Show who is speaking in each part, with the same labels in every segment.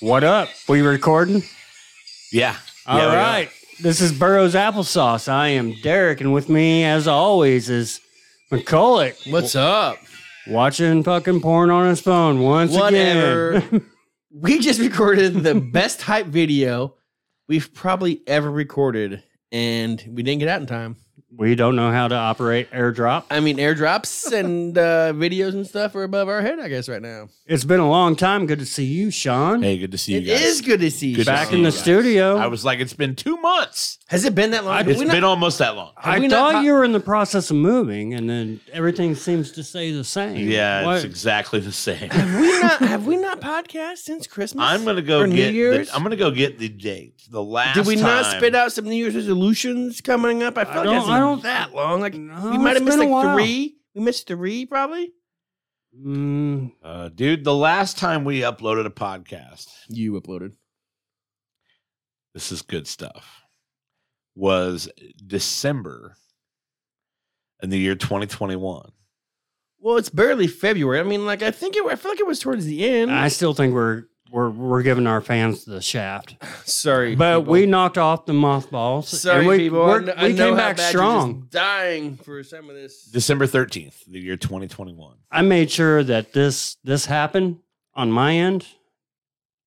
Speaker 1: What up? We recording?
Speaker 2: Yeah.
Speaker 1: All right.
Speaker 2: Yeah, we are.
Speaker 1: This is Burroughs Applesauce. I am Derek, and with me, as always, is McCulloch
Speaker 3: What's up?
Speaker 1: watching fucking porn on his phone once
Speaker 3: Whatever.
Speaker 1: again.
Speaker 3: we just recorded the best hype video we've probably ever recorded, and we didn't get out in time.
Speaker 1: We don't know how to operate airdrop.
Speaker 3: I mean, airdrops and uh, videos and stuff are above our head, I guess, right now.
Speaker 1: It's been a long time. Good to see you, Sean.
Speaker 2: Hey, good to see
Speaker 3: It
Speaker 2: you
Speaker 3: is
Speaker 2: guys.
Speaker 3: good to see you.
Speaker 2: Good to
Speaker 1: Back
Speaker 2: see
Speaker 1: in
Speaker 2: you
Speaker 1: the
Speaker 2: guys.
Speaker 1: studio.
Speaker 2: I was like, it's been two months.
Speaker 3: Has it been that long?
Speaker 1: I-
Speaker 3: Have
Speaker 2: It's
Speaker 3: we
Speaker 2: been
Speaker 3: not-
Speaker 2: almost that long.
Speaker 3: have
Speaker 1: I
Speaker 3: we
Speaker 1: thought
Speaker 3: not
Speaker 1: you were in the process of moving, and then everything seems to stay the same.
Speaker 2: Yeah,
Speaker 1: What-
Speaker 2: it's exactly the same.
Speaker 3: po- Have we not? Have we not podcast since Christmas?
Speaker 2: I'm gonna go
Speaker 3: Or New
Speaker 2: get. The,
Speaker 3: Year's?
Speaker 2: I'm gonna go get the date. The last.
Speaker 3: Did we not
Speaker 2: time-
Speaker 3: spit out some New Year's resolutions coming up? I feel like
Speaker 1: don't-
Speaker 3: that's
Speaker 1: I don't-
Speaker 3: that long. Like
Speaker 1: No,
Speaker 3: we might
Speaker 1: it's
Speaker 3: have missed
Speaker 1: been a
Speaker 3: like
Speaker 1: while.
Speaker 3: three. We missed three probably.
Speaker 1: Mm,
Speaker 2: Uh, dude, the last time we uploaded a podcast,
Speaker 3: You uploaded.
Speaker 2: this is good stuff. Was December in the year 2021.
Speaker 3: Well, it's barely February. I mean, like I think it. I feel like it was towards the end.
Speaker 1: I still think we're we're we're giving our fans the shaft,
Speaker 3: Sorry,
Speaker 1: but
Speaker 3: people.
Speaker 1: we knocked off the mothballs.
Speaker 3: sorry
Speaker 1: and we,
Speaker 3: people.
Speaker 1: we're-
Speaker 3: I kn- I
Speaker 1: we
Speaker 3: know
Speaker 1: came
Speaker 3: how
Speaker 1: back
Speaker 3: bad you're
Speaker 1: strong.
Speaker 3: just Dying for some of this.
Speaker 2: December 13th, the year 2021.
Speaker 1: I made sure that this this happened on my end.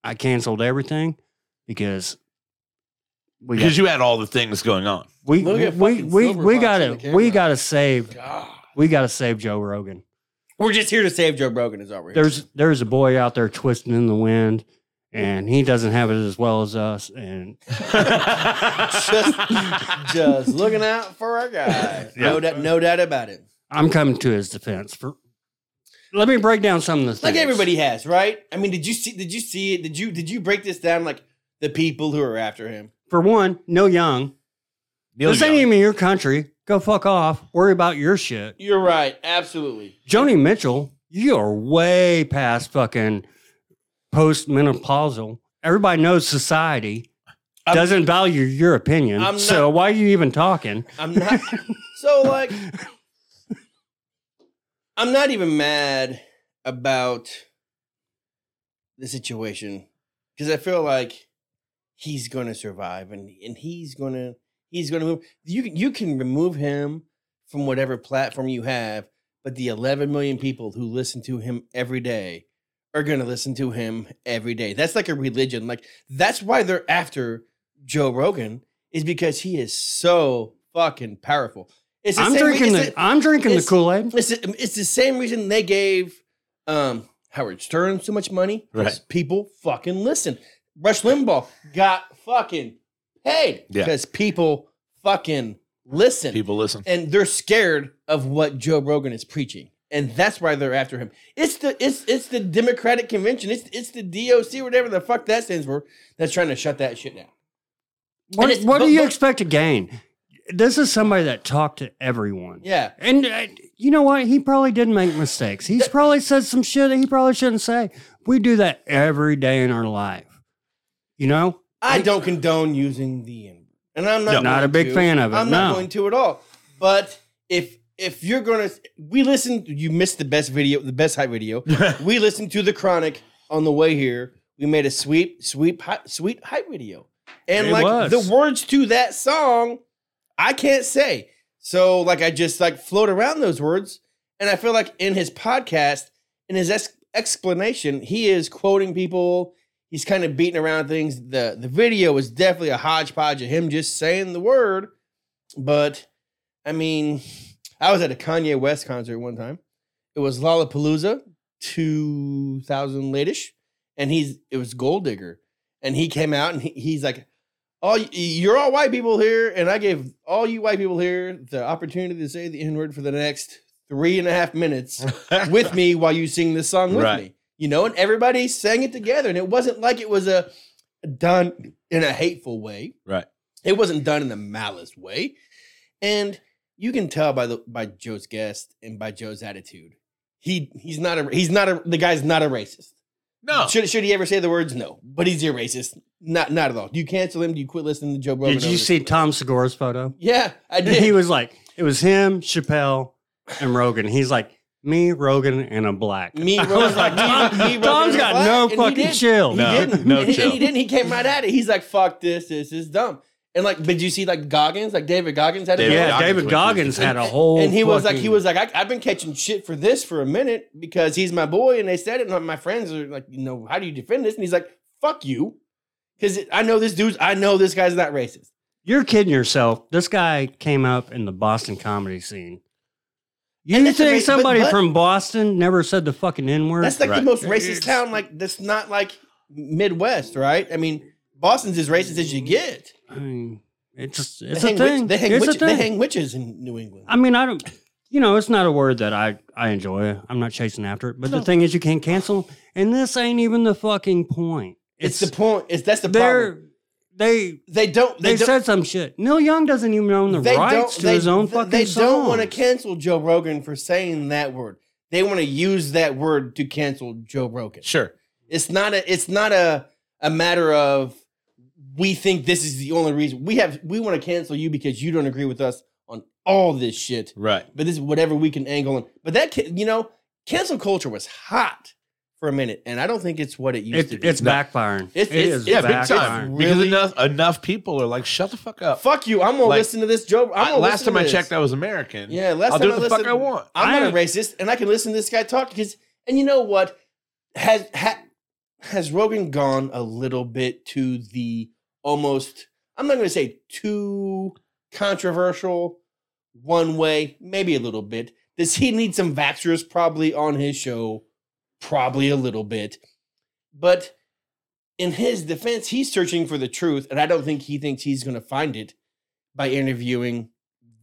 Speaker 1: I canceled everything because we got,
Speaker 2: Because you had all the things going on.
Speaker 1: we
Speaker 3: Look
Speaker 1: we
Speaker 3: at
Speaker 1: we
Speaker 3: fucking
Speaker 1: we,
Speaker 3: Silver
Speaker 1: we
Speaker 3: Fox
Speaker 1: got
Speaker 3: on
Speaker 1: to
Speaker 3: the
Speaker 1: we
Speaker 3: camera.
Speaker 1: got to save
Speaker 3: God.
Speaker 1: we got to save Joe Rogan.
Speaker 3: We're just here to save Joe Brogan. Is all we're here.
Speaker 1: There's there's a boy out there twisting in the wind, and he doesn't have it as well as us. And
Speaker 3: just, just looking out for our guy. No, doubt, no doubt about it.
Speaker 1: I'm coming to his defense. For let me break down some of the things.
Speaker 3: Like everybody has, right? I mean, did you see? Did you see it? Did you did you break this down? Like the people who are after him.
Speaker 1: For one, Neil Young.
Speaker 2: Neil
Speaker 1: this
Speaker 2: Young.
Speaker 1: ain't even your country. Go fuck off. Worry about your shit.
Speaker 3: You're right. Absolutely.
Speaker 1: Joni Mitchell, you're way past fucking postmenopausal. Everybody knows society
Speaker 3: I'm-
Speaker 1: doesn't value your opinion.
Speaker 3: I'm
Speaker 1: so why are you even talking?
Speaker 3: I'm not. so like, I'm not even mad about the situation because I feel like he's going to survive and and he's going to he's going to move. You can you can remove him from whatever platform you have, but the 11 million people who listen to him every day are going to listen to him every day. That's like a religion. Like that's why they're after Joe Rogan is because he is so fucking powerful. It's the
Speaker 1: I'm
Speaker 3: same re-
Speaker 1: drinking,
Speaker 3: it's
Speaker 1: the, I'm drinking the
Speaker 3: it's-
Speaker 1: Kool-Aid.
Speaker 3: it's the, it's the same reason they gave um, Howard Stern so much money. 'cause
Speaker 2: Right.
Speaker 3: People fucking listen. Rush Limbaugh got fucking paid
Speaker 2: Yeah.
Speaker 3: because people fucking listen.
Speaker 2: People listen.
Speaker 3: And they're scared of what Joe Rogan is preaching. And that's why they're after him. It's the it's it's the Democratic Convention. It's it's the DOC, whatever the fuck that stands for, that's trying to shut that shit down.
Speaker 1: What,
Speaker 3: it's-
Speaker 1: what
Speaker 3: but-
Speaker 1: do you
Speaker 3: but-
Speaker 1: expect to gain? This is somebody that talked to everyone.
Speaker 3: Yeah.
Speaker 1: And uh, you know what? He probably did make mistakes. He's probably said some shit that he probably shouldn't say. We do that every day in our life. You know,
Speaker 3: I don't condone using the N and I'm not
Speaker 2: No.
Speaker 1: Not a
Speaker 3: going
Speaker 1: big
Speaker 3: to.
Speaker 1: fan of it,
Speaker 3: I'm not
Speaker 1: no.
Speaker 3: going to at all. But if if you're gonna, we listened. You missed the best video, the best high video. we listened to the Chronic on the way here. We made a sweet, sweet, hi- sweet hype video, and
Speaker 1: It
Speaker 3: like
Speaker 1: was.
Speaker 3: the words to that song, I can't say. So like I just like float around those words, and I feel like in his podcast, in his ex- explanation, he is quoting people. He's kind of beating around things. the The video was definitely a hodgepodge of him just saying the word, but I mean, I was at a Kanye West concert one time. It was Lollapalooza, two thousand late-ish, and he's it was Gold Digger, and he came out and he, he's like, "All y- you're all white people here, and I gave all you white people here the opportunity to say the N word for the next three and a half minutes with me while you sing this song with
Speaker 2: Right.
Speaker 3: me." You know, and everybody sang it together, and it wasn't like it was a done in a hateful way.
Speaker 2: Right.
Speaker 3: It wasn't done in a malice way, and you can tell by the by Joe's guest and by Joe's attitude. He he's not a he's not a the guy's not a racist.
Speaker 1: Oh.
Speaker 2: No.
Speaker 3: Should should he ever say the words? No, but he's a racist. Not not at all. Do you cancel him? Do you quit listening to Joe Rogan?
Speaker 1: did
Speaker 3: over
Speaker 1: you
Speaker 3: this?
Speaker 1: see Tom Segura's photo?
Speaker 3: Yeah, I did.
Speaker 1: He was like, it was him, Chappelle, and Rogan. He's like, Me, Rogan, and a black.
Speaker 3: Me,
Speaker 1: I
Speaker 3: Rogan,
Speaker 1: was like,
Speaker 3: me-
Speaker 1: Tom,
Speaker 3: me, Rogan,
Speaker 1: Tom's
Speaker 3: and
Speaker 1: got
Speaker 3: Black,
Speaker 1: no
Speaker 3: and he
Speaker 1: fucking
Speaker 3: did.
Speaker 1: chill.
Speaker 3: He
Speaker 2: No,
Speaker 3: didn't.
Speaker 2: no
Speaker 3: and, and
Speaker 2: chill.
Speaker 3: he didn't. He came right at it. He's like, "Fuck this. This, this is dumb." And like, but you see, like Goggins, like David Goggins had a
Speaker 2: David
Speaker 1: yeah,
Speaker 2: Goggins
Speaker 1: David
Speaker 2: went
Speaker 1: Goggins
Speaker 2: through this.
Speaker 1: had a whole.
Speaker 3: and he was like, he
Speaker 1: fucking-
Speaker 3: was like, I, I've been catching shit for this for a minute because he's my boy, and they said it. And my friends are like, you know, how do you defend this? And he's like, fuck you, because I know this dude's. I know this guy's not racist.
Speaker 1: You're kidding yourself. This guy came up in the Boston comedy scene. You
Speaker 3: And that's
Speaker 1: think
Speaker 3: amazing, but-
Speaker 1: somebody
Speaker 3: but-
Speaker 1: from Boston never said the fucking N word?
Speaker 3: That's like the
Speaker 2: Right.
Speaker 3: most racist town. Like that's not like Midwest, right? I mean, Boston's as racist as you get.
Speaker 1: I mean, it's
Speaker 3: They
Speaker 1: it's a
Speaker 3: hang, witch-
Speaker 1: thing.
Speaker 3: they, hang
Speaker 1: it's
Speaker 3: witch-
Speaker 1: a
Speaker 3: they
Speaker 1: thing.
Speaker 3: hang witches in New England.
Speaker 1: I mean, I don't. You know, it's not a word that I I enjoy. I'm not chasing after it. But the
Speaker 3: No.
Speaker 1: thing is, you can't cancel. And this ain't even the fucking point.
Speaker 3: It's, the point. It's that's the problem.
Speaker 1: they're they
Speaker 3: They don't.
Speaker 1: they,
Speaker 3: They, don't,
Speaker 1: said some shit. Neil Young doesn't even own the
Speaker 3: they don't.
Speaker 1: rights to
Speaker 3: They,
Speaker 1: his own
Speaker 3: th-
Speaker 1: fucking
Speaker 3: they don't
Speaker 1: songs.
Speaker 3: want to cancel Joe Rogan for saying that word. They want to use that word to cancel Joe Rogan.
Speaker 2: Sure.
Speaker 3: It's not a. It's not a. A matter of we think this is the only reason we have. We want to cancel you because you don't agree with us on all this shit.
Speaker 2: Right.
Speaker 3: but this is whatever we can angle. And, but that, ca- you know, cancel culture was hot for a minute, and I don't think it's what it used to
Speaker 1: It,
Speaker 3: be.
Speaker 1: it's backfiring.
Speaker 3: It's-
Speaker 1: It
Speaker 3: it's-
Speaker 1: is
Speaker 2: Yeah, big
Speaker 1: backfiring.
Speaker 2: time. Because
Speaker 3: Really?
Speaker 2: enough enough people are like, shut the fuck up.
Speaker 3: Fuck you. I'm gonna
Speaker 2: Like,
Speaker 3: listen to this Joe. I'm
Speaker 2: I-
Speaker 3: gonna
Speaker 2: last
Speaker 3: listen
Speaker 2: time
Speaker 3: to
Speaker 2: I
Speaker 3: this.
Speaker 2: checked, I was American.
Speaker 3: Yeah, last
Speaker 2: I'll
Speaker 3: time I
Speaker 2: do what the
Speaker 3: listened,
Speaker 2: fuck I want.
Speaker 3: I'm
Speaker 1: I-
Speaker 3: not a racist, and I can listen to this guy talk because, and you know what, has ha, has Rogan gone a little bit to the almost? I'm not going to say too controversial, one way, maybe a little bit. Does he need some vaxxers probably on his show? Probably a little bit, but in his defense, he's searching for the truth, and I don't think he thinks he's going to find it by interviewing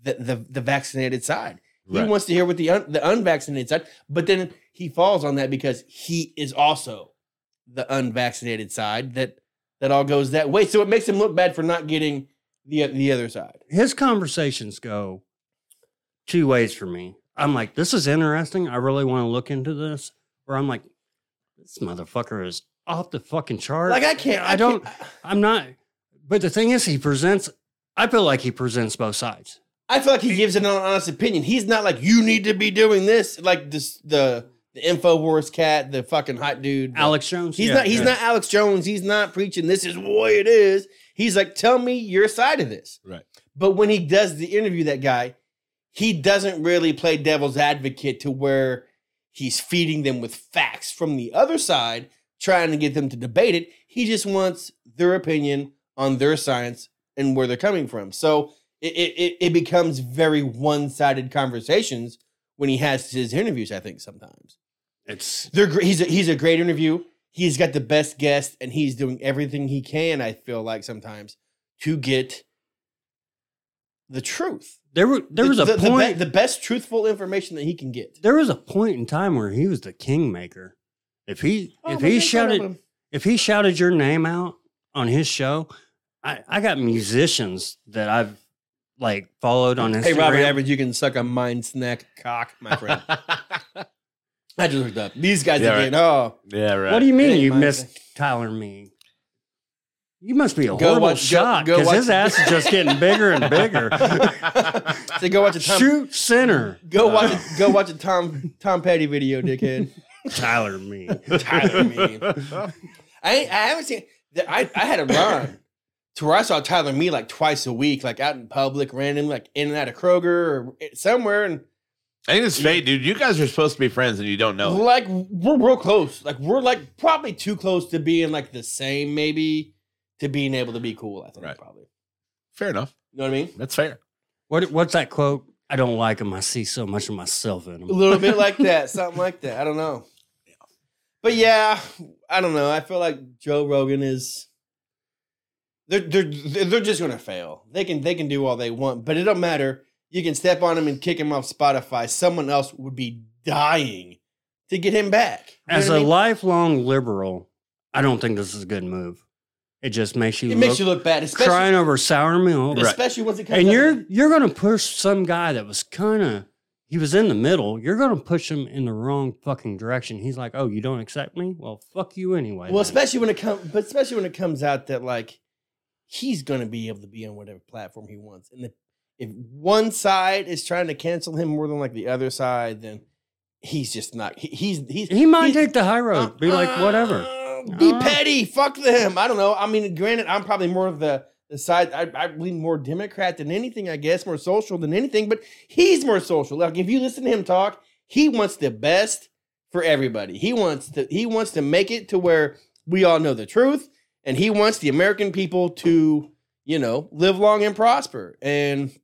Speaker 3: the the, the vaccinated side. He wants to hear what the un, the unvaccinated side, but then he falls on that because he is also the unvaccinated side that that all goes that way. So it makes him look bad for not getting the the other side.
Speaker 1: his conversations go two ways for me. I'm like, this is interesting. I really want to look into this. Or I'm like, this motherfucker is off the fucking chart.
Speaker 3: Like I can't.
Speaker 1: I
Speaker 3: I,
Speaker 1: don't-
Speaker 3: Can't,
Speaker 1: I'm not. But the thing is, he presents. I feel like he presents both sides.
Speaker 3: I feel like he gives an honest opinion. He's not like you need to be doing this. Like this the the Infowars cat, the fucking hot dude, the-
Speaker 1: Alex Jones.
Speaker 3: He's
Speaker 1: yeah.
Speaker 3: not. He's not Alex Jones. He's not preaching. This is what it is. He's like, tell me your side of this.
Speaker 2: Right.
Speaker 3: But when he does the interview, that guy, he doesn't really play devil's advocate to where he's feeding them with facts from the other side, trying to get them to debate it. He just wants their opinion on their science and where they're coming from. So it it, it, it becomes very one sided conversations when he has his interviews. I think sometimes.
Speaker 1: It's
Speaker 3: They're gr- he's a, he's a great interview. He's got the best guest, and he's doing everything he can. I feel like sometimes to get the truth.
Speaker 1: there. Were, there
Speaker 3: The-
Speaker 1: was a
Speaker 3: the, the be-
Speaker 1: point.
Speaker 3: the best truthful information that he can get.
Speaker 1: there was a point in time where he was the kingmaker. If he
Speaker 3: Oh,
Speaker 1: if
Speaker 3: they
Speaker 1: he
Speaker 3: make fun of
Speaker 1: shouted
Speaker 3: him.
Speaker 1: if he shouted your name out on his show, I, I got musicians that I've like followed on Instagram.
Speaker 3: "Hey, Robert Average, you can suck a mind snack cock, my friend." I just looked up these guys
Speaker 2: Yeah,
Speaker 3: again. Oh,
Speaker 2: yeah, right.
Speaker 1: What do you
Speaker 3: It
Speaker 1: mean
Speaker 3: ain't
Speaker 1: you
Speaker 3: my
Speaker 1: missed
Speaker 3: thing.
Speaker 1: Tyler Mead? You must be a
Speaker 3: Go
Speaker 1: horrible
Speaker 3: watch- go-
Speaker 1: shot
Speaker 3: go
Speaker 1: because
Speaker 3: watch-
Speaker 1: his ass is just getting bigger and bigger.
Speaker 3: so go watch a Tom.
Speaker 1: Shoot center,
Speaker 3: Go watch a, go watch a Tom Tom Petty video, dickhead.
Speaker 1: Tyler Mead.
Speaker 3: Tyler Mead. I ain't, I haven't seen. th- I I had a run to where I saw Tyler Me like twice a week, like out in public, random, like in and out of Kroger or i- somewhere, and
Speaker 2: I think it's fate, dude. You guys are supposed to be friends and you don't know. it.
Speaker 3: like we're real close. Like we're like probably too close to being like the same, maybe to being able to be cool. I think
Speaker 2: Right.
Speaker 3: probably.
Speaker 2: Fair enough.
Speaker 3: You know what I mean?
Speaker 2: That's fair.
Speaker 1: What what's that quote? I don't like him. I see so much of myself in
Speaker 3: A
Speaker 1: him.
Speaker 3: little bit like that, something like that. I don't know. But yeah, I don't know. I feel like Joe Rogan is they're they're they're they're just gonna fail. They can they can do all they want, but it don't matter. You can step on him and kick him off Spotify. Someone else would be dying to get him back. You know
Speaker 1: As
Speaker 3: what
Speaker 1: a
Speaker 3: I mean?
Speaker 1: lifelong liberal, I don't think this is a good move. It just makes you
Speaker 3: it
Speaker 1: look,
Speaker 3: makes you look bad, especially
Speaker 1: crying over sour milk.
Speaker 3: especially once it comes.
Speaker 1: And
Speaker 3: out-
Speaker 1: you're you're gonna push some guy that was kind of he was in the middle. You're gonna push him in the wrong fucking direction. He's like, oh, you don't accept me? Well, fuck you anyway. then."
Speaker 3: well, especially when it comes, but especially when it comes out that like he's gonna be able to be on whatever platform he wants, and if, if one side is trying to cancel him more than like the other side, then he's just not. He, he's he's
Speaker 1: He might
Speaker 3: he's-
Speaker 1: take the high road, be like, whatever.
Speaker 3: Uh, Be
Speaker 1: Uh.
Speaker 3: petty. Fuck them. I don't know. I mean, granted, I'm probably more of the, the side. I, I lean more Democrat than anything. I guess more social than anything. But he's more social. Like if you listen to him talk, he wants the best for everybody. He wants to. He wants to make it to where we all know the truth, and he wants the American people to, you know, live long and prosper. And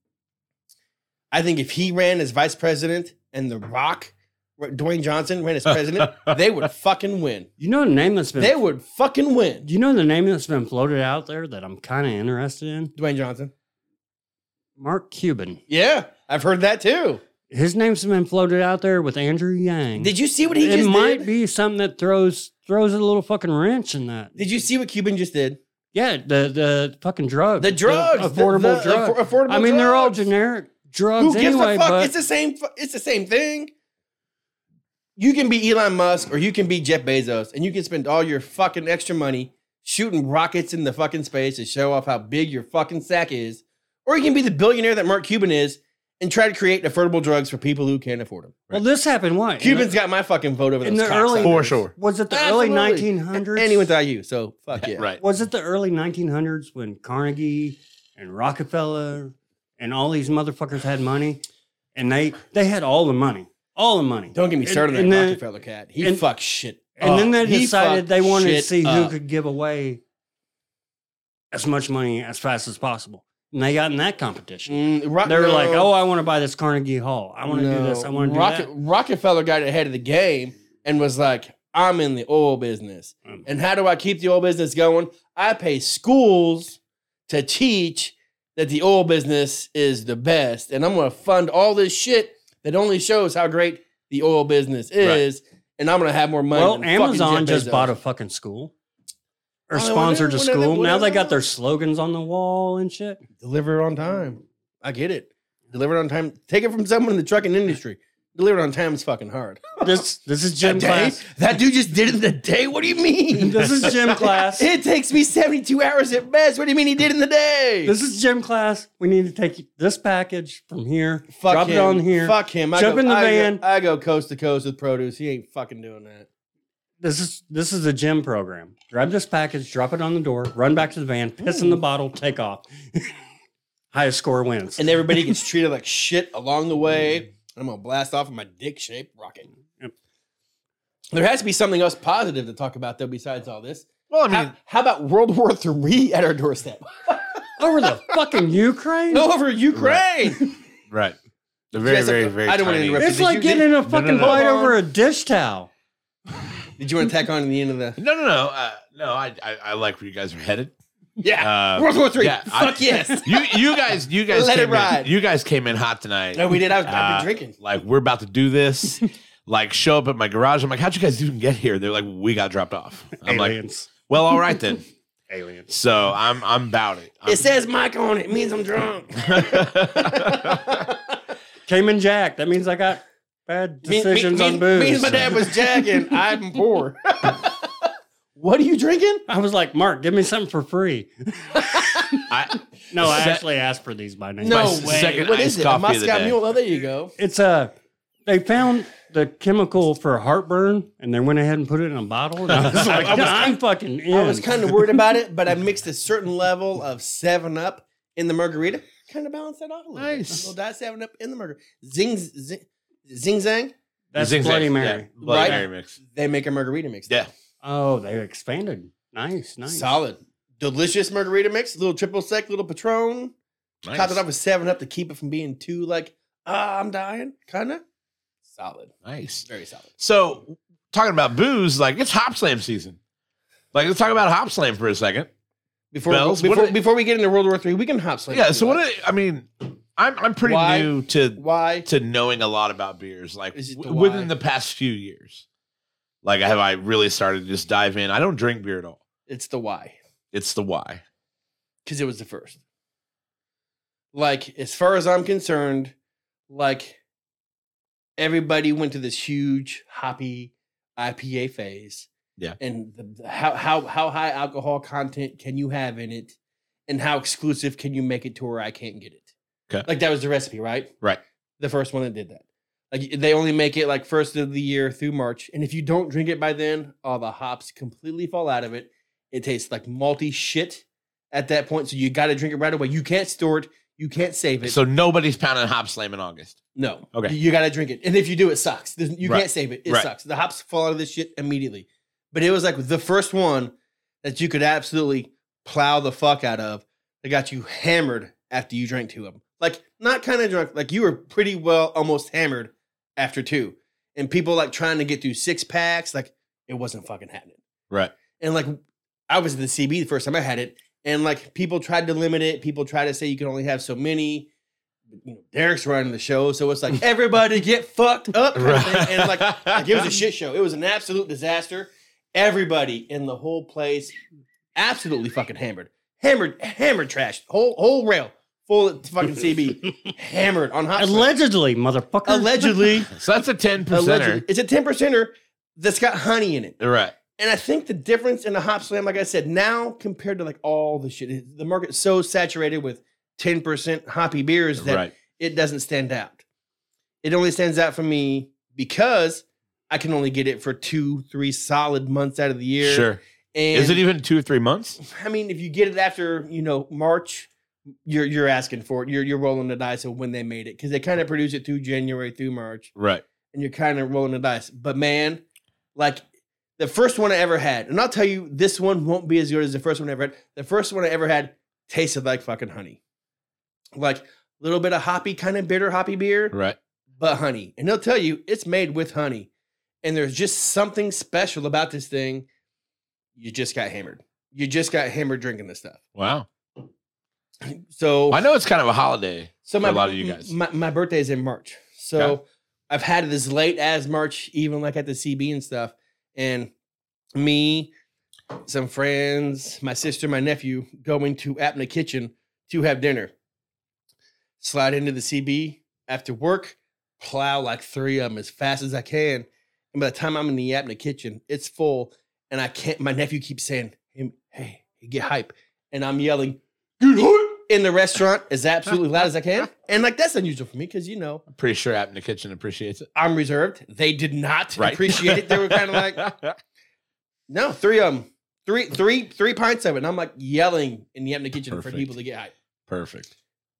Speaker 3: I think if he ran as vice president and The Rock, Dwayne Johnson ran as president, they would fucking win.
Speaker 1: You know the name that's been
Speaker 3: They would fucking win.
Speaker 1: you know the name that's been floated out there that I'm kind of interested in?
Speaker 3: Dwayne Johnson.
Speaker 1: Mark Cuban.
Speaker 3: Yeah, I've heard that too.
Speaker 1: His name's been floated out there with Andrew Yang.
Speaker 3: Did you see what he
Speaker 1: it
Speaker 3: just
Speaker 1: might
Speaker 3: did?
Speaker 1: be something that throws throws a little fucking wrench in that.
Speaker 3: Did you see what Cuban just did?
Speaker 1: Yeah, the the fucking drug.
Speaker 3: The drugs, the-
Speaker 1: affordable
Speaker 3: the
Speaker 1: drug.
Speaker 3: affor- affordable
Speaker 1: I mean, they're all
Speaker 3: drugs.
Speaker 1: generic drugs
Speaker 3: Who gives
Speaker 1: anyway,
Speaker 3: a fuck?
Speaker 1: but
Speaker 3: it's the same. fu- It's the same thing. You can be Elon Musk or you can be Jeff Bezos, and you can spend all your fucking extra money shooting rockets in the fucking space to show off how big your fucking sack is, or you can be the billionaire that Mark Cuban is and try to create affordable drugs for people who can't afford them.
Speaker 1: well, this happened what? in the-
Speaker 3: Cuban's got my fucking vote over
Speaker 1: in
Speaker 3: those
Speaker 1: the early-
Speaker 3: cocksuckers.
Speaker 2: For sure.
Speaker 1: was it the
Speaker 3: Absolutely.
Speaker 1: early 1900s?
Speaker 3: and he went to IU, so fuck yeah.
Speaker 2: Right.
Speaker 1: was it the early 1900s when Carnegie and Rockefeller and all these motherfuckers had money, and they they had all the money, all the money.
Speaker 3: Don't get me
Speaker 1: And-
Speaker 3: started on
Speaker 1: and
Speaker 3: that
Speaker 1: then-
Speaker 3: Rockefeller cat. He
Speaker 1: and-
Speaker 3: fucked shit.
Speaker 1: And then they
Speaker 3: up. Oh, He
Speaker 1: decided
Speaker 3: fucked
Speaker 1: they wanted to
Speaker 3: shit
Speaker 1: see who
Speaker 3: up.
Speaker 1: could give away as much money as fast as possible, and they got in that competition.
Speaker 3: Mm, Ro-
Speaker 1: They were like,
Speaker 3: no,
Speaker 1: "Oh, I want to buy this Carnegie Hall. I want to do this.
Speaker 3: no.
Speaker 1: I want to do
Speaker 3: Rocke- Rockefeller got ahead of the game and was like, I'm in the oil business.
Speaker 1: that." Um,
Speaker 3: And how do I keep the oil business going? I pay schools to teach that the oil business is the best. And I'm going to fund all this shit that only shows how great the oil business is. And I'm going to have more money.
Speaker 1: Well,
Speaker 3: than fucking
Speaker 1: Amazon
Speaker 3: Jeff
Speaker 1: just
Speaker 3: Bezos.
Speaker 1: bought a fucking school or
Speaker 3: Oh,
Speaker 1: sponsored a
Speaker 3: whatever, whatever,
Speaker 1: school. Now they
Speaker 3: whatever.
Speaker 1: got their slogans on the wall and shit.
Speaker 3: Deliver on time. I get it. Deliver on time. Take it from someone in the trucking industry. Deliver on time is fucking hard.
Speaker 1: This this is
Speaker 3: That
Speaker 1: gym
Speaker 3: day?
Speaker 1: class.
Speaker 3: That dude just did it in the day. What do you mean?
Speaker 1: This is gym class.
Speaker 3: It takes me 72 hours at best. What do you mean he did it in the day?
Speaker 1: This is gym class. We need to take this package from here,
Speaker 3: Fuck
Speaker 1: drop
Speaker 3: him.
Speaker 1: it on here.
Speaker 3: Fuck him.
Speaker 1: Jump in the
Speaker 3: I
Speaker 1: van.
Speaker 3: I go coast to coast with produce. He ain't fucking doing that.
Speaker 1: This is this is a gym program. Grab this package, drop it on the door, run back to the van, piss
Speaker 3: Hmm.
Speaker 1: in the bottle, take off. Highest score wins.
Speaker 3: And everybody gets treated like shit along the way. I'm gonna blast off in my dick shaped rocket.
Speaker 1: Mm. Yep.
Speaker 3: There has to be something else positive to talk about though, besides all this.
Speaker 2: Well, I mean,
Speaker 3: How, how about World War III at our doorstep?
Speaker 1: Over the fucking Ukraine.
Speaker 3: Over Ukraine.
Speaker 2: right. The very,
Speaker 3: Yes,
Speaker 2: very,
Speaker 3: I-
Speaker 2: very.
Speaker 3: I don't wanna
Speaker 2: tiny-
Speaker 3: interrupt
Speaker 1: It's
Speaker 3: Did
Speaker 1: like
Speaker 3: you-
Speaker 1: getting
Speaker 3: did-
Speaker 1: in a
Speaker 2: no,
Speaker 1: fucking
Speaker 2: no.
Speaker 1: fight over a dish towel.
Speaker 3: Did you want to tack on to the end of the?
Speaker 2: No, no, no, uh, no. I, I, I like where you guys are headed.
Speaker 3: Yeah,
Speaker 2: Uh,
Speaker 3: World War Three.
Speaker 2: yeah, I-
Speaker 3: Fuck yes.
Speaker 2: you, you guys, you guys,
Speaker 3: Let it
Speaker 2: came in-
Speaker 3: ride.
Speaker 2: you guys came in hot tonight.
Speaker 3: no, we did. I was, I've
Speaker 2: Uh,
Speaker 3: been drinking.
Speaker 2: Like we're about to do this. like show up at my garage. I'm like, how'd you guys even get here? They're like, we got dropped off. I'm like,
Speaker 1: aliens.
Speaker 2: well, all right then.
Speaker 1: aliens.
Speaker 2: So I'm, I'm about it. I'm-
Speaker 3: It says Mike on it. it means I'm drunk.
Speaker 1: Came in Jack. That means I got bad
Speaker 3: Me- me-
Speaker 1: decisions
Speaker 3: me-
Speaker 1: on booze.
Speaker 3: Means my dad was jacking. I'm poor. what are you drinking?
Speaker 1: I was like, Mark, give me something for free.
Speaker 2: I,
Speaker 1: No, I
Speaker 2: Se-
Speaker 1: actually asked for these by name.
Speaker 3: No
Speaker 2: My
Speaker 3: way.
Speaker 2: s- second
Speaker 3: what
Speaker 2: iced
Speaker 3: is it? A
Speaker 2: coffee of the
Speaker 3: Moscow
Speaker 2: day.
Speaker 3: Mule. Oh, there you go.
Speaker 1: It's a. They found the chemical for heartburn, and they went ahead and put it in a bottle. And I was like,
Speaker 3: I was
Speaker 1: I'm fucking in.
Speaker 3: I was kind of worried about it, but I mixed a certain level of Seven Up in the margarita. Kind of balanced that off a little. bit.
Speaker 2: Nice.
Speaker 3: A little diet Seven Up in the margarita. Zing, zing, zing, zang.
Speaker 1: That's
Speaker 2: Zing Zang,
Speaker 1: Bloody
Speaker 2: yeah,
Speaker 1: Mary.
Speaker 2: Bloody
Speaker 3: Right.
Speaker 2: Mary mix.
Speaker 3: They make a margarita mix.
Speaker 2: Yeah.
Speaker 1: Oh, they expanded. Nice, nice.
Speaker 3: Solid. Delicious margarita mix, little triple sec, little Patron.
Speaker 2: Nice.
Speaker 3: Top it off with Seven Up to keep it from being too like, ah, I'm dying, kind of. Solid,
Speaker 2: Nice.
Speaker 3: very solid.
Speaker 2: So talking about booze, like it's hop slam season. Like let's talk about hop slam for a second.
Speaker 3: Before
Speaker 2: Bells, what
Speaker 3: before,
Speaker 2: are they-
Speaker 3: before we get into World War Three, we can hop slam.
Speaker 2: yeah.
Speaker 3: if
Speaker 2: So
Speaker 3: you
Speaker 2: what?
Speaker 3: like.
Speaker 2: I- I mean, I'm I'm pretty
Speaker 3: Why?
Speaker 2: new to
Speaker 3: Why?
Speaker 2: to knowing a lot about beers. Like
Speaker 3: Is it the
Speaker 2: w-
Speaker 3: why?
Speaker 2: within the past few years, like have I really started to just dive in? I don't drink beer at all.
Speaker 3: It's the why,
Speaker 2: It's the why.
Speaker 3: because it was the first. Like as far as I'm concerned, like everybody went to this huge hoppy IPA phase.
Speaker 2: Yeah.
Speaker 3: and the, the- how how how high alcohol content can you have in it, and how exclusive can you make it to where I can't get it?
Speaker 2: Okay.
Speaker 3: like that was the recipe, right?
Speaker 2: Right.
Speaker 3: the first one that did that. Like they only make it like first of the year through March, and if you don't drink it by then, all the hops completely fall out of it. It tastes like malty shit at that point, so you got to drink it right away. You can't store it, you can't save it.
Speaker 2: So nobody's pounding hop slam in August.
Speaker 3: no,
Speaker 2: Okay.
Speaker 3: you, got to drink it, and if you do, it sucks. There's- You
Speaker 2: Right.
Speaker 3: can't save it. It
Speaker 2: Right.
Speaker 3: sucks. The hops fall out of this shit immediately. But it was like the first one that you could absolutely plow the fuck out of that got you hammered after you drank two of them. Like not kind of drunk, like you were pretty well almost hammered after two, and people like trying to get through six packs, like it wasn't fucking happening
Speaker 2: Right.
Speaker 3: and like I was at the CB the first time I had it, and like people tried to limit it. People tried to say you can only have so many. You know, Derek's running the show, so it's like everybody get fucked up, kind of thing. and like, like it was a shit show. It was an absolute disaster. Everybody in the whole place absolutely fucking hammered, hammered, hammered, trash. Whole whole rail full of fucking CB, hammered on hot. Allegedly,
Speaker 1: Allegedly, motherfucker.
Speaker 3: allegedly,
Speaker 2: So that's a ten
Speaker 3: allegedly,
Speaker 2: percenter.
Speaker 3: it's a ten percenter that's got honey in it.
Speaker 2: Right.
Speaker 3: And I think the difference in the hop slam, like I said, now compared to like all the shit, it- the market's so saturated with 10% hoppy beers that
Speaker 2: Right.
Speaker 3: it doesn't stand out. It only stands out for me because I can only get it for two, three solid months out of the year.
Speaker 2: Sure.
Speaker 3: And
Speaker 2: Is it even two or three months?
Speaker 3: I mean, if you get it after, you know, March, you're you're asking for it. You're you're rolling the dice of when they made it. Because they kind of produce it through January through March
Speaker 2: Right.
Speaker 3: and you're kind of rolling the dice. But man, like the first one I ever had, and I'll tell you, this one won't be as good as the first one I ever had. The first one I ever had tasted like fucking honey, like a little bit of hoppy, kind of bitter hoppy beer,
Speaker 2: Right.
Speaker 3: but honey. And they'll tell you it's made with honey, and there's just something special about this thing. You just got hammered. You just got hammered drinking this stuff.
Speaker 2: Wow.
Speaker 3: So
Speaker 2: I know it's kind of a holiday.
Speaker 3: So
Speaker 2: for
Speaker 3: my
Speaker 2: a lot of you guys.
Speaker 3: my, my birthday is in March, so
Speaker 2: Okay.
Speaker 3: I've had it as late as March, even like at the CB and stuff. And me, some friends, my sister, my nephew, going to Apna Kitchen to have dinner. Slide into the CB after work, plow like three of them as fast as I can. And by the time I'm in the Apna Kitchen, it's full, and I can't. My nephew keeps saying, "Hey, "Hey, get hype," and I'm yelling, "Get hype!" in the restaurant as absolutely loud as I can. And like that's unusual for me because you know
Speaker 2: I'm pretty sure App in the Kitchen appreciates it.
Speaker 3: I'm reserved. They did not
Speaker 2: Right.
Speaker 3: appreciate it. They were kind of like, no, three of them, three, three, three pints of it. And I'm like yelling in the empty kitchen
Speaker 2: Perfect.
Speaker 3: for people to get hype.
Speaker 2: Perfect.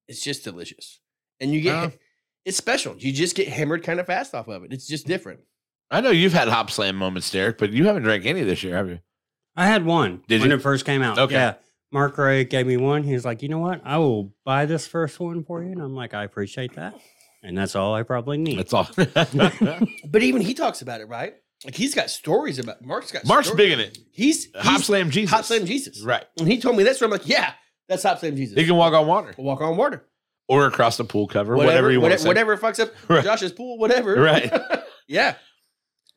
Speaker 3: It's just delicious, and you get
Speaker 2: Wow.
Speaker 3: it's special. You just get hammered kind of fast off of it. It's just different.
Speaker 2: I know you've had hop slam moments, Derek, but you haven't drank any this year, have you?
Speaker 1: I had one
Speaker 2: Did
Speaker 1: when
Speaker 2: you?
Speaker 1: it first came out.
Speaker 2: Okay.
Speaker 1: Yeah. Mark Ray gave me one. He was like, you know what? I will buy this first one for you. And I'm like, I appreciate that. And that's all I probably need.
Speaker 2: That's all. Mm-hmm.
Speaker 3: But even he talks about it, right? Like he's got stories about Mark's got
Speaker 2: Mark's
Speaker 3: stories.
Speaker 2: big in it.
Speaker 3: He's, he's
Speaker 2: Hop slam Jesus.
Speaker 3: Hop Slam Jesus,
Speaker 2: Right.
Speaker 3: and he told me that's where I'm like, yeah, that's Hop Slam Jesus.
Speaker 2: You can walk on water
Speaker 3: walk on water,
Speaker 2: or across the pool cover, whatever, you want to
Speaker 3: whatever,
Speaker 2: say.
Speaker 3: whatever fucks up
Speaker 2: Right.
Speaker 3: Josh's pool, whatever.
Speaker 2: Right.
Speaker 3: yeah.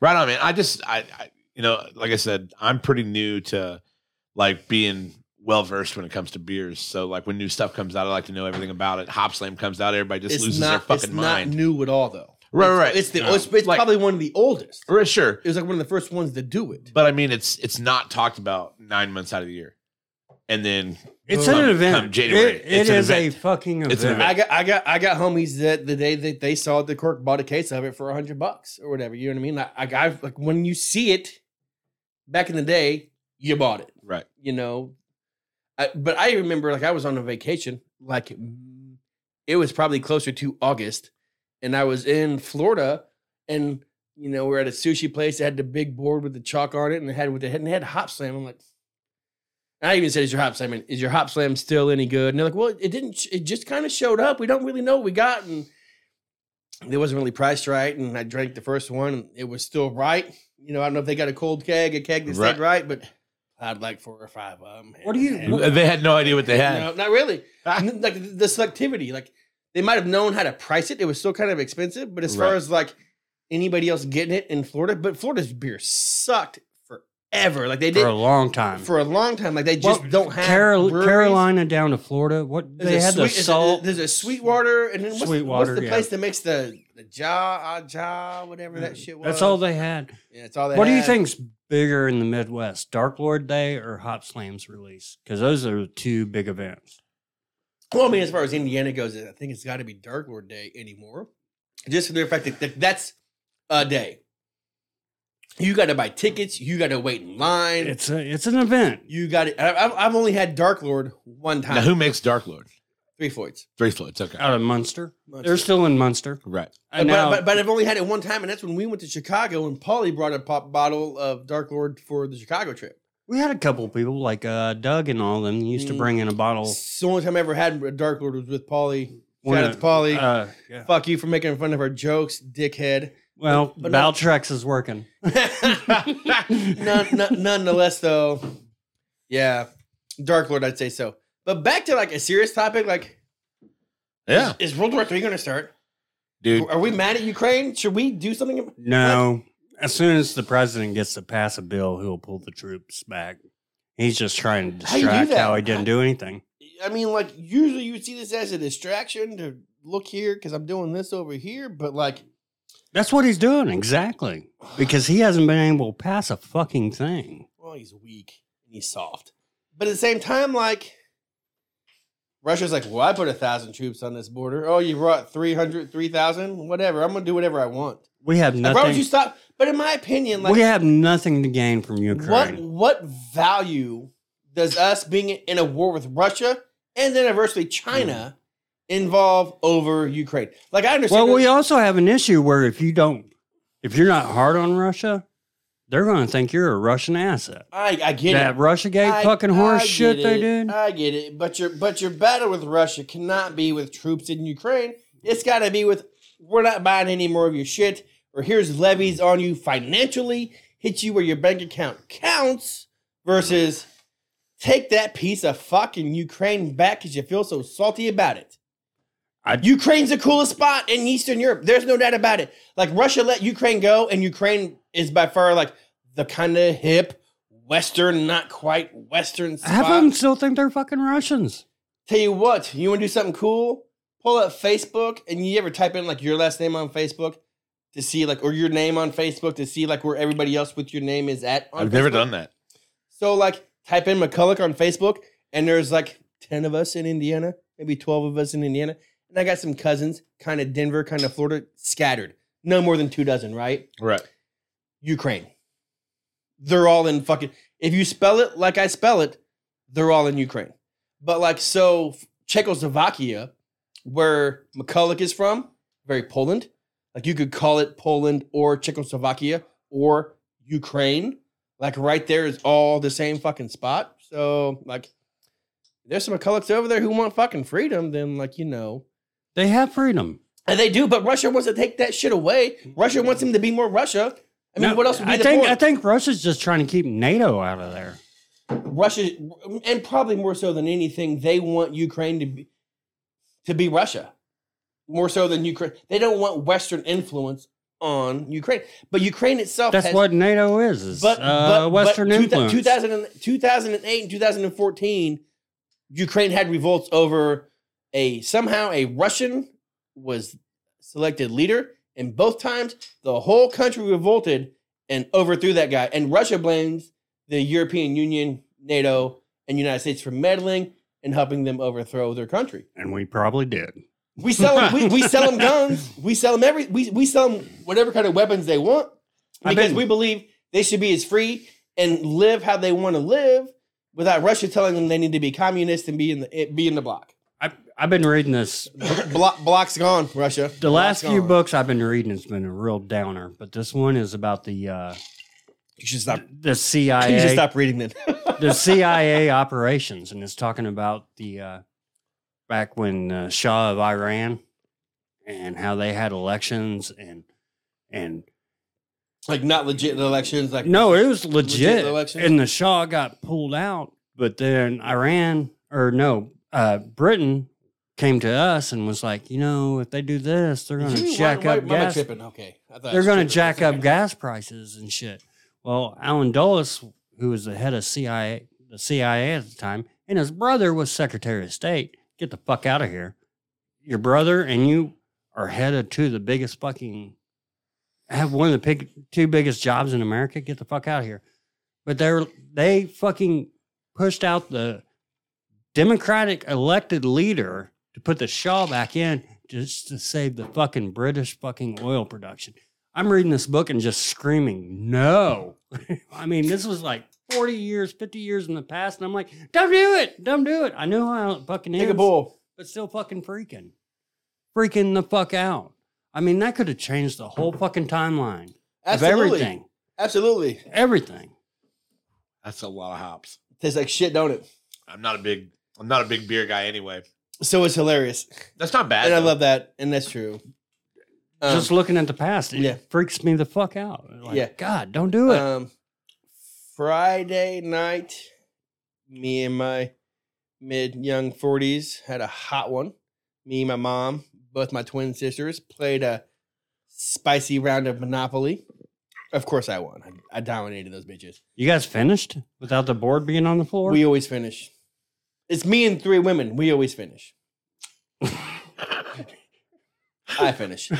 Speaker 2: Right on, man. I just, I, I, you know, like I said, I'm pretty new to like being well versed when it comes to beers. So like when new stuff comes out, I like to know everything about it. Hop Slam comes out, everybody just loses their fucking
Speaker 3: it's
Speaker 2: mind.
Speaker 3: Not new at all, though.
Speaker 2: Right,
Speaker 3: It's-
Speaker 2: right.
Speaker 3: It's the
Speaker 2: No.
Speaker 3: it's, it's
Speaker 2: Like-
Speaker 3: probably one of the oldest.
Speaker 2: Right, sure,
Speaker 3: It was like one of the first ones to do it.
Speaker 2: but I mean, it's it's not talked about nine months out of the year, and then
Speaker 1: it's
Speaker 2: Come-
Speaker 1: an event.
Speaker 2: come January,
Speaker 1: It-
Speaker 2: it's
Speaker 1: it
Speaker 2: an
Speaker 1: is
Speaker 2: event.
Speaker 1: a fucking event.
Speaker 2: It's an event.
Speaker 3: I got I got I got homies that the day that they saw the cork bought a case of it for hundred bucks or whatever. You know what I mean? Like I, I like when you see it back in the day, you bought it.
Speaker 2: right,
Speaker 3: You know, I, but I remember like I was on a vacation. Like mm, it was probably closer to August, and I was in Florida, and you know we're at a sushi place. that had the big board with the chalk on it, and it had with the head and it had hop slam. I'm like. And I even said, "Is your hop slam? Is your hop slam still any good?" And they're like, "Well, it didn't. sh- It just kind of showed up. We don't really know what we got, and it wasn't really priced right." And I drank the first one, and it was still right. You know, I don't know if they got a cold keg, a keg that
Speaker 2: Right.
Speaker 3: stayed right, but I'd like four or five of them.
Speaker 1: What do you-
Speaker 3: And-
Speaker 2: they had no idea what they had.
Speaker 3: no, not really.
Speaker 2: Ah.
Speaker 3: N- like th- the selectivity, like they might have known how to price it. It was still kind of expensive, but as
Speaker 2: Right.
Speaker 3: far as like anybody else getting it in Florida, but Florida's beer sucked forever. Like they
Speaker 1: for a
Speaker 3: did
Speaker 1: long time.
Speaker 3: for a long time. Like they
Speaker 1: Well,
Speaker 3: just don't have
Speaker 1: Carol-
Speaker 3: breweries.
Speaker 1: Carolina down to Florida. What
Speaker 3: There's
Speaker 1: they
Speaker 3: a
Speaker 1: had the
Speaker 3: sweet- there's a-
Speaker 1: salt.
Speaker 3: There's a Sweetwater, and then what's,
Speaker 1: Sweetwater,
Speaker 3: what's the
Speaker 1: yeah.
Speaker 3: place that makes the the Ja Ah Ja whatever that shit was?
Speaker 1: Mm. That's all they had.
Speaker 3: Yeah, that's all they.
Speaker 1: What do you
Speaker 3: had.
Speaker 1: think's bigger in the Midwest, Dark Lord Day or Hop Slam's release? Because those are the two big events.
Speaker 3: Well, I mean, as far as Indiana goes, I think it's got to be Dark Lord Day anymore. just for the fact that- that that's a day. You got to buy tickets. You got to wait in line.
Speaker 1: It's a, it's an event.
Speaker 3: you got to I've, I've only had Dark Lord one time.
Speaker 2: Now, who makes Dark Lord?
Speaker 3: Three Floyds.
Speaker 2: Three Floyds. Okay.
Speaker 3: Oh.
Speaker 1: Out of Munster.
Speaker 3: Munster.
Speaker 1: They're still in Munster.
Speaker 2: right.
Speaker 1: And
Speaker 3: Uh, but,
Speaker 1: now,
Speaker 3: but, but I've only had it one time, and that's when we went to Chicago, and Paulie brought a pop bottle of Dark Lord for the Chicago trip.
Speaker 1: we had a couple people like uh, Doug and all them used to
Speaker 3: Mm.
Speaker 1: bring in a bottle.
Speaker 3: It's the only time I ever had a Dark Lord was with Paulie.
Speaker 1: When,
Speaker 3: Shout out to Paulie.
Speaker 1: uh, yeah.
Speaker 3: Fuck you for making fun of our jokes, dickhead.
Speaker 1: Well,
Speaker 3: but no-
Speaker 1: Valtrex is working.
Speaker 3: None, none, nonetheless, though, yeah, Dark Lord, I'd say so. But back to like a serious topic, like
Speaker 2: Yeah,
Speaker 3: is, is World War Three going to start?
Speaker 2: dude.
Speaker 3: Are we mad at Ukraine? Should we do something? ab-
Speaker 1: No. As soon as the president gets to pass a bill, he'll pull the troops back. He's just trying to
Speaker 3: How you do
Speaker 1: distract how,
Speaker 3: that?
Speaker 1: he didn't do anything.
Speaker 3: I mean, like usually you would see this as a distraction to look here because I'm doing this over here, but like
Speaker 1: That's what he's doing, exactly. Because he hasn't been able to pass a fucking thing.
Speaker 3: well, he's weak and he's soft. But at the same time, like, Russia's like, well, I put a thousand troops on this border. Oh, you brought 300, 3,000? Whatever. I'm going to do whatever I want.
Speaker 1: We have
Speaker 3: Like, why would you
Speaker 1: nothing.
Speaker 3: stop? But in my opinion,
Speaker 1: we
Speaker 3: like,
Speaker 1: have nothing to gain from
Speaker 3: what,
Speaker 1: Ukraine.
Speaker 3: what value does us being in a war with Russia and then eventually China involve over Ukraine? Like, I understand.
Speaker 1: Well, we also have an issue where if you don't, if you're not hard on Russia, they're going to think you're a Russian asset.
Speaker 3: I, I get it.
Speaker 1: That Russia gate
Speaker 3: I-
Speaker 1: fucking
Speaker 3: I
Speaker 1: horse
Speaker 3: get
Speaker 1: shit they
Speaker 3: it.
Speaker 1: did.
Speaker 3: I get it, but your but your battle with Russia cannot be with troops in Ukraine. It's got to be with we're not buying any more of your shit, or here's levies on you financially, hit you where your bank account counts, versus take that piece of fucking Ukraine back because you feel so salty about it.
Speaker 1: I-
Speaker 3: Ukraine's the coolest spot in Eastern Europe. There's no doubt about it. Like Russia let Ukraine go, and Ukraine is by far like the kind of hip Western, not quite Western spot.
Speaker 1: Half of them still think they're fucking Russians.
Speaker 3: Tell you what, you want to do something cool? Pull up Facebook, and you ever type in like your last name on Facebook to see like, or your name on Facebook to see like where everybody else with your name is at. On
Speaker 2: I've never
Speaker 3: Facebook?
Speaker 2: done that.
Speaker 3: So like, type in McCulloch on Facebook, and there's like ten of us in Indiana, maybe twelve of us in Indiana, and I got some cousins, kind of Denver, kind of Florida, scattered. No more than two dozen, right?
Speaker 2: Right.
Speaker 3: Ukraine. They're all in fucking. If you spell it like I spell it, they're all in Ukraine. But like so, Czechoslovakia, where McCulloch is from, very Poland. Like you could call it Poland or Czechoslovakia or Ukraine. Like right there is all the same fucking spot. So like, there's some McCullochs over there who want fucking freedom. Then like you know,
Speaker 1: They have freedom.
Speaker 3: and they do. But Russia wants to take that shit away. Russia wants him to be more Russia. I mean,
Speaker 1: No,
Speaker 3: what else would be
Speaker 1: I
Speaker 3: the
Speaker 1: think
Speaker 3: point?
Speaker 1: I think Russia's just trying to keep NATO out of there.
Speaker 3: Russia, and probably more so than anything, they want Ukraine to be to be Russia, more so than Ukraine. They don't want Western influence on Ukraine, but Ukraine itself.
Speaker 1: That's
Speaker 3: Oh, has,
Speaker 1: what NATO is. is
Speaker 3: But,
Speaker 1: uh,
Speaker 3: but- but
Speaker 1: Western
Speaker 3: two thou-
Speaker 1: influence.
Speaker 3: 2000 and- 2008 and 2014, Ukraine had revolts over a somehow a Russian was selected leader, and both times the whole country revolted and overthrew that guy. And Russia blames the European Union, NATO, and United States for meddling and helping them overthrow their country.
Speaker 1: and we probably did.
Speaker 3: We sell 'em- we, we sell them guns. We sell them every we, we sell them whatever kind of weapons they want
Speaker 1: I
Speaker 3: because
Speaker 1: bet-
Speaker 3: we believe they should be as free and live how they want to live without Russia telling them they need to be communist and be in the eh, be in the block.
Speaker 1: I, I've been reading this.
Speaker 3: block block's gone, Russia.
Speaker 1: The last
Speaker 3: Block's
Speaker 1: few
Speaker 3: gone.
Speaker 1: books I've been reading has been a real downer, but this one is about the uh,
Speaker 3: You should stop.
Speaker 1: the
Speaker 3: You should
Speaker 1: CIA
Speaker 3: stop reading it.
Speaker 1: the CIA operations, and it's talking about the uh, back when uh, Shah of Iran and how they had elections and and
Speaker 3: like not legit elections. Like
Speaker 1: No, it was legit.
Speaker 3: elections?
Speaker 1: and the Shah got pulled out, but then Iran or no, uh, Britain came to us and was like, you know, if they do this, they're going to
Speaker 3: Why-
Speaker 1: jack
Speaker 3: why-
Speaker 1: up
Speaker 3: why am I
Speaker 1: gas.
Speaker 3: tripping? Okay, I thought I
Speaker 1: They're
Speaker 3: was
Speaker 1: going to
Speaker 3: tripping.
Speaker 1: jack up gas prices and shit. Well, Alan Dulles, who was the head of CIA, the CIA at the time, and his brother was Secretary of State. Get the fuck out of here. Your brother and you are headed to the biggest fucking have one of the big, two biggest jobs in America. Get the fuck out of here. But they're they fucking pushed out the Democratic elected leader to put the Shaw back in to just to save the fucking British fucking oil production. I'm reading this book and just screaming, no. I mean, this was like 40 years, 50 years in the past. And I'm like, don't do it. Don't do it. I know how it fucking
Speaker 3: Take
Speaker 1: is,
Speaker 3: a bull.
Speaker 1: but still fucking freaking. Freaking the fuck out. I mean, that could have changed the whole fucking timeline
Speaker 3: Absolutely.
Speaker 1: of everything.
Speaker 3: Absolutely.
Speaker 1: Everything.
Speaker 2: That's a lot of hops.
Speaker 3: Tastes like shit, don't it?
Speaker 2: I'm not a big I'm not a big beer guy anyway.
Speaker 3: So it's hilarious.
Speaker 2: That's not bad.
Speaker 3: and I
Speaker 2: though.
Speaker 3: love that. And that's true. Um,
Speaker 1: just looking at the past, it
Speaker 3: yeah.
Speaker 1: freaks me the fuck out. Like,
Speaker 3: Yeah.
Speaker 1: God, don't do it.
Speaker 3: Um, Friday night, me and my mid young forties had a hot one. Me, my mom, both my twin sisters played a spicy round of Monopoly. Of course, I won. I, I dominated those bitches.
Speaker 1: you guys finished without the board being on the floor?
Speaker 3: We always finish. It's me and three women. We always finish. I finish.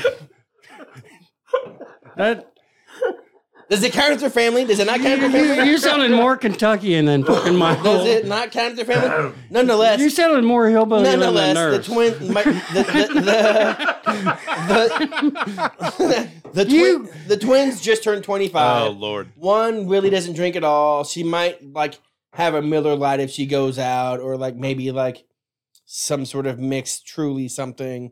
Speaker 1: that,
Speaker 3: Does it count as your family? Does it not
Speaker 1: you,
Speaker 3: count as your
Speaker 1: you,
Speaker 3: family?
Speaker 1: you sounded more Kentuckian than fucking my
Speaker 3: Does it not count as your family? Nonetheless,
Speaker 1: You sounded more hillbilly than the
Speaker 3: nonetheless,
Speaker 1: nurse.
Speaker 3: the twin, my, the, the, the, the, the, twin,
Speaker 1: You-
Speaker 3: the twins just turned
Speaker 2: Oh
Speaker 3: 25.
Speaker 2: Lord.
Speaker 3: One really doesn't drink at all. She might like have a Miller Lite if she goes out, or like maybe like some sort of mixed truly something.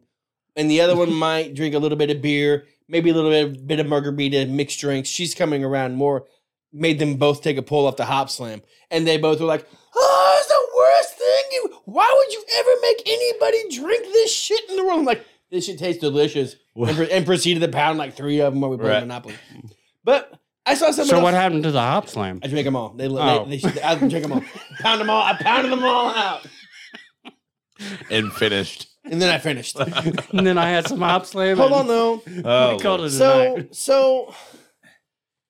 Speaker 3: And the other one might drink a little bit of beer, maybe a little bit, bit of margarita, mixed drinks. She's coming around more. Made them both take a pull off the hop slam. And they both were like, Oh, it's the worst thing. You, why would you ever make anybody drink this shit in the world? I'm like, this shit tastes delicious. And, pro- and proceeded to pound like three of them while we played
Speaker 2: Right.
Speaker 3: Monopoly. But I saw someone.
Speaker 1: so
Speaker 3: else-
Speaker 1: what happened to the hop slam?
Speaker 3: I drink them all. They,
Speaker 1: Oh.
Speaker 3: they, they I drink them all. Pound them all. I pounded them all out,
Speaker 2: And finished.
Speaker 3: and then I finished.
Speaker 1: and then I had some hop slam.
Speaker 3: Hold
Speaker 1: and
Speaker 3: on though.
Speaker 2: Oh,
Speaker 1: we called
Speaker 2: Lord.
Speaker 1: it a
Speaker 3: So
Speaker 1: night.
Speaker 3: so,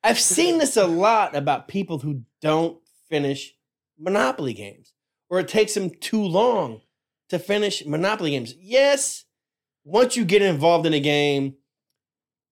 Speaker 3: I've seen this a lot about people who don't finish Monopoly games, or it takes them too long to finish Monopoly games. Yes, once you get involved in a game,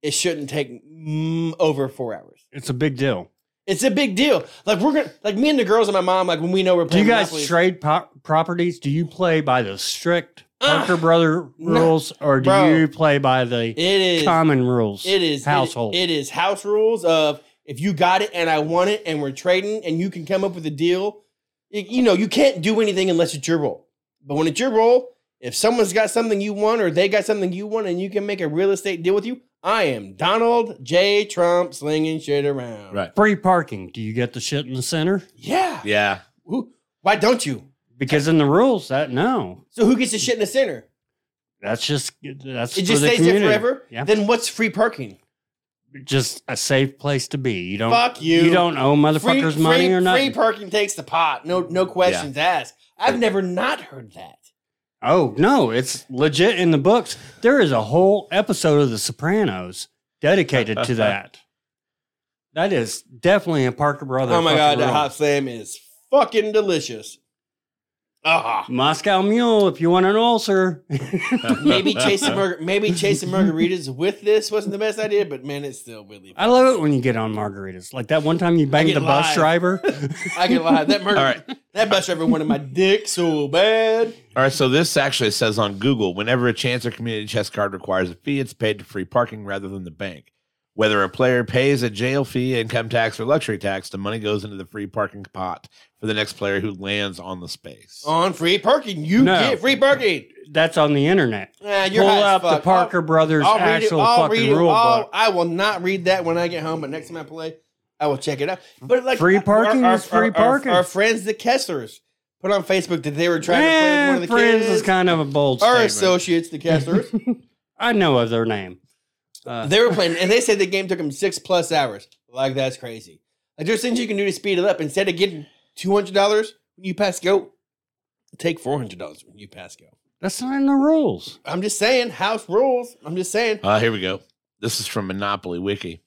Speaker 3: it shouldn't take mm, over four hours.
Speaker 1: It's a big deal.
Speaker 3: It's a big deal. Like we're gonna, like me and the girls and my mom, like when we know we're
Speaker 1: Do
Speaker 3: playing.
Speaker 1: you guys
Speaker 3: Monopoly-
Speaker 1: trade po- properties? Do you play by the strict
Speaker 3: Ugh.
Speaker 1: Parker Brother
Speaker 3: No.
Speaker 1: rules, or do
Speaker 3: Bro.
Speaker 1: you play by the
Speaker 3: It is.
Speaker 1: common rules?
Speaker 3: It is it-
Speaker 1: household.
Speaker 3: it is house rules of if you got it and I want it and we're trading and you can come up with a deal. y- You know, you can't do anything unless it's your role. But when it's your role, if someone's got something you want or they got something you want and you can make a real estate deal with you, I am Donald J. Trump slinging shit around.
Speaker 2: Right.
Speaker 1: Free parking. Do you get the shit in the center?
Speaker 3: Yeah.
Speaker 2: Yeah.
Speaker 3: Who- Why don't you?
Speaker 1: Because in the rules, that no,
Speaker 3: So who gets the shit in the center?
Speaker 1: that's just that's
Speaker 3: It
Speaker 1: for
Speaker 3: just
Speaker 1: the
Speaker 3: stays
Speaker 1: community.
Speaker 3: there forever.
Speaker 1: Yeah.
Speaker 3: Then what's free parking?
Speaker 1: Just a safe place to be. You don't.
Speaker 3: Fuck you.
Speaker 1: You don't owe motherfuckers money
Speaker 3: free,
Speaker 1: or
Speaker 3: Free
Speaker 1: nothing.
Speaker 3: parking takes the pot. No, no questions asked. I've never not heard that.
Speaker 1: oh no, it's legit in the books. There is a whole episode of The Sopranos dedicated to that. That is definitely a Parker Brothers.
Speaker 3: oh my god,
Speaker 1: fucking
Speaker 3: that
Speaker 1: rule.
Speaker 3: hot slam is fucking delicious. Ah,
Speaker 1: Moscow Mule, if you want an ulcer.
Speaker 3: maybe chasing mar- maybe chasing margaritas with this wasn't the best idea, but man, it's still really.
Speaker 1: I love it when you get on margaritas. Like that one time you banged
Speaker 3: get
Speaker 1: the bus
Speaker 3: live.
Speaker 1: driver.
Speaker 3: I can lie. That murder,
Speaker 2: All right.
Speaker 3: that bus driver wanted my dick so bad.
Speaker 2: All right, so this actually says on Google whenever a chance or community chess card requires a fee, it's paid to free parking rather than the bank. Whether a player pays a jail fee, income tax, or luxury tax, the money goes into the free parking pot for the next player who lands on the space.
Speaker 3: On free parking, you
Speaker 1: No.
Speaker 3: get free parking.
Speaker 1: That's on the internet.
Speaker 3: Ah, you're
Speaker 1: Pull
Speaker 3: high as
Speaker 1: up the
Speaker 3: fuck.
Speaker 1: Parker Brothers
Speaker 3: I'll, I'll read it.
Speaker 1: actual
Speaker 3: I'll
Speaker 1: fucking
Speaker 3: read it.
Speaker 1: rule
Speaker 3: I'll-
Speaker 1: book.
Speaker 3: I will not read that when I get home, but next time I play, I will check it out. But like
Speaker 1: Free parking is free parking.
Speaker 3: Our, friends, the Kesslers, put on Facebook that they were trying to play
Speaker 1: Eh,
Speaker 3: with one of the
Speaker 1: friends
Speaker 3: kids.
Speaker 1: is kind of a bold
Speaker 3: our
Speaker 1: statement.
Speaker 3: associates, the Kesslers.
Speaker 1: I know of their name. Uh,
Speaker 3: they were playing, and they said the game took them six plus hours. Like that's crazy. Like there's things you can do to speed it up. Instead of getting two hundred dollars when you pass go, take four hundred dollars when you pass go.
Speaker 1: that's not in the rules.
Speaker 3: I'm just saying, house rules. I'm just saying.
Speaker 2: Uh, here we go. This is from Monopoly Wiki.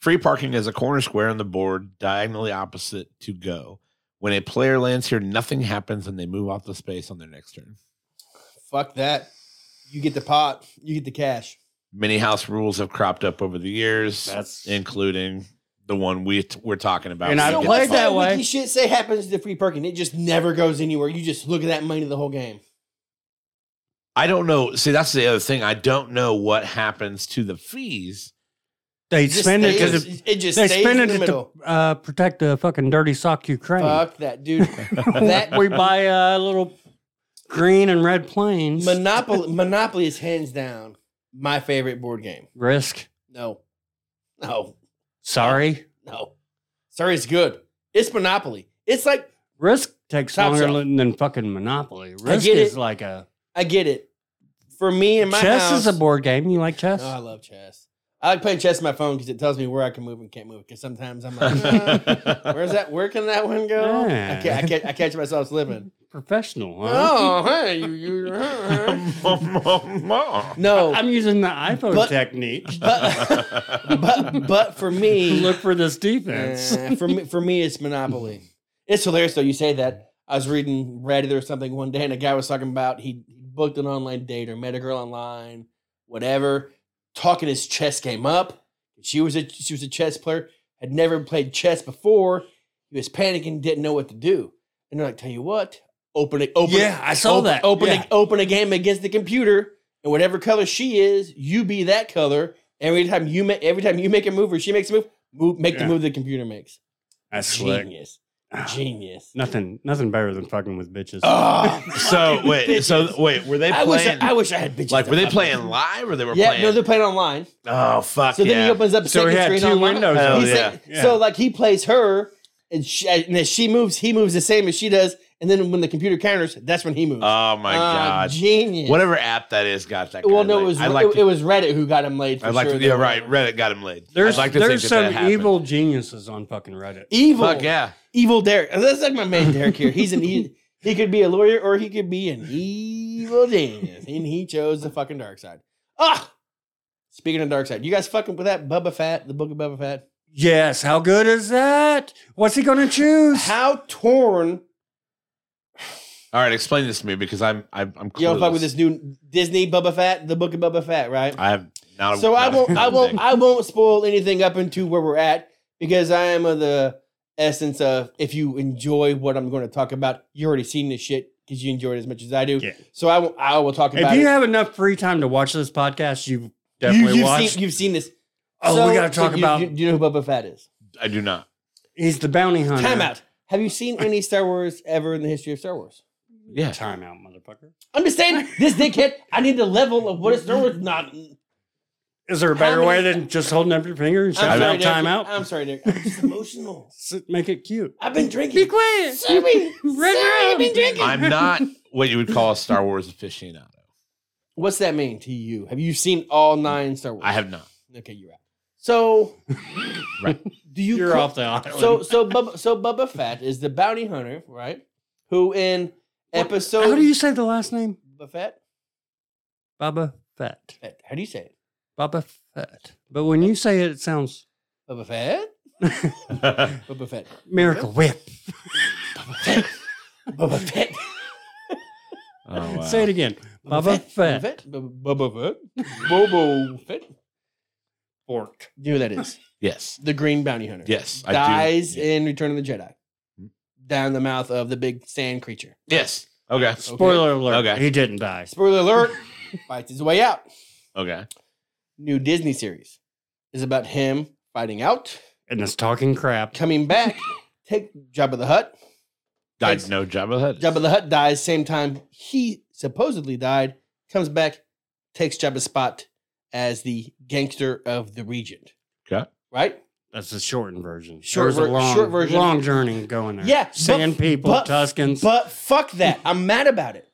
Speaker 2: Free parking is a corner square on the board diagonally opposite to go. When a player lands here, nothing happens and they move off the space on their next turn.
Speaker 3: Fuck that. You get the pot. You get the cash.
Speaker 2: Many house rules have cropped up over the years,
Speaker 1: That's-
Speaker 2: including the one we t- we're talking about.
Speaker 1: And I
Speaker 3: So
Speaker 1: played
Speaker 3: what's
Speaker 1: that way.
Speaker 3: wiki shit say happens to free parking? It just never goes anywhere. You just look at that money the whole game.
Speaker 2: I don't know. See, that's the other thing. I don't know what happens to the fees.
Speaker 1: They
Speaker 3: just
Speaker 1: spend it to
Speaker 3: stays-
Speaker 1: the,
Speaker 3: it just
Speaker 1: they
Speaker 3: stays
Speaker 1: spend
Speaker 3: in
Speaker 1: it
Speaker 3: the
Speaker 1: to
Speaker 3: middle.
Speaker 1: uh, protect the fucking dirty sock Ukraine.
Speaker 3: Fuck that, dude. that
Speaker 1: we buy a little green and red planes.
Speaker 3: Monopoly Monopoly is hands down my favorite board game.
Speaker 1: Risk.
Speaker 3: No. No.
Speaker 1: Sorry.
Speaker 3: No. Sorry, it's good. It's Monopoly. It's like
Speaker 1: Risk takes
Speaker 3: Top
Speaker 1: longer
Speaker 3: shelf.
Speaker 1: than than fucking Monopoly.
Speaker 3: I
Speaker 1: Risk
Speaker 3: get
Speaker 1: is
Speaker 3: it.
Speaker 1: like a
Speaker 3: I get it. For me and my
Speaker 1: chess
Speaker 3: house,
Speaker 1: is a board game. You like chess?
Speaker 3: Oh, I love chess. I like playing chess on my phone because it tells me where I can move and can't move. Because sometimes I'm like, "Uh, where's that? Where can that one go? I, ca- I, ca- I catch myself slipping.
Speaker 1: Professional. Huh?
Speaker 3: Oh, hey, you, you, uh, no,
Speaker 1: I'm using the iPhone
Speaker 3: But-
Speaker 1: technique.
Speaker 3: but but but for me,
Speaker 1: Look for this defense.
Speaker 3: Eh, for me, for me, it's Monopoly. It's hilarious though. You say that. I was reading Reddit or something one day, and a guy was talking about he booked an online date or met a girl online, whatever. Talking his chess game up. She was a she was a chess player. Had never played chess before. He was panicking, didn't know what to do. And they're like, "Tell you what, open it, open
Speaker 1: Yeah, I saw
Speaker 3: open,
Speaker 1: that.
Speaker 3: Open
Speaker 1: Yeah.
Speaker 3: a, open a game against the computer, and whatever color she is, you be that color. Every time you make every time you make a move or she makes a move, move make
Speaker 1: Yeah.
Speaker 3: the move the computer makes.
Speaker 1: That's slick.
Speaker 3: Genius, genius.
Speaker 1: Nothing, nothing better than fucking with bitches.
Speaker 3: Oh,
Speaker 2: so wait, so wait, were they
Speaker 3: I wish I,
Speaker 2: playing?
Speaker 3: I wish I had bitches.
Speaker 2: like, were
Speaker 3: that
Speaker 2: they
Speaker 3: fuck
Speaker 2: playing
Speaker 3: me.
Speaker 2: live or they were
Speaker 3: Yeah,
Speaker 2: playing?
Speaker 3: no, they're playing online.
Speaker 2: oh fuck!
Speaker 3: So
Speaker 2: yeah.
Speaker 3: then he opens up a
Speaker 1: So
Speaker 3: second
Speaker 1: he had
Speaker 3: screen
Speaker 1: two
Speaker 3: online.
Speaker 1: windows
Speaker 3: He
Speaker 2: open.
Speaker 3: said-
Speaker 1: Yeah.
Speaker 3: So like he plays her, and, she, and as she moves, he moves the same as she does. And then when the computer counters, that's when he moves.
Speaker 2: oh my
Speaker 3: Ah,
Speaker 2: god!
Speaker 3: genius.
Speaker 2: Whatever app that is got that.
Speaker 3: Well,
Speaker 2: guy
Speaker 3: no, it
Speaker 2: laid.
Speaker 3: was
Speaker 2: I like.
Speaker 3: it,
Speaker 2: to,
Speaker 3: it was Reddit who got him laid. For
Speaker 2: I like.
Speaker 3: sure
Speaker 2: to, yeah,
Speaker 3: though.
Speaker 2: right. Reddit got him laid.
Speaker 1: There's,
Speaker 2: I'd like to
Speaker 1: there's
Speaker 2: think
Speaker 1: some
Speaker 2: that that happened.
Speaker 1: evil geniuses on fucking Reddit.
Speaker 3: Evil,
Speaker 2: Fuck yeah!
Speaker 3: evil Derek. That's like my man Derek here. He's an he, he could be a lawyer or he could be an evil genius, and he chose the fucking dark side. Ah, speaking of dark side, you guys fucking with that Bubba Fat, the book of Bubba Fat.
Speaker 1: Yes, how good is that? What's he gonna choose?
Speaker 3: How torn
Speaker 2: All right, explain this to me because I'm I'm I'm
Speaker 3: you don't fuck with
Speaker 2: clueless.
Speaker 3: this new Disney Bubba Fat, the book of Bubba Fat, right?
Speaker 2: I have not. a-
Speaker 3: so I
Speaker 2: not a
Speaker 3: won't, I won't,
Speaker 2: thing.
Speaker 3: I won't spoil anything up into where we're at because I am of the essence of if you enjoy what I'm going to talk about, you already seen this shit because you enjoy it as much as I do.
Speaker 1: Yeah.
Speaker 3: So I will, I will talk about
Speaker 1: If you
Speaker 3: it.
Speaker 1: have enough free time to watch this podcast, you've
Speaker 3: you,
Speaker 1: definitely
Speaker 3: you've
Speaker 1: watched.
Speaker 3: seen, you've seen this.
Speaker 1: oh,
Speaker 3: So-
Speaker 1: we gotta
Speaker 3: so
Speaker 1: talk
Speaker 3: you-
Speaker 1: about.
Speaker 3: You, you know who Bubba Fat is?
Speaker 2: I do not.
Speaker 1: he's the bounty hunter.
Speaker 3: Time out. Have you seen any Star Wars ever in the history of Star Wars?
Speaker 2: Yeah.
Speaker 1: Time out, motherfucker.
Speaker 3: I'm just saying, this dickhead. I need the level of what is Star Wars not.
Speaker 1: Is there a
Speaker 3: How
Speaker 1: better way
Speaker 3: many-
Speaker 1: than just holding up your finger and
Speaker 3: I'm
Speaker 1: shouting
Speaker 3: sorry, Um,
Speaker 1: out
Speaker 3: Derek.
Speaker 1: time out?
Speaker 3: I'm sorry, Derek. I'm just emotional.
Speaker 1: S- Make it cute.
Speaker 3: I've been drinking.
Speaker 1: quiet.
Speaker 3: Sorry,
Speaker 1: Run
Speaker 3: sorry, I've been
Speaker 1: around.
Speaker 3: drinking.
Speaker 2: I'm not what you would call a Star Wars aficionado.
Speaker 3: What's that mean to you? Have you seen all nine Star Wars?
Speaker 2: I have not.
Speaker 3: Okay, you're out. So,
Speaker 2: Right.
Speaker 3: do you?
Speaker 1: You're
Speaker 3: call-
Speaker 1: off the island.
Speaker 3: So, so Bubba, so Bubba Fett is the bounty hunter, right? Who in
Speaker 1: What-
Speaker 3: episode?
Speaker 1: how do you say the last name?
Speaker 3: Bubba Fett?
Speaker 1: Baba Fett.
Speaker 3: Fett. How do you say it?
Speaker 1: Baba Fett. But when you say it, it sounds
Speaker 3: Bubba Fett.
Speaker 2: Oh,
Speaker 3: Bubba Fett.
Speaker 1: Miracle Whip.
Speaker 3: Bubba Fett.
Speaker 2: Oh, wow.
Speaker 1: Say it again. Baba
Speaker 3: Bubba
Speaker 1: Fett.
Speaker 3: Bubba- Bubba Fett. Bobo Fett.
Speaker 1: Fork.
Speaker 3: Do you know who that is?
Speaker 2: Yes.
Speaker 3: The Green Bounty Hunter.
Speaker 2: Yes. I
Speaker 3: dies
Speaker 2: Do. Hmm.
Speaker 3: in Return of the Jedi. Down the mouth of the big sand creature.
Speaker 2: Yes. Okay.
Speaker 1: Spoiler alert.
Speaker 2: Okay.
Speaker 1: He didn't die.
Speaker 3: Spoiler alert, fights his way out.
Speaker 2: Okay.
Speaker 3: New Disney series is about him fighting out,
Speaker 1: And it's talking crap.
Speaker 3: coming back. Take Jabba the Hutt.
Speaker 2: Died.
Speaker 3: Thanks.
Speaker 2: No Jabba the Hutt.
Speaker 3: Jabba the Hutt dies same time he supposedly died. Comes back, takes Jabba's spot as the gangster of the regent.
Speaker 2: Okay.
Speaker 3: Right?
Speaker 1: That's the shortened version.
Speaker 3: Short
Speaker 1: Short,
Speaker 3: ver-
Speaker 1: a long,
Speaker 3: short version.
Speaker 1: Long journey going there.
Speaker 3: Yeah, but-
Speaker 1: Sand people,
Speaker 3: but-
Speaker 1: Tuscans.
Speaker 3: But fuck that. I'm mad about it.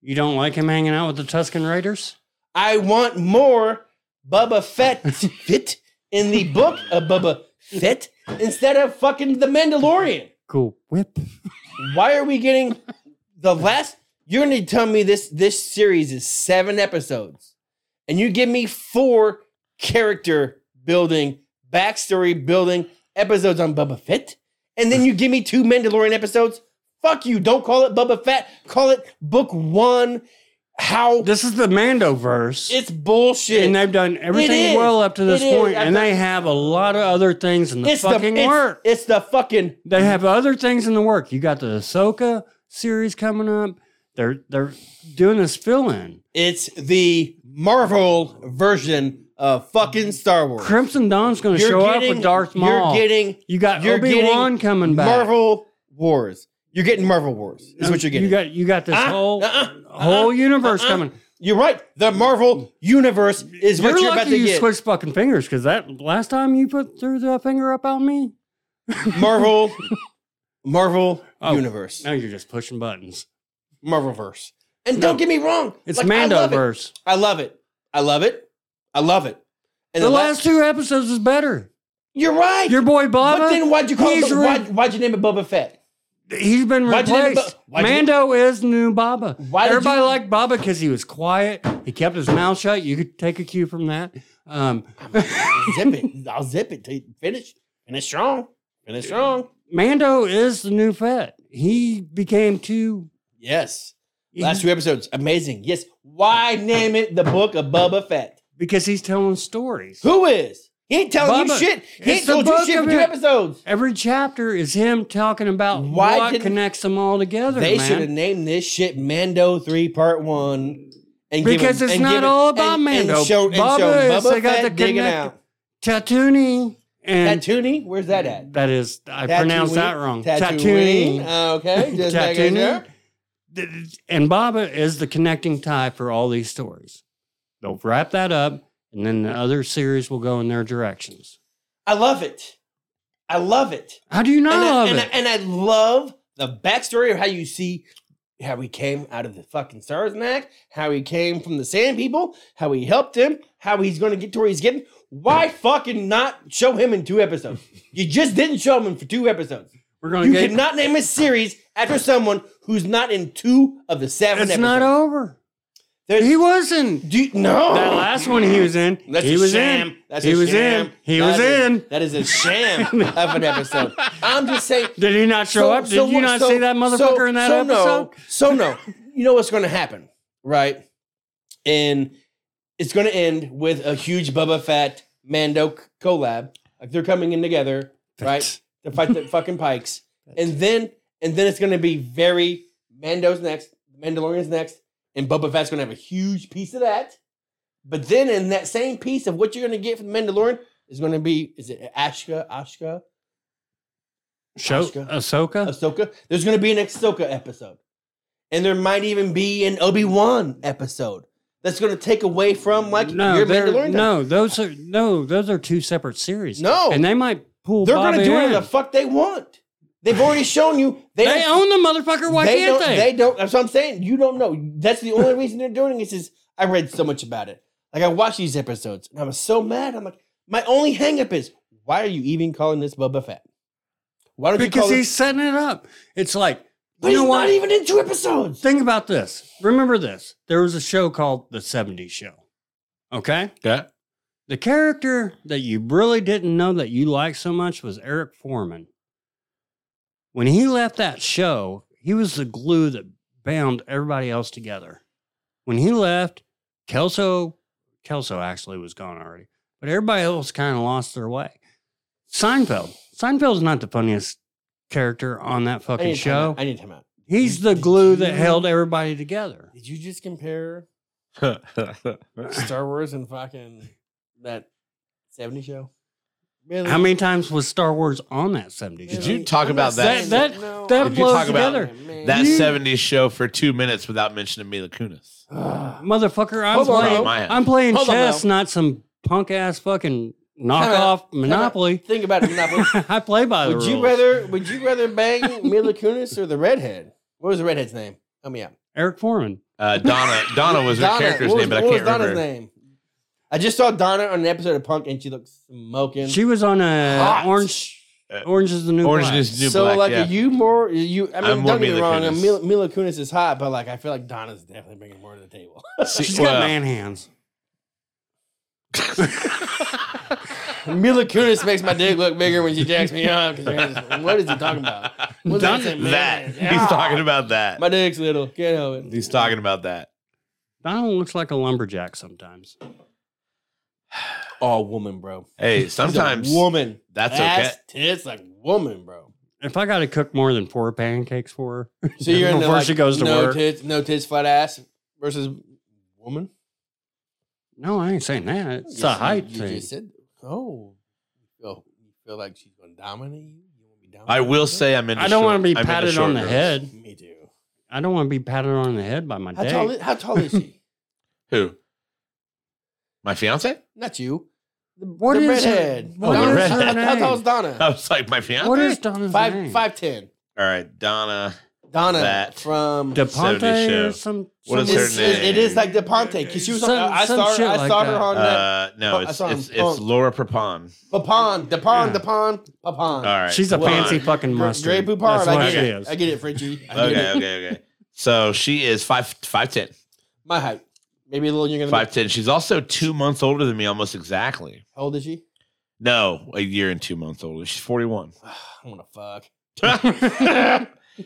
Speaker 1: you don't like him hanging out with the Tuscan Raiders?
Speaker 3: I want more Bubba Fett fit in the book of Bubba Fett instead of fucking The Mandalorian.
Speaker 1: Cool whip.
Speaker 3: Why are we getting the last? You're gonna tell me this this series is seven episodes, and you give me four character building, backstory building episodes on Bubba Fett, and then you give me two Mandalorian episodes. Fuck you! Don't call it Bubba Fett. Call it Book One. How
Speaker 1: This is the Mando verse.
Speaker 3: it's bullshit.
Speaker 1: and they've done everything
Speaker 3: is.
Speaker 1: well up to
Speaker 3: It
Speaker 1: this
Speaker 3: is.
Speaker 1: point,
Speaker 3: I've
Speaker 1: and
Speaker 3: done-
Speaker 1: they have a lot of other things in the
Speaker 3: it's
Speaker 1: fucking
Speaker 3: the, it's-
Speaker 1: work.
Speaker 3: It's, the fucking
Speaker 1: They have other things in the work. You got the Ahsoka series coming up. They're they're doing this fill in.
Speaker 3: It's the Marvel version of fucking Star Wars.
Speaker 1: Crimson Dawn's going to
Speaker 3: You're
Speaker 1: show up
Speaker 3: getting-
Speaker 1: with Darth Maul.
Speaker 3: You're getting
Speaker 1: you got
Speaker 3: you're
Speaker 1: Obi Wan coming back.
Speaker 3: Marvel Wars. You're getting Marvel Wars. Is what you're getting.
Speaker 1: Um, You got you got this
Speaker 3: Uh-uh,
Speaker 1: whole
Speaker 3: uh-uh,
Speaker 1: whole universe
Speaker 3: uh-uh.
Speaker 1: coming.
Speaker 3: You're right. The Marvel universe is
Speaker 1: You're
Speaker 3: what you're about
Speaker 1: lucky
Speaker 3: to
Speaker 1: you
Speaker 3: get.
Speaker 1: switched fucking fingers because that last time you put threw the finger up on me.
Speaker 3: Marvel, Marvel
Speaker 1: Oh.
Speaker 3: universe,
Speaker 1: Now you're just pushing buttons.
Speaker 3: Marvel verse. And don't
Speaker 1: No.
Speaker 3: get me wrong,
Speaker 1: It's
Speaker 3: like, I
Speaker 1: Mando
Speaker 3: love it.
Speaker 1: verse.
Speaker 3: I love it. I love it. I love it. And
Speaker 1: The, last two episodes is better.
Speaker 3: you're right.
Speaker 1: Your boy
Speaker 3: but
Speaker 1: Boba,
Speaker 3: then why'd you call
Speaker 1: he's
Speaker 3: it?
Speaker 1: re-
Speaker 3: Why, why'd you name it Boba Fett?
Speaker 1: he's been
Speaker 3: Why'd you name it
Speaker 1: replaced.
Speaker 3: Bo- why'd you-
Speaker 1: Mando is new Baba.
Speaker 3: Why did
Speaker 1: Everybody
Speaker 3: you-
Speaker 1: liked Baba because he was quiet. He kept his mouth shut. You could take a cue from that. Um,
Speaker 3: zip it. I'll zip it. till you Finish. Finish strong. Finish strong.
Speaker 1: Mando is the new Fett. He became too.
Speaker 3: Yes.
Speaker 1: Mm-hmm.
Speaker 3: Last two episodes, amazing. Yes. Why name it the book of Boba Fett?
Speaker 1: because he's telling stories.
Speaker 3: Who is? He ain't
Speaker 1: Bubba.
Speaker 3: telling you shit.
Speaker 1: It's
Speaker 3: He ain't
Speaker 1: the
Speaker 3: told you
Speaker 1: book
Speaker 3: shit
Speaker 1: of
Speaker 3: for two
Speaker 1: it.
Speaker 3: episodes.
Speaker 1: Every chapter is him talking about
Speaker 3: Why
Speaker 1: what
Speaker 3: didn't-
Speaker 1: connects them all together.
Speaker 3: They should have
Speaker 1: man.
Speaker 3: named this shit Mando Three Part One. And
Speaker 1: Because it's not all about Mando. Bubba is- they got the
Speaker 3: digging
Speaker 1: connect-
Speaker 3: out.
Speaker 1: Tatooini and
Speaker 3: Tatooine, where's that at?
Speaker 1: that is I pronounced
Speaker 3: Tatooine?
Speaker 1: that wrong.
Speaker 3: Tatooine.
Speaker 1: Tatooine.
Speaker 3: Uh, okay, just making
Speaker 1: Tatooine.
Speaker 3: sure.
Speaker 1: Th- And Baba is the connecting tie for all these stories. They'll wrap that up, and then the other series will go in their directions.
Speaker 3: I love it. I love it.
Speaker 1: How do you not
Speaker 3: and
Speaker 1: love
Speaker 3: I, and,
Speaker 1: it?
Speaker 3: I, and I love the backstory of how you see how he came out of the fucking Sarznak, how he came from the Sand People, how he helped him, how he's going to get to where he's getting. Why fucking not show him in two episodes? You just didn't show him in for two episodes.
Speaker 1: We're going
Speaker 3: You
Speaker 1: to get.
Speaker 3: cannot name a series after someone who's not in two of the seven.
Speaker 1: It's
Speaker 3: episodes.
Speaker 1: not over.
Speaker 3: There's-
Speaker 1: He wasn't.
Speaker 3: Do you- no.
Speaker 1: That last one he was in.
Speaker 3: That's
Speaker 1: he
Speaker 3: a
Speaker 1: was
Speaker 3: sham.
Speaker 1: in.
Speaker 3: That's
Speaker 1: he
Speaker 3: a
Speaker 1: was
Speaker 3: sham.
Speaker 1: in. He
Speaker 3: That
Speaker 1: was
Speaker 3: is-
Speaker 1: in.
Speaker 3: That is a sham of an episode. I'm just saying.
Speaker 1: Did he not show
Speaker 3: so-
Speaker 1: up? Did
Speaker 3: so
Speaker 1: you
Speaker 3: what-
Speaker 1: not
Speaker 3: so-
Speaker 1: see that motherfucker
Speaker 3: so-
Speaker 1: in that
Speaker 3: so
Speaker 1: episode?
Speaker 3: No, so no. You know what's going to happen, right? And it's going to end with a huge Bubba Fett Mando c- collab. Like they're coming in together, right? to fight the fucking pikes. And then and then it's going to be very Mando's next, Mandalorian's next, and Boba Fett's going to have a huge piece of that. But then in that same piece of what you're going to get from Mandalorian is going to be is it Ashka, Ashka,
Speaker 1: Show
Speaker 3: Ahsoka.
Speaker 1: Ahsoka.
Speaker 3: Ahsoka? There's going to be an Ahsoka episode, and there might even be an Obi Wan episode. That's going to take away from like
Speaker 1: No,
Speaker 3: your
Speaker 1: they're-
Speaker 3: Mandalorian.
Speaker 1: no, those are no, those are two separate series.
Speaker 3: No.
Speaker 1: and they might pull.
Speaker 3: they're
Speaker 1: going to
Speaker 3: do whatever the fuck they want. They've already shown you
Speaker 1: They,
Speaker 3: don't
Speaker 1: own the motherfucker. Why can't
Speaker 3: don't,
Speaker 1: they?
Speaker 3: don't. That's what I'm saying. You don't know. That's the only reason they're doing this. Is I read so much about it. Like I watched these episodes, and I was so mad. I'm like, my only hangup is why are you even calling this Boba Fett? Why don't you
Speaker 1: because
Speaker 3: call
Speaker 1: he's
Speaker 3: it?
Speaker 1: setting it up. It's like
Speaker 3: But
Speaker 1: you
Speaker 3: he's
Speaker 1: know what?
Speaker 3: not even in two episodes.
Speaker 1: Think about this. Remember this. There was a show called The '70s Show. Okay,
Speaker 2: Okay.
Speaker 1: the character that you really didn't know that you liked so much was Eric Foreman. When he left that show, he was the glue that bound everybody else together. When he left, Kelso, Kelso actually was gone already, but everybody else kind of lost their way. Seinfeld. Seinfeld's not the funniest character on that
Speaker 3: I
Speaker 1: fucking
Speaker 3: need time
Speaker 1: show.
Speaker 3: out. I need time out.
Speaker 1: He's the
Speaker 3: Did
Speaker 1: glue that
Speaker 3: you-
Speaker 1: held everybody together.
Speaker 3: Did you just compare
Speaker 2: I
Speaker 3: Star Wars and fucking that 70 show? Really?
Speaker 1: How many times was Star Wars on that 70s
Speaker 2: Did
Speaker 1: show?
Speaker 2: you talk
Speaker 3: not
Speaker 2: about that-
Speaker 3: saying
Speaker 1: That-
Speaker 3: no,
Speaker 1: that
Speaker 3: I'm
Speaker 2: Did you blows talk about
Speaker 1: together.
Speaker 3: Man.
Speaker 2: That
Speaker 1: You-
Speaker 2: 70s show for two minutes without mentioning Mila Kunis.
Speaker 3: Ugh.
Speaker 1: Motherfucker, I'm
Speaker 3: Hold on,
Speaker 1: playing,
Speaker 3: bro.
Speaker 2: My ass.
Speaker 1: I'm playing
Speaker 3: Hold on,
Speaker 1: chess,
Speaker 3: bro.
Speaker 1: not some punk ass fucking
Speaker 3: Time out.
Speaker 1: knockoff Monopoly.
Speaker 3: Think about it, Monopoly.
Speaker 1: I play by the
Speaker 3: would
Speaker 1: rules.
Speaker 3: you rather would you rather bang Mila Kunis or the redhead? What was the redhead's name? Help me out.
Speaker 1: Eric Foreman.
Speaker 2: Uh, Donna Donna was her character's
Speaker 3: what was-
Speaker 2: name, but I
Speaker 3: what
Speaker 2: can't
Speaker 3: was Donna's
Speaker 2: remember.
Speaker 3: name? I just saw Donna on an episode of Punk and she looked smoking.
Speaker 1: She was on a
Speaker 2: Hot.
Speaker 1: orange.
Speaker 2: Uh,
Speaker 1: Orange is the new
Speaker 2: Orange
Speaker 1: black.
Speaker 2: is the New
Speaker 3: so
Speaker 2: Black.
Speaker 3: like
Speaker 2: yeah.
Speaker 3: are you more you I mean
Speaker 2: I'm more
Speaker 3: don't get me
Speaker 2: Mila
Speaker 3: wrong,
Speaker 2: Kunis.
Speaker 3: Mila, Mila Kunis is hot, but like I feel like Donna's definitely bringing more to the table.
Speaker 2: See,
Speaker 1: She's
Speaker 2: well,
Speaker 1: got man hands.
Speaker 3: Mila Kunis makes my dick look bigger when she jacks me up. 'cause her hands- What is he talking about? What's
Speaker 1: Done
Speaker 3: saying, man?
Speaker 2: that.
Speaker 3: Ah,
Speaker 2: He's talking about that.
Speaker 3: My dick's little. Can't help it.
Speaker 2: He's talking about that.
Speaker 1: Donald looks like a lumberjack sometimes.
Speaker 3: All woman, bro.
Speaker 2: Hey,
Speaker 3: She's a
Speaker 2: sometimes
Speaker 3: woman.
Speaker 2: that's okay.
Speaker 3: Ass, tits like woman, bro.
Speaker 1: If I got to cook more than four pancakes for her,
Speaker 3: So you're in
Speaker 1: before she goes to
Speaker 3: no
Speaker 1: work.
Speaker 3: tits, no tits, flat ass versus woman.
Speaker 1: no, I ain't saying that. It's
Speaker 3: You
Speaker 1: a
Speaker 3: said-
Speaker 1: height
Speaker 3: you
Speaker 1: thing.
Speaker 3: just said- oh, oh, you feel like she's gonna dominate you. You want to be dominated?
Speaker 2: I will say I'm into.
Speaker 1: I don't
Speaker 2: short-
Speaker 1: want to be
Speaker 2: I'm into
Speaker 1: patted
Speaker 2: short
Speaker 1: on the
Speaker 2: girls.
Speaker 1: head.
Speaker 3: Me too.
Speaker 1: I don't want to be patted on the head by my
Speaker 3: How
Speaker 1: dad.
Speaker 3: tall? Is, how tall is she?
Speaker 2: Who? My fiance?
Speaker 3: Not you.
Speaker 1: What
Speaker 3: the
Speaker 1: is her-
Speaker 3: redhead?
Speaker 1: what
Speaker 2: Oh, the
Speaker 3: Donna-
Speaker 2: redhead.
Speaker 3: How tall is Donna?
Speaker 2: I was like my fiance.
Speaker 1: what is Donna's
Speaker 3: Five
Speaker 1: name?
Speaker 3: five ten.
Speaker 2: All right, Donna.
Speaker 3: Donna
Speaker 2: That.
Speaker 3: from
Speaker 2: Seventy
Speaker 1: DePonte
Speaker 2: show.
Speaker 1: or some.
Speaker 2: What is
Speaker 1: some-
Speaker 2: her
Speaker 3: It's- it's- it is like DePonte because she was. on, uh,
Speaker 1: Some-
Speaker 3: I
Speaker 1: some
Speaker 3: saw her.
Speaker 1: shit
Speaker 3: I
Speaker 1: like
Speaker 3: saw her
Speaker 1: that.
Speaker 3: on that.
Speaker 2: Uh,
Speaker 3: Oh,
Speaker 2: no,
Speaker 3: I
Speaker 2: it's
Speaker 3: saw him.
Speaker 2: it's,
Speaker 3: Oh.
Speaker 2: it's Laura Prepon.
Speaker 3: Papon, Depon,
Speaker 1: Yeah.
Speaker 3: Depon, Papon.
Speaker 2: Uh, All right,
Speaker 1: She's a
Speaker 2: Well,
Speaker 1: fancy fucking
Speaker 3: Gr-
Speaker 1: mustard.
Speaker 3: Grey Poupon.
Speaker 1: That's what
Speaker 3: I get
Speaker 1: she
Speaker 3: it.
Speaker 1: is.
Speaker 3: I get it, Frenchie. I get
Speaker 2: Okay,
Speaker 3: it.
Speaker 2: okay, okay. So she is five five ten.
Speaker 3: My height. Maybe a little younger than me.
Speaker 2: Five ten. She's also two months older than me, almost exactly.
Speaker 3: How old is she?
Speaker 2: No, a year and two months older. She's forty one.
Speaker 3: I'm gonna fuck.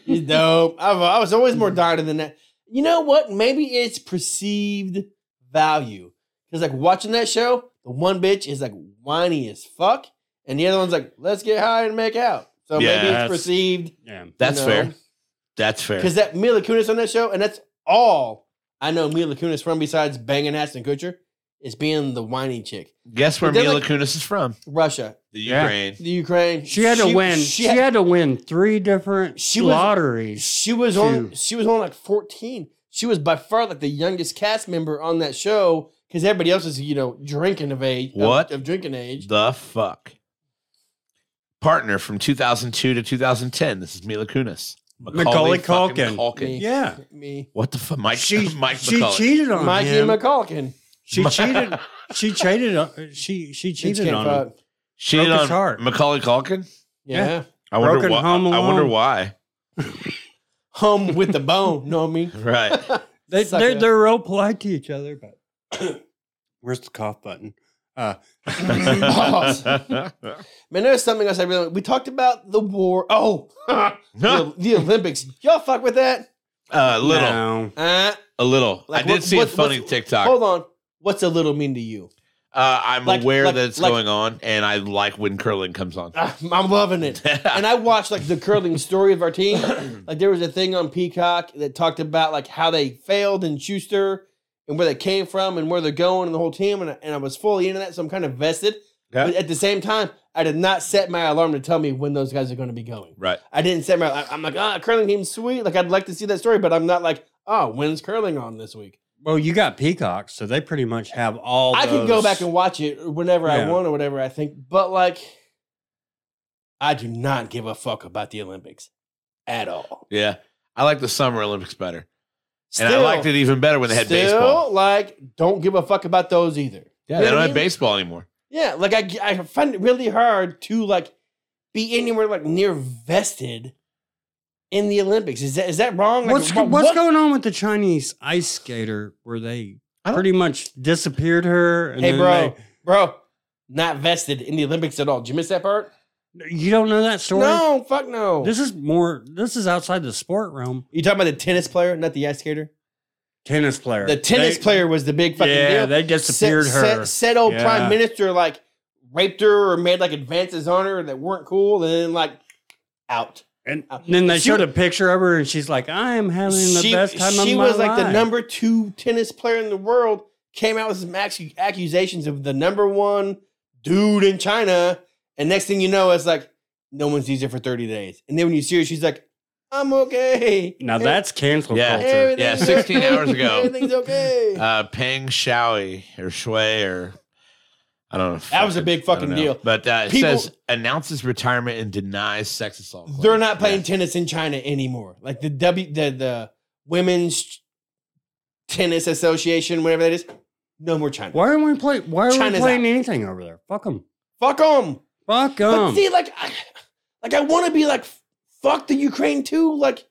Speaker 3: He's dope. I've, I was always more Donna than that. You know what? Maybe it's perceived value. Because, like, watching that show, the one bitch is like whiny as fuck, and the other one's like, let's get high and make out. So
Speaker 2: Yeah,
Speaker 3: maybe it's
Speaker 1: that's-
Speaker 3: perceived.
Speaker 1: Yeah.
Speaker 2: That's
Speaker 3: you know,
Speaker 2: fair. That's fair.
Speaker 3: Because that Mila Kunis on that show, and that's all I know Mila Kunis from besides banging Ashton Kutcher, is being the whiny chick.
Speaker 2: Guess where
Speaker 3: But then,
Speaker 2: Mila
Speaker 3: like-
Speaker 2: Kunis is from?
Speaker 3: Russia,
Speaker 2: The
Speaker 1: Yeah.
Speaker 2: Ukraine.
Speaker 3: the Ukraine.
Speaker 1: She had to win. She, had, to win three different
Speaker 3: She was-
Speaker 1: lotteries.
Speaker 3: She was on.
Speaker 1: Two.
Speaker 3: She was on like fourteen. She was by far like the youngest cast member on that show because everybody else is you know drinking of age. of-
Speaker 2: What?
Speaker 3: of, drinking age?
Speaker 2: The fuck. Partner from 2002 to 2010. This is Mila Kunis.
Speaker 1: Macaulay
Speaker 2: fucking
Speaker 1: Culkin. yeah,
Speaker 3: me,
Speaker 2: What the fuck? Mike,
Speaker 1: she
Speaker 2: Mike
Speaker 1: she
Speaker 2: Macaulay.
Speaker 1: cheated on
Speaker 3: Mikey
Speaker 1: him.
Speaker 3: McCulkin.
Speaker 1: she cheated. She cheated. On, she she
Speaker 3: She
Speaker 1: cheated
Speaker 3: can't
Speaker 1: on him.
Speaker 3: fuck.
Speaker 2: Cheated
Speaker 1: Broke his
Speaker 2: on
Speaker 1: heart.
Speaker 2: Macaulay Culkin?
Speaker 3: Yeah.
Speaker 2: I wonder
Speaker 1: Broken
Speaker 2: why.
Speaker 1: Home
Speaker 2: I wonder
Speaker 1: Alone.
Speaker 2: why.
Speaker 3: home with the bone. Know me.
Speaker 2: Right.
Speaker 1: They
Speaker 3: Suck it
Speaker 1: they're,
Speaker 3: up.
Speaker 1: they're real polite to each other, but where's the cough button? Uh,
Speaker 3: Balls.
Speaker 2: Uh,
Speaker 3: Man, there's something else I really. We talked about the war. Oh, the, the Olympics. Y'all fuck with that?
Speaker 2: a little.
Speaker 1: no.
Speaker 3: Uh,
Speaker 2: A little.
Speaker 3: Like,
Speaker 2: I did
Speaker 3: what-
Speaker 2: see
Speaker 3: what-
Speaker 2: a funny
Speaker 3: what's-
Speaker 2: TikTok.
Speaker 3: hold on. What's a little mean to you?
Speaker 2: Uh, I'm
Speaker 3: Like-
Speaker 2: aware
Speaker 3: like-
Speaker 2: that it's
Speaker 3: like-
Speaker 2: going on, and I like when curling comes on.
Speaker 3: Ah, I'm loving it. and I watched like the curling story of our team. Like there was a thing on Peacock that talked about like how they failed in Schuster and where they came from and where they're going and the whole team. And I, and I was fully into that, so I'm kind of vested.
Speaker 2: Yeah.
Speaker 3: But at the same time, I did not set my alarm to tell me when those guys are going to be going.
Speaker 2: right.
Speaker 3: I didn't set my. I- I'm like, ah, curling team's sweet. Like I'd like to see that story, but I'm not like, oh, when's curling on this week?
Speaker 1: Well, you got Peacock, so they pretty much have all.
Speaker 3: I can go
Speaker 1: those-
Speaker 3: back and watch it whenever I
Speaker 1: Yeah.
Speaker 3: want or whatever I think. But like, I do not give a fuck about the Olympics at all.
Speaker 2: Yeah. I like the Summer Olympics better.
Speaker 3: Still,
Speaker 2: and I liked it even better when they had
Speaker 3: still,
Speaker 2: baseball.
Speaker 3: like, don't give a fuck about those either. You
Speaker 2: Yeah, they
Speaker 3: know
Speaker 2: don't
Speaker 3: what I
Speaker 2: have
Speaker 3: mean?
Speaker 2: baseball anymore.
Speaker 3: Yeah, like I, I find it really hard to like be anywhere like near vested in the Olympics. Is that is that wrong? Like,
Speaker 1: What's
Speaker 3: wha-
Speaker 1: what's
Speaker 3: what-
Speaker 1: going on with the Chinese ice skater? Where they
Speaker 2: I don't-
Speaker 1: pretty much disappeared her. And
Speaker 3: Hey,
Speaker 1: then
Speaker 3: bro, bro, not vested in the Olympics at all. Did you miss that part?
Speaker 1: they- you don't know that story.
Speaker 3: No, fuck no.
Speaker 1: This is more. This is outside the sport realm.
Speaker 3: you talking about the tennis player, not the ice skater?
Speaker 1: Tennis player.
Speaker 3: The tennis
Speaker 1: They-
Speaker 3: player was the big fucking
Speaker 1: yeah,
Speaker 3: deal.
Speaker 1: they disappeared
Speaker 3: said,
Speaker 1: her.
Speaker 3: Said, said old
Speaker 1: Yeah.
Speaker 3: prime minister like raped her or made like advances on her that weren't cool, and then like out.
Speaker 1: and then they
Speaker 3: Uh, She-
Speaker 1: showed a picture of her, and she's like, "I am having the best time of
Speaker 3: she
Speaker 1: my
Speaker 3: was like the
Speaker 1: life."
Speaker 3: number two tennis player in the world. Came out with some accu- accusations of the number one dude in China, and next thing you know, it's like no one sees her for thirty days. And then when you see her, she's like, "I'm okay."
Speaker 1: Now that's cancel
Speaker 2: Yeah.
Speaker 1: culture.
Speaker 3: Everything's
Speaker 2: Yeah, 16 hours ago.
Speaker 3: Everything's okay.
Speaker 2: Uh, Peng Shaoi or Shui or I don't know.
Speaker 3: That was a big
Speaker 2: I don't
Speaker 3: fucking
Speaker 2: know.
Speaker 3: deal.
Speaker 2: But uh, it
Speaker 3: People-
Speaker 2: says announces retirement and denies sex assault. claim.
Speaker 3: They're not playing
Speaker 2: Yeah.
Speaker 3: tennis in China anymore. Like the W, the the Women's Tennis Association, whatever that is, no more China.
Speaker 1: Why are we playing? Why are we
Speaker 3: China's
Speaker 1: playing
Speaker 3: out.
Speaker 1: anything over there? Fuck them.
Speaker 3: Fuck them.
Speaker 1: Fuck
Speaker 3: But
Speaker 1: them.
Speaker 3: see, like, I, like I want to be like, fuck the Ukraine too. Like,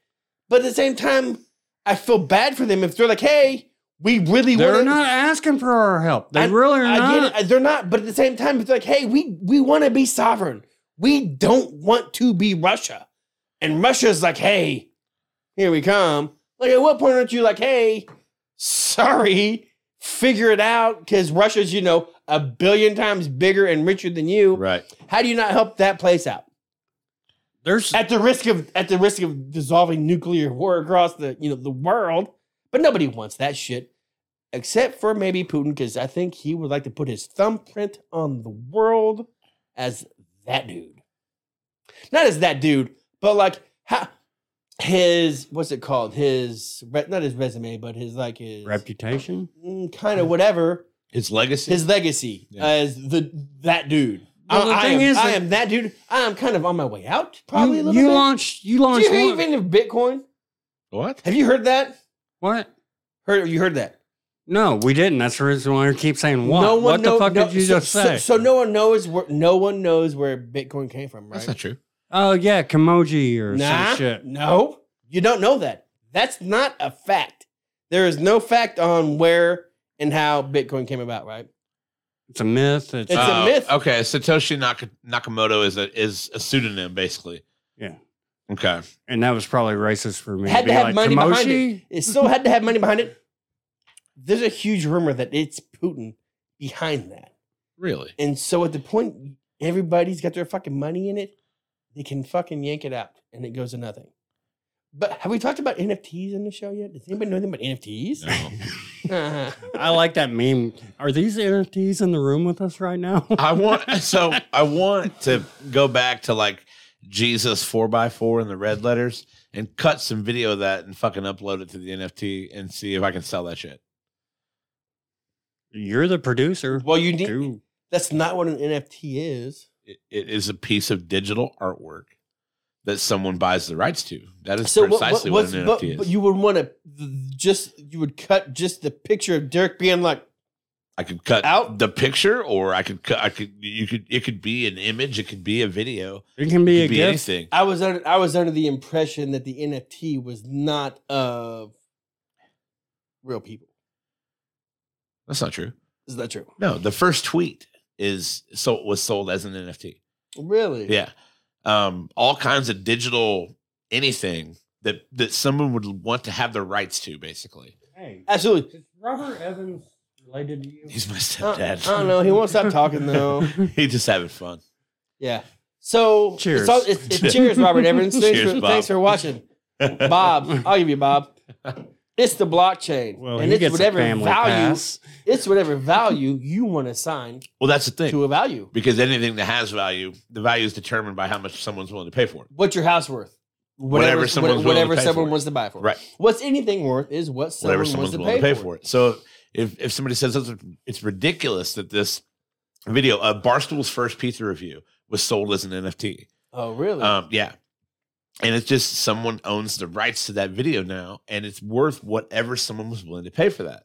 Speaker 3: but at the same time, I feel bad for them if they're like, hey, we really
Speaker 1: They're
Speaker 3: want
Speaker 1: not asking for our help. They
Speaker 3: I-
Speaker 1: really are
Speaker 3: I
Speaker 1: not.
Speaker 3: get it. They're not. But at the same time, it's like, hey, we we want to be sovereign. We don't want to be Russia. And Russia's like, hey, here we come. Like, at what point aren't you like, hey, sorry, figure it out? Because Russia's, you know, a billion times bigger and richer than you.
Speaker 2: Right.
Speaker 3: How do you not help that place out?
Speaker 1: There's
Speaker 3: at the risk of at the risk of dissolving nuclear war across the you know the world. But nobody wants that shit, except for maybe Putin, because I think he would like to put his thumbprint on the world as that dude. Not as that dude, but like how his what's it called? His re- not his resume, but his like his mm,
Speaker 1: reputation.
Speaker 3: kind of whatever
Speaker 2: His legacy.
Speaker 3: his legacy
Speaker 2: Yeah.
Speaker 3: as the that dude.
Speaker 1: Well, the
Speaker 3: I, I
Speaker 1: thing
Speaker 3: am,
Speaker 1: is
Speaker 3: I
Speaker 1: that-
Speaker 3: am that dude. I am kind of on my way out, probably a
Speaker 1: You,
Speaker 3: little
Speaker 1: you
Speaker 3: bit.
Speaker 1: launched. You
Speaker 3: Do
Speaker 1: launched.
Speaker 3: you hear
Speaker 1: one-
Speaker 3: even of Bitcoin?
Speaker 2: what?
Speaker 3: Have you heard that?
Speaker 1: what?
Speaker 3: Heard you heard that?
Speaker 1: No, we didn't. That's the reason why I keep saying what. what
Speaker 3: know-
Speaker 1: the fuck
Speaker 3: no-
Speaker 1: did you
Speaker 3: so,
Speaker 1: just
Speaker 3: so-
Speaker 1: say?
Speaker 3: So, no one knows where no one knows where Bitcoin came from, right?
Speaker 2: That's not true.
Speaker 1: oh yeah, Kimoji or
Speaker 3: nah,
Speaker 1: some shit.
Speaker 3: no, you don't know that. That's not a fact. There is no fact on where and how Bitcoin came about, right?
Speaker 1: It's a myth. It's,
Speaker 3: It's a
Speaker 2: Oh,
Speaker 3: myth.
Speaker 2: Okay, Satoshi Nak- Nakamoto is a is a pseudonym basically.
Speaker 1: Yeah.
Speaker 2: Okay.
Speaker 1: and that was probably racist for me.
Speaker 3: Had to
Speaker 1: Be
Speaker 3: have
Speaker 1: like,
Speaker 3: money behind
Speaker 1: Kimoji?
Speaker 3: It still had to have money behind it. There's a huge rumor that it's Putin behind that.
Speaker 2: Really?
Speaker 3: And so at the point everybody's got their fucking money in it, they can fucking yank it out and it goes to nothing. But have we talked about NFTs on the show yet? Does anybody know anything about NFTs?
Speaker 2: No.
Speaker 3: Uh-huh.
Speaker 1: I like that meme. Are these NFTs in the room with us right now?
Speaker 2: I want so I want to go back to like Jesus four by four in the red letters and cut some video of that and fucking upload it to the NFT and see if I can sell that shit.
Speaker 1: You're the producer.
Speaker 3: well, you need
Speaker 1: Dude,
Speaker 3: that's not what an NFT is.
Speaker 2: It, it is a piece of digital artwork that someone buys the rights to. That is
Speaker 3: So what, what,
Speaker 2: precisely what,
Speaker 3: what's-
Speaker 2: an
Speaker 3: but,
Speaker 2: NFT
Speaker 3: but
Speaker 2: is.
Speaker 3: you would want to just you would cut just the picture of Dirk being like,
Speaker 2: I could cut
Speaker 3: Out?
Speaker 2: out the picture, or I could cut. I could. You could. It could be an image. It could be a video.
Speaker 1: it can
Speaker 2: It
Speaker 1: be
Speaker 2: could
Speaker 1: a
Speaker 2: be
Speaker 1: gift.
Speaker 2: anything.
Speaker 3: I was under I was under the impression that the NFT was not of real people.
Speaker 2: That's not true.
Speaker 3: Is that true?
Speaker 2: No, the first tweet is so was sold as an NFT.
Speaker 3: Really?
Speaker 2: Yeah. Um, all kinds of digital anything that that someone would want to have the rights to, basically.
Speaker 1: Hey,
Speaker 3: Absolutely.
Speaker 1: is Robert Evans related to you?
Speaker 2: He's my
Speaker 3: I, I
Speaker 2: stepdad.
Speaker 3: don't know. He won't stop talking though.
Speaker 2: He's just having fun.
Speaker 3: Yeah. So
Speaker 1: Cheers.
Speaker 3: It's all, it's, it's, cheers, Robert Evans. Thanks,
Speaker 2: Cheers,
Speaker 3: for,
Speaker 2: Bob.
Speaker 3: thanks for watching, Bob. I'll give you Bob. It's the blockchain,
Speaker 1: Well,
Speaker 3: and
Speaker 1: he
Speaker 3: it's
Speaker 1: gets
Speaker 3: whatever
Speaker 1: a family
Speaker 3: value.
Speaker 1: pass.
Speaker 3: It's whatever value you want to assign
Speaker 2: Well, that's the thing.
Speaker 3: to a value.
Speaker 2: Because anything that has value, the value is determined by how much someone's willing to pay for it.
Speaker 3: What's your house worth?
Speaker 2: Whatever someone's willing to
Speaker 3: whatever
Speaker 2: pay
Speaker 3: someone
Speaker 2: for it.
Speaker 3: wants to buy for.
Speaker 2: Right.
Speaker 3: What's anything worth is what someone
Speaker 2: Whatever
Speaker 3: wants
Speaker 2: someone's
Speaker 3: to
Speaker 2: willing
Speaker 3: pay,
Speaker 2: to pay
Speaker 3: for.
Speaker 2: for it. So if, if somebody says "That's- it's ridiculous that this video, uh, Barstool's first pizza review was sold as an NFT.
Speaker 3: Oh, really?
Speaker 2: Um, yeah. And it's just someone owns the rights to that video now, and it's worth whatever someone was willing to pay for that.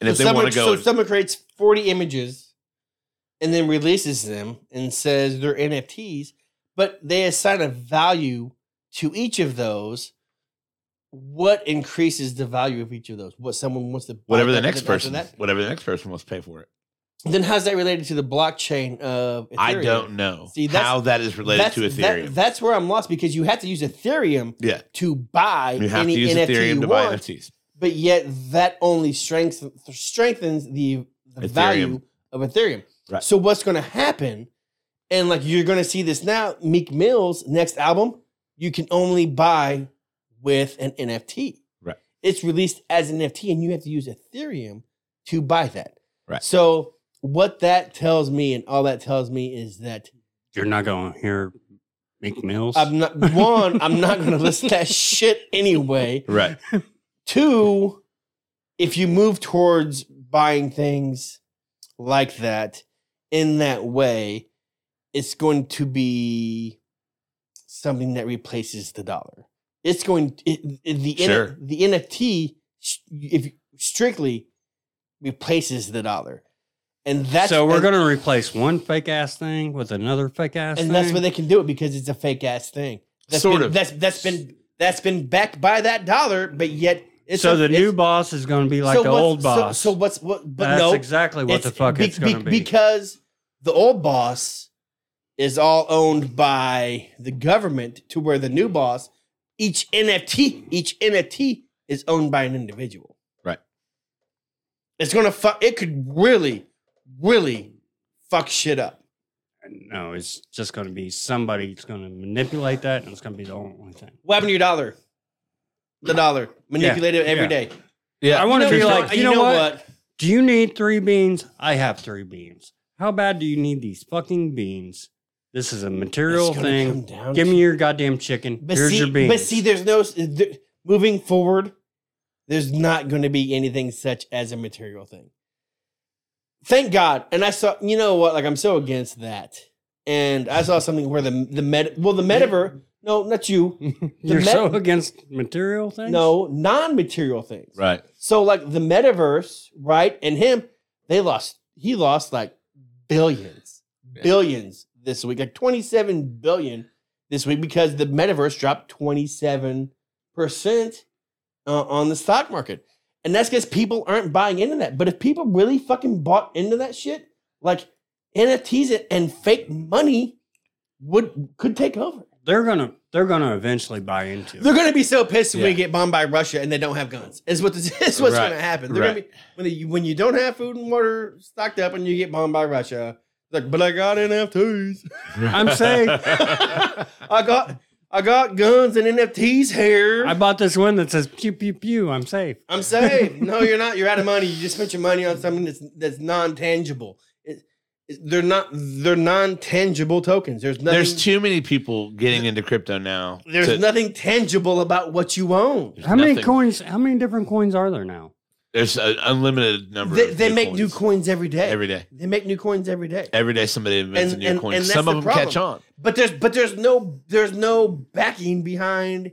Speaker 2: And if
Speaker 3: so
Speaker 2: they want
Speaker 3: someone,
Speaker 2: to go,
Speaker 3: so someone creates 40 images and then releases them and says they're NFTs, but they assign a value to each of those. What increases the value of each of those? What someone wants to buy
Speaker 2: whatever the
Speaker 3: after
Speaker 2: next
Speaker 3: after
Speaker 2: person,
Speaker 3: that?
Speaker 2: whatever the next person wants to pay for it,
Speaker 3: Then how's that related to the blockchain of Ethereum?
Speaker 2: I don't know
Speaker 3: See, that's-
Speaker 2: how that is related
Speaker 3: That's-
Speaker 2: to
Speaker 3: that-
Speaker 2: Ethereum.
Speaker 3: that's where I'm lost because you have to use Ethereum
Speaker 2: yeah,
Speaker 3: to buy
Speaker 2: you have to
Speaker 3: any
Speaker 2: use
Speaker 3: NFT
Speaker 2: Ethereum
Speaker 3: you
Speaker 2: to buy
Speaker 3: want.
Speaker 2: NFTs.
Speaker 3: but yet that only strengthens strengthens the, the
Speaker 2: Ethereum.
Speaker 3: value of Ethereum.
Speaker 2: Right.
Speaker 3: So what's going to happen? And like you're going to see this now, Meek Mill's next album, you can only buy with an NFT.
Speaker 2: Right.
Speaker 3: It's released as an NFT, and you have to use Ethereum to buy that.
Speaker 2: Right.
Speaker 3: So what that tells me, and all that tells me, is that
Speaker 1: You're not going to hear Meek Mills.
Speaker 3: I'm not one. I'm not going to listen to that shit anyway.
Speaker 2: Right,
Speaker 3: Two, if you move towards buying things like that in that way, it's going to be something that replaces the dollar. It's going it, it- the N-
Speaker 2: Sure.
Speaker 3: the NFT sh- if strictly replaces the dollar, and that's
Speaker 1: so we're
Speaker 3: and-
Speaker 1: going to replace one fake ass thing with another fake ass
Speaker 3: and
Speaker 1: thing.
Speaker 3: that's where they can do it because it's a fake ass thing. That's
Speaker 2: Sort
Speaker 3: been,
Speaker 2: of.
Speaker 3: That's that's been that's been backed by that dollar, but yet it's
Speaker 1: so
Speaker 3: a-
Speaker 1: the
Speaker 3: it's-
Speaker 1: new boss is going to be like
Speaker 3: so
Speaker 1: the
Speaker 3: what's-
Speaker 1: old boss.
Speaker 3: So, so what's what? But
Speaker 1: That's
Speaker 3: no,
Speaker 1: exactly what the fuck
Speaker 3: be-
Speaker 1: it's going to
Speaker 3: be-
Speaker 1: be.
Speaker 3: because the old boss is all owned by the government, to where the new boss, each NFT, each NFT is owned by an individual.
Speaker 2: Right.
Speaker 3: It's gonna fuck. It could really, really fuck shit up.
Speaker 1: No, it's just going to be somebody that's going to manipulate that, and it's going to be the only thing.
Speaker 3: What happened to your dollar? The dollar. Manipulate it every
Speaker 1: yeah.
Speaker 3: day.
Speaker 2: Yeah.
Speaker 1: I want to
Speaker 3: You
Speaker 1: be
Speaker 3: know
Speaker 1: like,
Speaker 3: what-
Speaker 1: you know, what? Do you need three beans? I have three beans. How bad do you need these fucking beans? This is a material
Speaker 3: It's gonna
Speaker 1: thing.
Speaker 3: come down
Speaker 1: Give
Speaker 3: to-
Speaker 1: me your goddamn chicken.
Speaker 3: But
Speaker 1: Here's
Speaker 3: see,
Speaker 1: your beans.
Speaker 3: But see, there's no there, moving forward. There's not going to be anything such as a material thing. Thank God. And I saw, you know what? Like I'm so against that. And I saw something where the the meta, well, the metaverse. No, not you.
Speaker 1: You're
Speaker 3: met-
Speaker 1: so against material things.
Speaker 3: No, non-material things.
Speaker 2: Right.
Speaker 3: So like the metaverse, right? And him, they lost. He lost like billions,
Speaker 2: Yeah.
Speaker 3: billions this week, like twenty-seven billion this week because the metaverse dropped twenty-seven percent uh, on the stock market, and that's because people aren't buying into that. But if people really fucking bought into that shit, like NFTs and fake money would could take over.
Speaker 1: they're gonna they're gonna eventually buy into it.
Speaker 3: They're going to be so pissed when we
Speaker 2: Yeah.
Speaker 3: get bombed by Russia and they don't have guns. Is what this is what's
Speaker 2: Right.
Speaker 3: going to happen. They're going to
Speaker 2: Right.
Speaker 3: be when you when you don't have food and water stocked up and you get bombed by Russia. Like, but I got NFTs.
Speaker 1: I'm saying-
Speaker 3: I got I got guns and NFTs here.
Speaker 1: I
Speaker 3: I'm,
Speaker 1: bought this one that says pew pew pew. I'm safe.
Speaker 3: safe. no, you're not. You're out of money. You just spent your money on something that's that's non tangible. It, it, they're not. They're non tangible tokens. There's nothing.
Speaker 2: There's too many people getting into crypto now.
Speaker 3: there's
Speaker 2: to-
Speaker 3: nothing tangible about what you own.
Speaker 2: there's
Speaker 1: How many
Speaker 2: nothing.
Speaker 1: coins? How many different coins are there now?
Speaker 2: There's an unlimited number.
Speaker 3: They,
Speaker 2: of
Speaker 3: they make new coins every day.
Speaker 2: every day.
Speaker 3: They make new coins every day.
Speaker 2: Every day somebody invents
Speaker 3: And-
Speaker 2: a new
Speaker 3: and-
Speaker 2: coin.
Speaker 3: and that's
Speaker 2: Some
Speaker 3: the
Speaker 2: of them
Speaker 3: problem.
Speaker 2: catch on.
Speaker 3: But there's but there's no there's no backing behind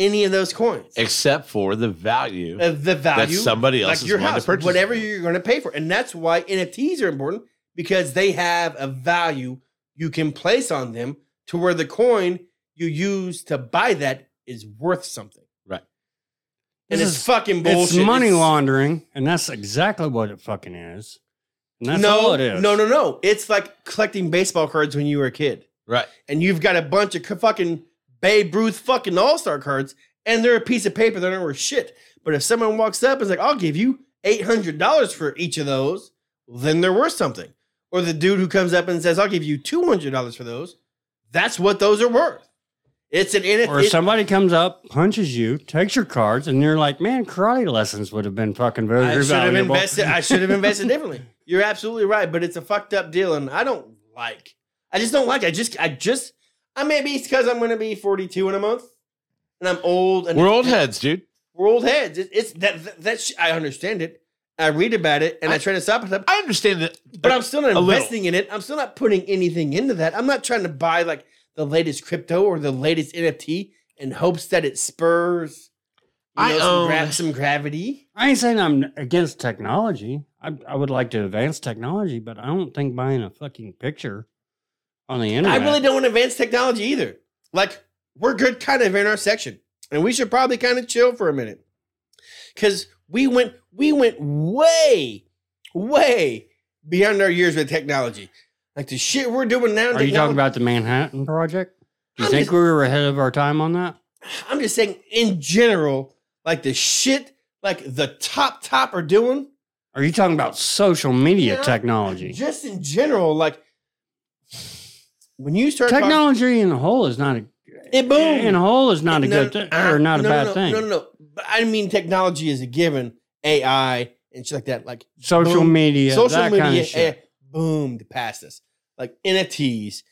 Speaker 3: any of those coins.
Speaker 2: Except for the value.
Speaker 3: Uh, the value
Speaker 2: That somebody else
Speaker 3: like
Speaker 2: is
Speaker 3: your
Speaker 2: willing to
Speaker 3: house,
Speaker 2: purchase.
Speaker 3: whatever you're going to pay for, and that's why NFTs are important because they have a value you can place on them to where the coin you use to buy that is worth something.
Speaker 2: Right.
Speaker 3: And
Speaker 1: This
Speaker 3: it's
Speaker 1: is-
Speaker 3: fucking bullshit.
Speaker 1: It's money
Speaker 3: It's-
Speaker 1: laundering, and that's exactly what it fucking is. And that's
Speaker 3: no,
Speaker 1: all it is.
Speaker 3: no, no, no. It's like collecting baseball cards when you were a kid.
Speaker 2: Right.
Speaker 3: and you've got a bunch of c- fucking Babe Ruth fucking All Star cards, and they're a piece of paper. They're not worth shit. But if someone walks up and's like, "I'll give you eight hundred dollars for each of those," then they're worth something. Or the dude who comes up and says, "I'll give you two hundred dollars for those," that's what those are worth. It's an NFT.
Speaker 1: Or if somebody comes up, punches you, takes your cards, and you're like, "Man, karate lessons would have been fucking very
Speaker 3: I should have
Speaker 1: valuable."
Speaker 3: invested. I should have invested differently. You're absolutely right, but it's a fucked up deal, and I don't like. I just don't like. It. I just, I just, I maybe it's because I'm going to be 42 in a month, and I'm old. And
Speaker 2: We're old heads, dude.
Speaker 3: We're old heads. It, it's that, that. That sh- I understand it. I read about it, and I,
Speaker 2: I-
Speaker 3: try to stop it.
Speaker 2: I understand that.
Speaker 3: But I'm still not
Speaker 2: a little.
Speaker 3: investing in it. I'm still not putting anything into that. I'm not trying to buy like the latest crypto or the latest NFT in hopes that it spurs. You
Speaker 2: I
Speaker 3: know, some,
Speaker 2: own-
Speaker 3: gra- some gravity.
Speaker 1: I ain't saying I'm against technology. I, I would like to advance technology, but I don't think buying a fucking picture on the internet.
Speaker 3: I really don't want advanced technology either. Like, we're good kind of in our section, and we should probably kind of chill for a minute. Cause we went we went way, way beyond our years with technology. Like the shit we're doing now. in
Speaker 1: Are you talking
Speaker 3: technology-
Speaker 1: about the Manhattan Project? Do you
Speaker 3: I'm
Speaker 1: think
Speaker 3: just-
Speaker 1: we were ahead of our time on that?
Speaker 3: I'm just saying in general, like the shit like the top top are doing.
Speaker 1: Are you talking about social media
Speaker 3: Yeah.
Speaker 1: technology?
Speaker 3: Just in general, like when you start talking-
Speaker 1: Technology in the whole is not a
Speaker 3: it booms.
Speaker 1: in the whole is not a
Speaker 3: No,
Speaker 1: good thing
Speaker 3: uh,
Speaker 1: or not a
Speaker 3: no, no,
Speaker 1: bad
Speaker 3: no,
Speaker 1: thing.
Speaker 3: No, no, no. But I mean, technology is a given. AI and shit like that. Like
Speaker 1: Social
Speaker 3: Boom.
Speaker 1: media,
Speaker 3: social
Speaker 1: that
Speaker 3: media eh,
Speaker 1: kind of shit.
Speaker 3: AI boomed past us. Like NFTs,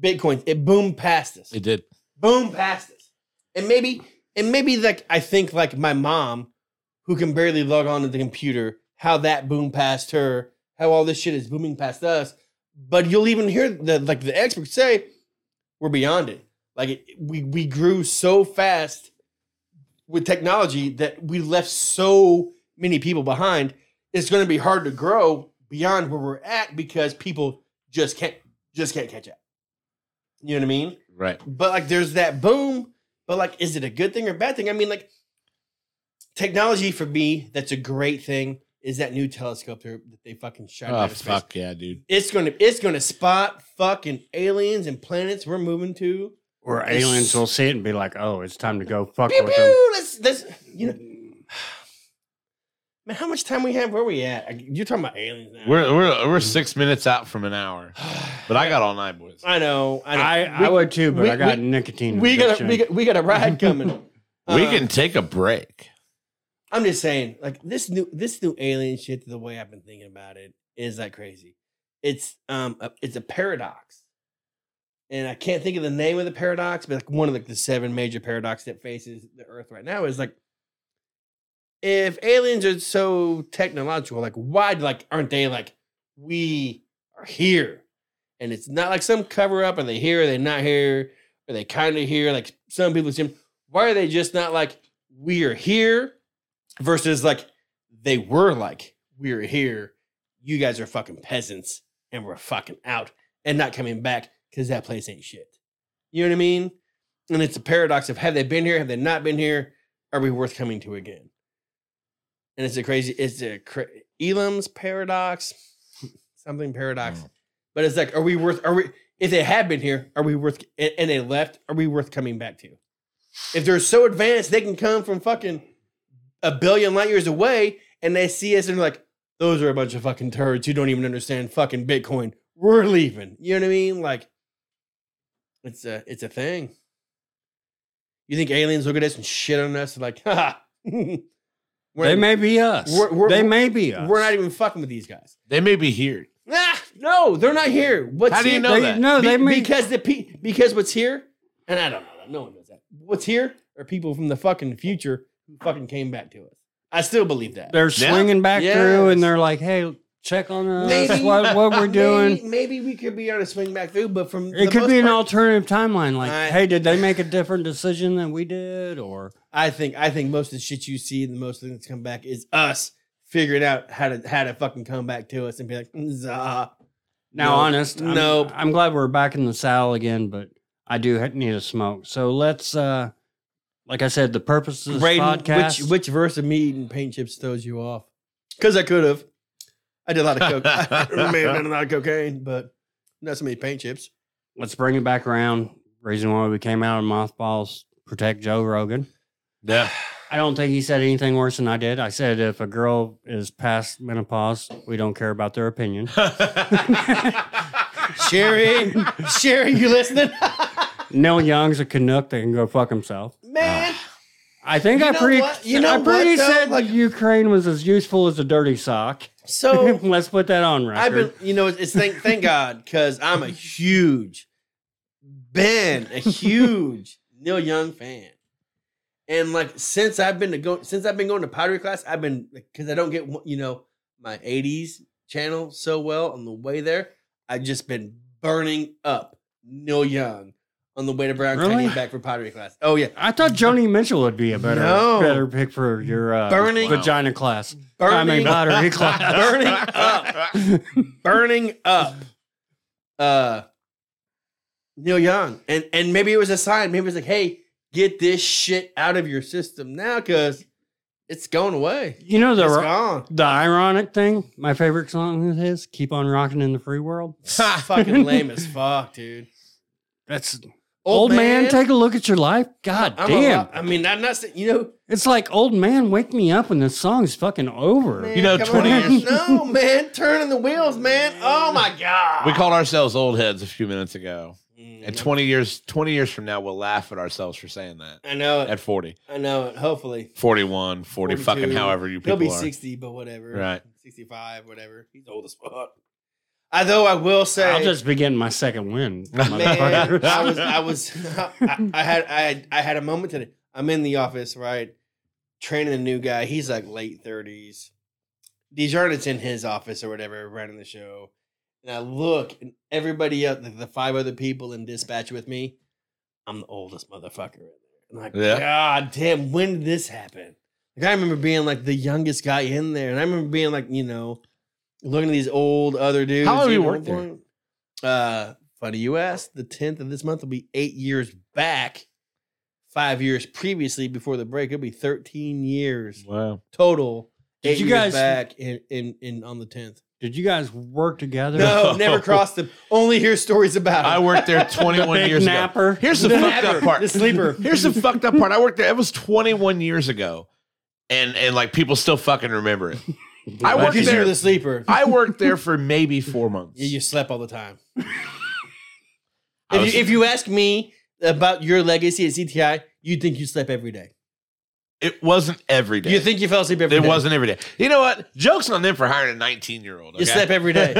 Speaker 3: Bitcoin, it boomed past us.
Speaker 2: It did.
Speaker 3: boomed past us. And maybe, and maybe like I think like my mom, who can barely log on to the computer, how that boomed past her, how all this shit is booming past us. But you'll even hear the like the experts say, we're beyond it. Like it, we we grew so fast with technology that we left so many people behind. It's going to be hard to grow beyond where we're at because people just can't just can't catch up. You know what I mean?
Speaker 2: Right.
Speaker 3: but like there's that boom but like is it a good thing or a bad thing i mean like technology for me that's a great thing is that new telescope there that they fucking shot
Speaker 2: Oh
Speaker 3: out of space.
Speaker 2: fuck yeah, dude.
Speaker 3: it's gonna it's gonna spot fucking aliens and planets we're moving to
Speaker 1: Or
Speaker 3: It's-
Speaker 1: aliens will see it and be like, "Oh, it's time to go fuck
Speaker 3: pew
Speaker 1: with them."
Speaker 3: pew that's that's you know Man, how much time we have? Where we at? I- You're talking about aliens now.
Speaker 2: We're we're we're six minutes out from an hour, but I got all night, boys.
Speaker 3: I know. I know.
Speaker 1: I,
Speaker 3: we,
Speaker 1: I would too, but
Speaker 3: we-
Speaker 1: I got
Speaker 3: we-
Speaker 1: nicotine.
Speaker 3: we got a,
Speaker 1: addiction.
Speaker 3: we got we got a ride coming.
Speaker 2: we
Speaker 3: Uh,
Speaker 2: can take a break.
Speaker 3: I'm just saying, like this new this new alien shit. The way I've been thinking about it is like crazy. It's um, a, it's a paradox, and I can't think of the name of the paradox, but like one of like the seven major paradox that faces the Earth right now is like, if aliens are so technological, like why like aren't they like we are here, and it's not like some cover up, and they here, they not here, or they kind of here, like some people seem. Why are they just not like we are here? versus like they were like we're here you guys are fucking peasants and we're fucking out and not coming back because that place ain't shit you know what i mean and it's a paradox of have they been here have they not been here are we worth coming to again and it's a crazy it's a cra- elam's paradox something paradox
Speaker 2: Mm.
Speaker 3: but it's like are we worth are we if they have been here are we worth and, and they left are we worth coming back to if they're so advanced they can come from fucking a billion light years away and they see us and they're like, those are a bunch of fucking turds who don't even understand fucking Bitcoin. We're leaving. You know what I mean? Like, it's a it's a thing. You think aliens look at us and shit on us like, ha, we're,
Speaker 1: They may be us.
Speaker 3: We're- we're-
Speaker 1: they may be us.
Speaker 3: we're not even fucking with these guys.
Speaker 2: They may be here.
Speaker 3: Ah, no, they're not here. What's
Speaker 2: How do you
Speaker 3: here-
Speaker 2: know
Speaker 1: They-
Speaker 2: that.
Speaker 1: No,
Speaker 3: Be-
Speaker 1: they may.
Speaker 3: because the pe- because what's here, and I don't know that. No one knows that. What's here are people from the fucking future who fucking came back to us. I still believe that.
Speaker 1: they're
Speaker 2: Yeah.
Speaker 1: swinging back
Speaker 3: Yes.
Speaker 1: through, and they're like, "Hey, check on us.
Speaker 3: Maybe-
Speaker 1: what what we're doing."
Speaker 3: Maybe, maybe we could be on a swing back through, but from the
Speaker 1: It could
Speaker 3: most
Speaker 1: be an
Speaker 3: part-
Speaker 1: alternative timeline. Like,
Speaker 3: I-
Speaker 1: hey, did they make a different decision than we did? Or
Speaker 3: I think I think most of the shit you see, the most thing that's come back is us figuring out how to how to fucking come back to us and be like, "Mm, Zah.
Speaker 1: now,
Speaker 3: Nope.
Speaker 1: honest, I'm,
Speaker 3: Nope.
Speaker 1: I'm glad we're back in the saddle again, but I do ha- need a smoke. So let's, uh like I said, the purpose of this podcast.
Speaker 3: which which verse of me eating paint chips throws you off? Because I could have. I did a lot of coke. I may have done a lot of cocaine, but not so many paint chips.
Speaker 1: let's bring it back around. Reason why we came out of mothballs: protect Joe Rogan.
Speaker 2: Yeah.
Speaker 1: I don't think he said anything worse than I did. I said if a girl is past menopause, we don't care about their opinion.
Speaker 3: Sherry, Sherry, you listening?
Speaker 1: Neil Young's a Canuck that can go fuck himself.
Speaker 3: Man,
Speaker 1: I think
Speaker 3: You
Speaker 1: I
Speaker 3: know
Speaker 1: pretty,
Speaker 3: what? You know
Speaker 1: I pretty
Speaker 3: what, though?
Speaker 1: said
Speaker 3: Like-
Speaker 1: that Ukraine was as useful as a dirty sock.
Speaker 3: so
Speaker 1: Let's put that on record.
Speaker 3: I've been, you know, it's thank thank God because I'm a huge, been a huge Neil Young fan, and like since I've been to go since I've been going to pottery class, I've been because I don't get one- you know my '80s channel so well on the way there. I've just been burning up Neil Young on the way to Brown
Speaker 1: Really?
Speaker 3: County back for pottery class. Oh yeah,
Speaker 1: I thought Joni Mitchell would be a better
Speaker 3: No.
Speaker 1: better pick for your uh,
Speaker 3: Burning-
Speaker 1: vagina class.
Speaker 3: burning
Speaker 1: I mean, pottery class.
Speaker 3: Burning up. burning up uh Neil Young. And and maybe it was a sign. Maybe it was like, hey, get this shit out of your system now because it's going away.
Speaker 1: you know
Speaker 3: It's
Speaker 1: the
Speaker 3: gone.
Speaker 1: the ironic thing. My favorite song is his "Keep on Rocking in the Free World."
Speaker 3: Fucking lame as fuck, dude.
Speaker 1: That's old, man, Take a look at your life. God
Speaker 3: I'm a
Speaker 1: damn!
Speaker 3: lot- I mean, I'm not saying you know,
Speaker 1: it's like old man, wake me up when this song's fucking over.
Speaker 3: man,
Speaker 2: You know,
Speaker 3: come
Speaker 2: 20
Speaker 3: on.
Speaker 2: years-
Speaker 3: No, man, turning the wheels, man. Oh my god.
Speaker 2: we called ourselves old heads a few minutes ago,
Speaker 3: Mm,
Speaker 2: and twenty years twenty years from now, we'll laugh at ourselves for saying that.
Speaker 3: I know it.
Speaker 2: At 40,
Speaker 3: I know it. Hopefully.
Speaker 2: 41, 40,
Speaker 3: 42.
Speaker 2: fucking however you
Speaker 3: He'll
Speaker 2: people
Speaker 3: be
Speaker 2: are.
Speaker 3: 60, but whatever.
Speaker 2: Right.
Speaker 3: 65, whatever. He's old as fuck. Although I will say,
Speaker 1: I'll just begin my second win.
Speaker 3: man,
Speaker 1: motherfucker.
Speaker 3: I was, I was, I, I had, I had, I had a moment today. I'm in the office, right, training a new guy. He's like late 30s. Desjardins in his office or whatever, running the show. And I look, and everybody else, the, the five other people in dispatch with me, I'm the oldest motherfucker in there. I'm like,
Speaker 2: Yeah.
Speaker 3: God damn, when did this happen? Like, I remember being like the youngest guy in there, and I remember being like, you know, looking at these old other dudes.
Speaker 2: long have you
Speaker 3: know,
Speaker 2: worked there?
Speaker 3: Uh, funny you asked. The tenth of this month will be eight years back. Five years previously before the break, it'll be thirteen years
Speaker 2: Wow.
Speaker 3: total.
Speaker 1: Did
Speaker 3: eight
Speaker 1: you
Speaker 3: years
Speaker 1: guys-
Speaker 3: back in, in, in on the tenth?
Speaker 1: Did you guys work together?
Speaker 3: No, never crossed them. Only hear stories about.
Speaker 2: I
Speaker 3: it.
Speaker 2: worked there
Speaker 1: The
Speaker 2: 21
Speaker 1: big
Speaker 2: years ago.
Speaker 1: napper.
Speaker 2: Here's the fucked up part.
Speaker 3: The sleeper.
Speaker 2: Here's the fucked up part. I worked there. It was 21 years ago. and and like people still fucking remember it. I
Speaker 3: Because
Speaker 2: worked
Speaker 3: you
Speaker 2: there.
Speaker 3: were the sleeper.
Speaker 2: I worked there for maybe four months.
Speaker 3: You, you slept all the time.
Speaker 2: I
Speaker 3: If
Speaker 2: was-
Speaker 3: you, if you ask me about your legacy at CTI, you think you slept every day.
Speaker 2: it wasn't every day.
Speaker 3: You think you fell asleep every
Speaker 2: it
Speaker 3: day.
Speaker 2: wasn't every day. You know what? Jokes on them for hiring a 19 year old.
Speaker 3: You slept every day.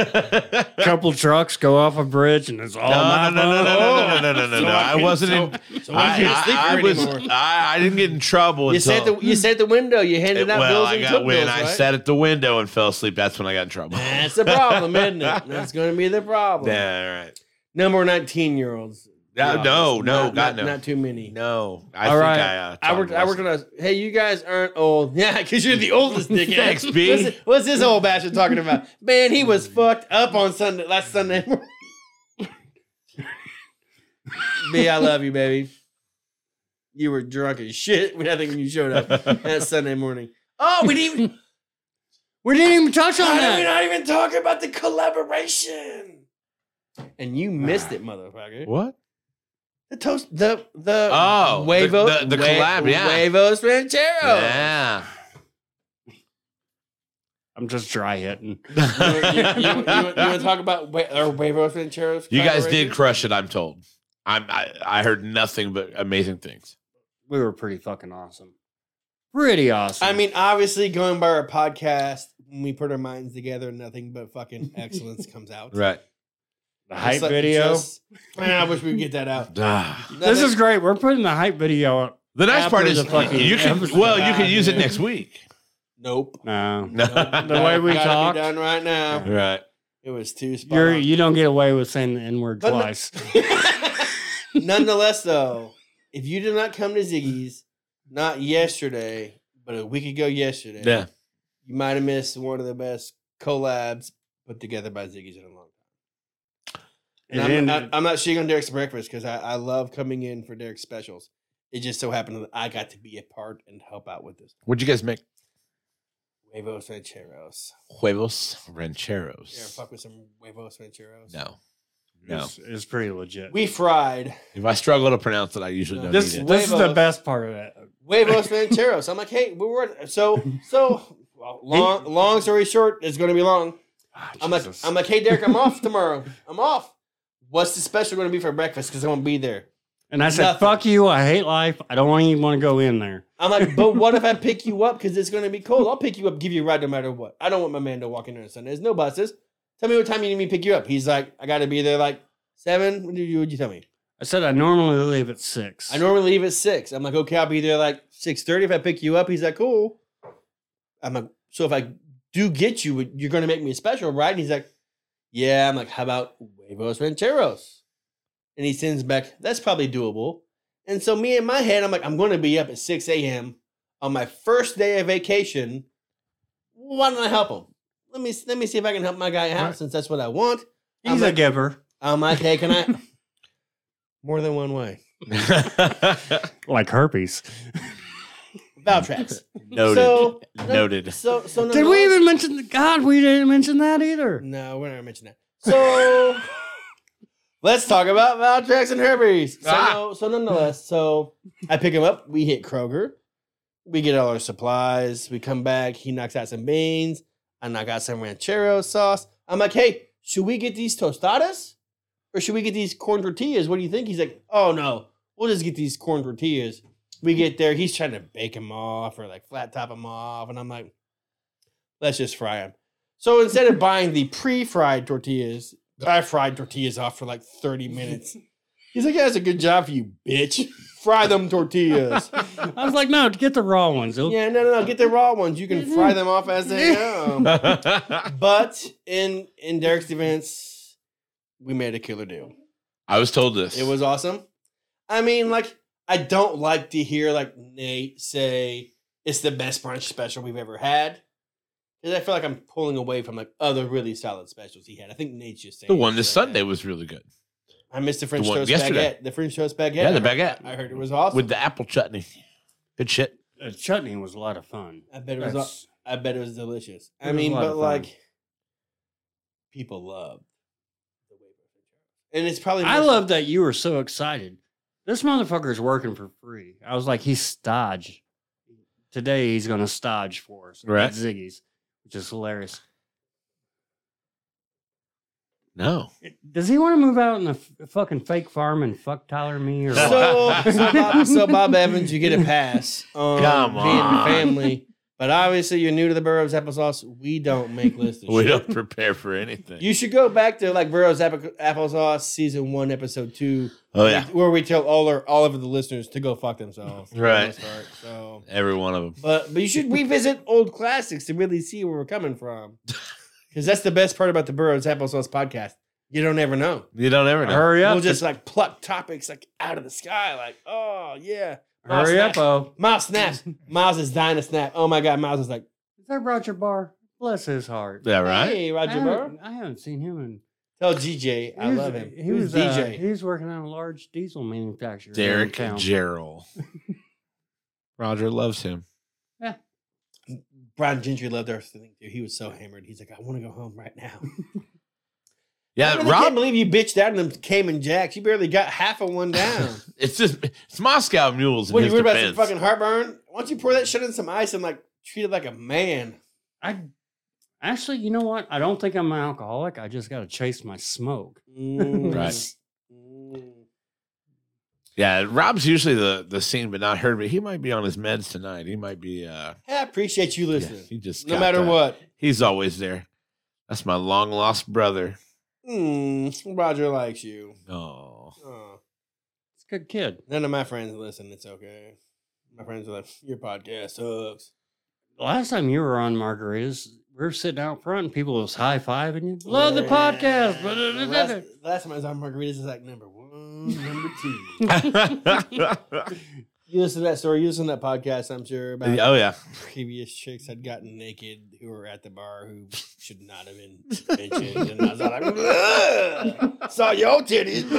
Speaker 1: couple trucks go off a bridge and it's all
Speaker 2: no, no,
Speaker 1: my Oh.
Speaker 2: no, no, no, no, no, no, no, no, no. I wasn't in.
Speaker 3: So why
Speaker 2: I,
Speaker 3: you a
Speaker 2: I,
Speaker 3: sleeper
Speaker 2: I was.
Speaker 3: anymore?
Speaker 2: I, I didn't get in trouble.
Speaker 3: You sat,
Speaker 2: until,
Speaker 3: the, you sat at the window. You handed out
Speaker 2: well,
Speaker 3: bills
Speaker 2: I
Speaker 3: and
Speaker 2: got
Speaker 3: took
Speaker 2: when
Speaker 3: bills,
Speaker 2: I
Speaker 3: right?
Speaker 2: sat at the window and fell asleep. That's when I got in trouble.
Speaker 3: That's the problem, isn't it? That's going to be the problem.
Speaker 2: Yeah, all right.
Speaker 3: No more 19 year olds.
Speaker 2: No, no, no,
Speaker 3: not,
Speaker 2: God,
Speaker 3: not,
Speaker 2: no,
Speaker 3: Not too many.
Speaker 2: no. I
Speaker 1: All
Speaker 2: think
Speaker 1: right.
Speaker 2: I. Uh,
Speaker 3: I worked. I worked on a. Hey, you guys aren't old. Yeah, because you're the oldest dickhead.
Speaker 2: Thanks, B.
Speaker 3: What's, what's this old bastard talking about? Man, he was fucked up on Sunday last Sunday. morning. B, I love you, baby. You were drunk as shit. when I think when you showed up that Sunday morning. Oh, we didn't. Even,
Speaker 1: We didn't even touch on
Speaker 3: how did
Speaker 1: that.
Speaker 3: we not even talk about the collaboration? And you missed it, motherfucker.
Speaker 2: what?
Speaker 3: The toast, the the
Speaker 2: Oh, the-
Speaker 3: Huevos-
Speaker 2: the- the
Speaker 3: Hue-
Speaker 2: collab, yeah.
Speaker 3: Huevos Rancheros.
Speaker 2: Yeah.
Speaker 1: I'm just dry hitting.
Speaker 3: you, you, you, you, you want to talk about wa- or Huevos Rancheros?
Speaker 2: You guys did
Speaker 3: collaboration?
Speaker 2: crush it, I'm told. I'm, I I heard nothing but amazing things.
Speaker 1: We were pretty fucking awesome. Pretty awesome.
Speaker 3: I mean, obviously, going by our podcast, when we put our minds together, nothing but fucking excellence comes out.
Speaker 2: Right.
Speaker 1: the
Speaker 3: Just
Speaker 1: hype
Speaker 3: like-
Speaker 1: video.
Speaker 3: just- man, I wish we could get that out.
Speaker 2: the
Speaker 1: this is great. We're putting the hype video up.
Speaker 2: Ah, nice part
Speaker 1: After
Speaker 2: is
Speaker 1: the fucking
Speaker 2: you can
Speaker 1: episode.
Speaker 2: well you can use it
Speaker 3: Dude.
Speaker 2: next week.
Speaker 3: nope.
Speaker 1: No.
Speaker 2: right.
Speaker 1: The way we
Speaker 3: Gotta be
Speaker 1: talked.
Speaker 3: done right now. It was too spot
Speaker 1: You're,
Speaker 3: on.
Speaker 1: you don't get away with saying the N word
Speaker 3: But no-
Speaker 1: twice.
Speaker 3: Nonetheless, though, if you did not come to Ziggy's, not yesterday, but a week ago yesterday,
Speaker 2: Yeah.
Speaker 3: you might have missed one of the best collabs put together by Ziggy's in a long time.
Speaker 1: It
Speaker 3: And I'm,
Speaker 1: ended-
Speaker 3: I- I'm not shitting on Derek's breakfast because I, I love coming in for Derek's specials. It just so happened that I got to be a part and help out with this.
Speaker 2: What'd you guys make?
Speaker 3: Huevos Rancheros.
Speaker 2: Huevos
Speaker 3: Yeah,
Speaker 2: rancheros.
Speaker 3: fuck with some Huevos Rancheros.
Speaker 2: No. No.
Speaker 1: it's, it's pretty legit.
Speaker 3: We fried
Speaker 2: If I struggle to pronounce it, I usually
Speaker 3: No.
Speaker 2: don't
Speaker 1: this
Speaker 2: need it.
Speaker 1: this is the
Speaker 3: Huevos.
Speaker 1: best part of it.
Speaker 3: Huevos Rancheros. I'm like, hey, we were so so. Well, long long story short, it's going to be long.
Speaker 1: Ah,
Speaker 3: I'm like,
Speaker 1: Jesus.
Speaker 3: I'm like, hey Derek, I'm off tomorrow. I'm off. What's the special going to be for breakfast? Because I won't be there.
Speaker 1: and I said,
Speaker 3: nothing.
Speaker 1: fuck you. I hate life. I don't want even want to go in there.
Speaker 3: I'm like, but what if I pick you up? Because it's going to be cold. I'll pick you up, give you a ride no matter what. I don't want my man to walk in there on Sundays. No buses. Tell me what time you need me to pick you up. He's like, I got to be there like seven. What did you, what'd you tell me?
Speaker 1: I said, I normally leave at six.
Speaker 3: I normally leave at six. I'm like, okay, I'll be there like six thirty if I pick you up. He's like, cool. I'm like, so if I do get you, you're going to make me a special, right? And he's like, yeah. I'm like, how about huevos rancheros? And he sends back, that's probably doable. And so me in my head, I'm like, I'm going to be up at six a.m. on my first day of vacation. Why don't I help him? Let me let me see if I can help my guy out
Speaker 1: Right.
Speaker 3: since that's what I want.
Speaker 1: He's
Speaker 3: I'm
Speaker 1: a
Speaker 3: like-
Speaker 1: giver.
Speaker 3: I'm like, hey, can I? More than one way.
Speaker 1: Like herpes.
Speaker 3: Valtrax.
Speaker 2: Noted.
Speaker 3: So-
Speaker 2: Noted.
Speaker 3: So so
Speaker 1: Did we even mention the God? We didn't mention that either.
Speaker 3: No, we're not gonna mention that. So let's talk about Valtrax and Herpes. So,
Speaker 2: Ah.
Speaker 3: no- so nonetheless, so I pick him up. We hit Kroger. We get all our supplies. We come back. He knocks out some beans. I knock out some ranchero sauce. I'm like, hey, should we get these tostadas or should we get these corn tortillas? What do you think? He's like, oh no, we'll just get these corn tortillas. We get there. He's trying to bake them off or like flat top them off, and I'm like, let's just fry them. So instead of buying the pre-fried tortillas, I fried tortillas off for like 30 minutes. He's like, yeah, that's a good job for you, bitch. Fry them tortillas.
Speaker 1: I was like, no, get the raw ones. It'll-
Speaker 3: yeah, no, no, no. Get the raw ones. You can fry them off as they come.
Speaker 2: I
Speaker 3: But in in Derek's defense, we made a killer deal.
Speaker 2: was told this.
Speaker 3: It was awesome. I mean, like, I don't like to hear like Nate say it's the best brunch special we've ever had. Because I feel like I'm pulling away from like other really solid specials he had. I think Nate's just saying
Speaker 2: the one
Speaker 3: shit
Speaker 2: this
Speaker 3: like
Speaker 2: Sunday
Speaker 3: that.
Speaker 2: was really good
Speaker 3: I missed the French
Speaker 2: one
Speaker 3: toast
Speaker 2: yesterday.
Speaker 3: baguette. The French toast baguette.
Speaker 2: Yeah, the
Speaker 3: I heard-
Speaker 2: baguette.
Speaker 3: I heard it was awesome.
Speaker 2: Mm. with the apple chutney. Good shit.
Speaker 1: The chutney was a lot of fun.
Speaker 3: I bet it was.
Speaker 1: That's-
Speaker 3: aw- I bet it was delicious.
Speaker 1: It was a
Speaker 3: I mean,
Speaker 1: lot of
Speaker 3: but
Speaker 1: fun.
Speaker 3: like, people love the waiver and it's probably.
Speaker 1: I
Speaker 3: most-
Speaker 1: love that you were so excited. This motherfucker is working for free. I was like, he's stodge. today he's going to stodge for us
Speaker 2: Right.
Speaker 1: at Ziggy's, which is hilarious.
Speaker 2: No.
Speaker 1: Does he want to move out in a f- fucking fake farm and fuck Tyler and me or
Speaker 2: So-
Speaker 1: what?
Speaker 3: So, so, Bob, so Bob Evans, you get a pass on
Speaker 2: Come
Speaker 3: being
Speaker 2: on.
Speaker 3: family, but obviously you're new to the Burroughs applesauce. We don't make lists. Of
Speaker 2: We
Speaker 3: shit.
Speaker 2: don't prepare for anything.
Speaker 3: You should go back to like Burroughs App- applesauce season one, episode two,
Speaker 2: oh, yeah.
Speaker 3: where we tell all our all of the listeners to go fuck themselves.
Speaker 2: Right.
Speaker 3: Start, so,
Speaker 2: Every one of them.
Speaker 3: but but you should revisit old classics to really see where we're coming from, because that's the best part about the Burroughs applesauce podcast. You don't ever know.
Speaker 2: You don't ever know.
Speaker 1: Hurry up.
Speaker 3: We'll just like pluck topics like out of the sky, like oh yeah.
Speaker 1: hurry up, oh.
Speaker 3: Miles snaps. Miles is dying to snap. Oh my god, Miles is like,
Speaker 1: Is that Roger Barr? Bless his heart.
Speaker 2: Yeah, right?
Speaker 3: hey,
Speaker 1: I
Speaker 3: Roger Burr.
Speaker 1: haven't, I haven't seen him in.
Speaker 3: Tell GJ I
Speaker 1: he was-
Speaker 3: love him.
Speaker 1: He was, uh,
Speaker 3: DJ.
Speaker 1: he was working on a large diesel manufacturer.
Speaker 2: Derek
Speaker 1: downtown.
Speaker 2: Gerald. Roger loves him.
Speaker 3: Brian Gentry loved our thing too. He was so hammered. He's like, I want to go home right now. I
Speaker 2: Yeah,
Speaker 3: really can't
Speaker 2: Rob.
Speaker 3: believe you bitched out in them Cayman Jacks. You barely got half of one down.
Speaker 2: It's just it's Moscow mules. In
Speaker 3: what are
Speaker 2: his
Speaker 3: you worried about? Some
Speaker 2: defense.
Speaker 3: fucking heartburn? Why don't you pour that shit in some ice and like treat it like a man?
Speaker 1: I actually, you know what? I don't think I'm an alcoholic. I just got to chase my smoke. Mm-hmm.
Speaker 2: Right.
Speaker 3: Mm.
Speaker 2: Yeah, Rob's usually the the scene, but not heard. But he might be on his meds tonight. He might be. uh
Speaker 3: Hey, I appreciate you
Speaker 2: yeah,
Speaker 3: listening.
Speaker 2: He just
Speaker 3: no
Speaker 2: got
Speaker 3: matter
Speaker 2: that.
Speaker 3: what.
Speaker 2: he's always there. That's my long lost brother.
Speaker 3: Mm, Roger likes you.
Speaker 2: Oh,
Speaker 3: Aw.
Speaker 1: It's a good kid.
Speaker 3: None of my friends listen. It's okay. My friends are like, your podcast sucks.
Speaker 1: The last time you were on margaritas, we were sitting out front and people was high fiving you. Love the
Speaker 3: Yeah.
Speaker 1: podcast. But
Speaker 3: The last, last time I was on margaritas, it's like number one, number two. You listen to that story. You listen to that podcast. I'm sure about
Speaker 2: oh yeah,
Speaker 3: previous chicks had gotten naked who were at the bar who should not have been mentioned, and I was like, "Ugh, saw your titties. Ugh."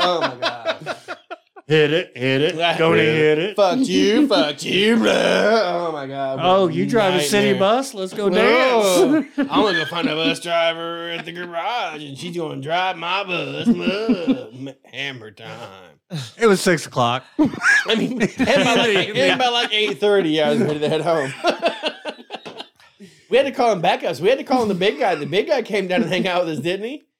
Speaker 3: oh my god.
Speaker 1: hit it, hit it. Go to
Speaker 2: Yeah.
Speaker 1: hit it.
Speaker 3: Fuck you, fuck you, blah. Oh my god.
Speaker 1: Oh, you drive a city
Speaker 3: Nightmare.
Speaker 1: bus? Let's go
Speaker 3: No.
Speaker 1: dance.
Speaker 3: I'm gonna go find a bus driver at the garage, and she's gonna drive my bus. Ugh, Hammer time.
Speaker 1: it was six o'clock.
Speaker 3: I mean, and by like, and by like eight thirty, I was ready to head home. we had to call him backups. We had to call him the big guy. The big guy came down and hang out with us, didn't he?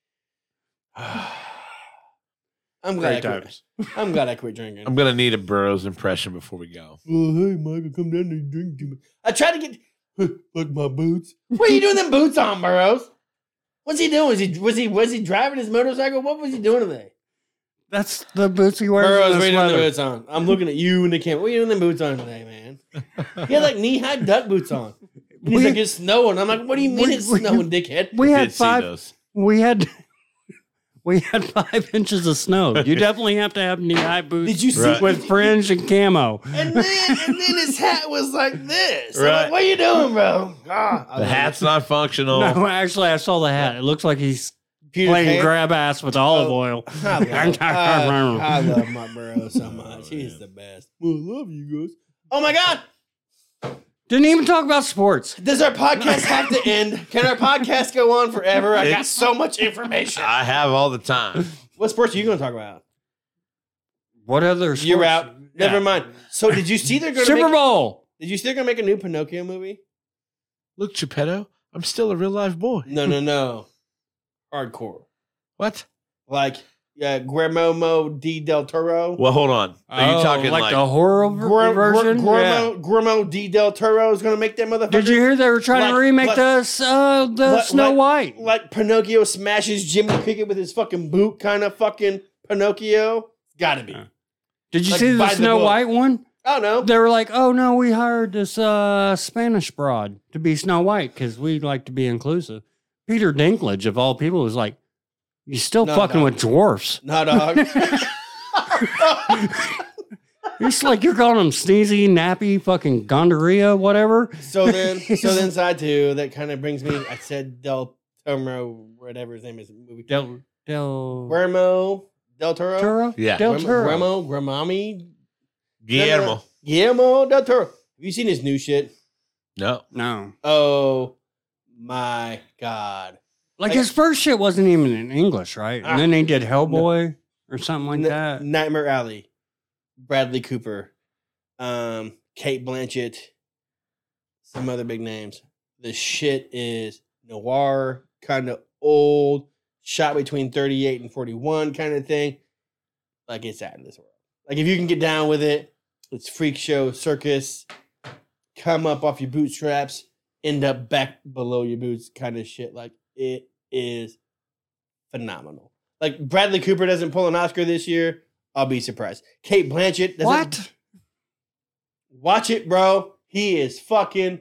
Speaker 3: I'm glad.
Speaker 2: great
Speaker 3: I quit,
Speaker 2: times.
Speaker 3: I'm glad I quit drinking.
Speaker 2: I'm gonna need a Burroughs impression before we go.
Speaker 3: Oh, hey, Michael, come down and drink to me. I tried to get like my boots. What are you doing them boots on, Burrows? What's he doing? Was he was he was he driving his motorcycle? What was he doing today?
Speaker 1: That's the boots he wears. in this weather.
Speaker 3: boots on. I'm looking at you in the camera. What are you doing them boots on today, man? He had like knee high duck boots on. And he's
Speaker 1: We-
Speaker 3: like, it's snowing. I'm like, what do you mean
Speaker 1: We-
Speaker 3: it's
Speaker 1: we-
Speaker 3: snowing, dickhead?
Speaker 1: We
Speaker 2: I
Speaker 1: had
Speaker 2: did
Speaker 1: five.
Speaker 2: See those.
Speaker 1: We had we had five inches of snow. You definitely have to have knee high boots
Speaker 3: Did you see?
Speaker 2: Right.
Speaker 1: with fringe and camo.
Speaker 3: And then and then his hat was like this. I'm
Speaker 2: Right.
Speaker 3: like, what are you doing, bro? Ah,
Speaker 2: The hat's not functional.
Speaker 1: No, actually, I saw the hat. It looks like he's playing grab ass with olive
Speaker 3: Oh.
Speaker 1: oil.
Speaker 3: I love, I, I love my bro so much. He's the best. We love you guys. Oh my God.
Speaker 1: Didn't even talk about sports.
Speaker 3: Does our podcast have to end? Can our podcast go on forever? I got
Speaker 2: It's-
Speaker 3: so much information.
Speaker 2: I have all the time.
Speaker 3: What sports are you going to talk about?
Speaker 1: What other? Sports?
Speaker 3: You're out.
Speaker 1: Yeah.
Speaker 3: Never mind. So, did you see they're going to
Speaker 1: Super
Speaker 3: make,
Speaker 1: Bowl.
Speaker 3: Did you see they're going to make a new Pinocchio movie?
Speaker 2: Look, Geppetto, I'm still a real life boy.
Speaker 3: No, no, no. Hardcore.
Speaker 2: What?
Speaker 3: Like uh, Guillermo D. Del Toro.
Speaker 2: Well, hold on. Are you talking Oh, like,
Speaker 1: Oh, the horror ver-
Speaker 3: Guillermo
Speaker 1: version? Yeah.
Speaker 3: D. Del Toro is going to make that motherfucker.
Speaker 1: Did you hear they were trying to
Speaker 3: Like-
Speaker 1: remake
Speaker 3: like-
Speaker 1: the uh, the
Speaker 3: like-
Speaker 1: Snow
Speaker 3: like-
Speaker 1: White?
Speaker 3: like Pinocchio smashes Jimmy Cricket with his fucking boot, kind of fucking Pinocchio. Gotta be.
Speaker 1: Uh. Did you
Speaker 3: like
Speaker 1: see the
Speaker 3: by the
Speaker 1: Snow
Speaker 3: book.
Speaker 1: White one?
Speaker 3: I don't know.
Speaker 1: They were like, "Oh no, we hired this uh, Spanish broad to be Snow White because we like to be inclusive." Peter Dinklage, of all people, was like, "You still
Speaker 3: No,
Speaker 1: fucking
Speaker 3: no.
Speaker 1: with dwarfs."
Speaker 3: Nah, dog.
Speaker 1: It's like you're calling them sneezy, nappy, fucking Gondoria, whatever.
Speaker 3: so then, so then, side two. That kind of brings me. I said Del Toro, whatever his name is. in the Movie.
Speaker 1: Del Del
Speaker 3: Guillermo Del Toro.
Speaker 1: Turo?
Speaker 2: Yeah.
Speaker 1: Del Turo.
Speaker 3: Guillermo, Gramami,
Speaker 2: Guillermo?
Speaker 3: Guillermo Del Toro. Have you seen his new shit?
Speaker 2: No.
Speaker 1: No,
Speaker 3: Oh my god!
Speaker 1: like
Speaker 3: Like-
Speaker 1: his first shit wasn't even in English, right?
Speaker 3: Ah.
Speaker 1: And then they did Hellboy Oh or something like
Speaker 3: N-
Speaker 1: that.
Speaker 3: Nightmare Alley, Bradley Cooper, um, Kate Blanchett, some other big names. The shit is noir, kind of old, shot between 38 and 41 kind of thing. Like it's out of this world. Like if you can get down with it, it's freak show, circus, come up off your bootstraps, end up back below your boots kind of shit. Like it is phenomenal. Like Bradley Cooper doesn't pull an Oscar this year, I'll be surprised. Kate Blanchett doesn't
Speaker 1: What?
Speaker 3: Watch it, bro. He is fucking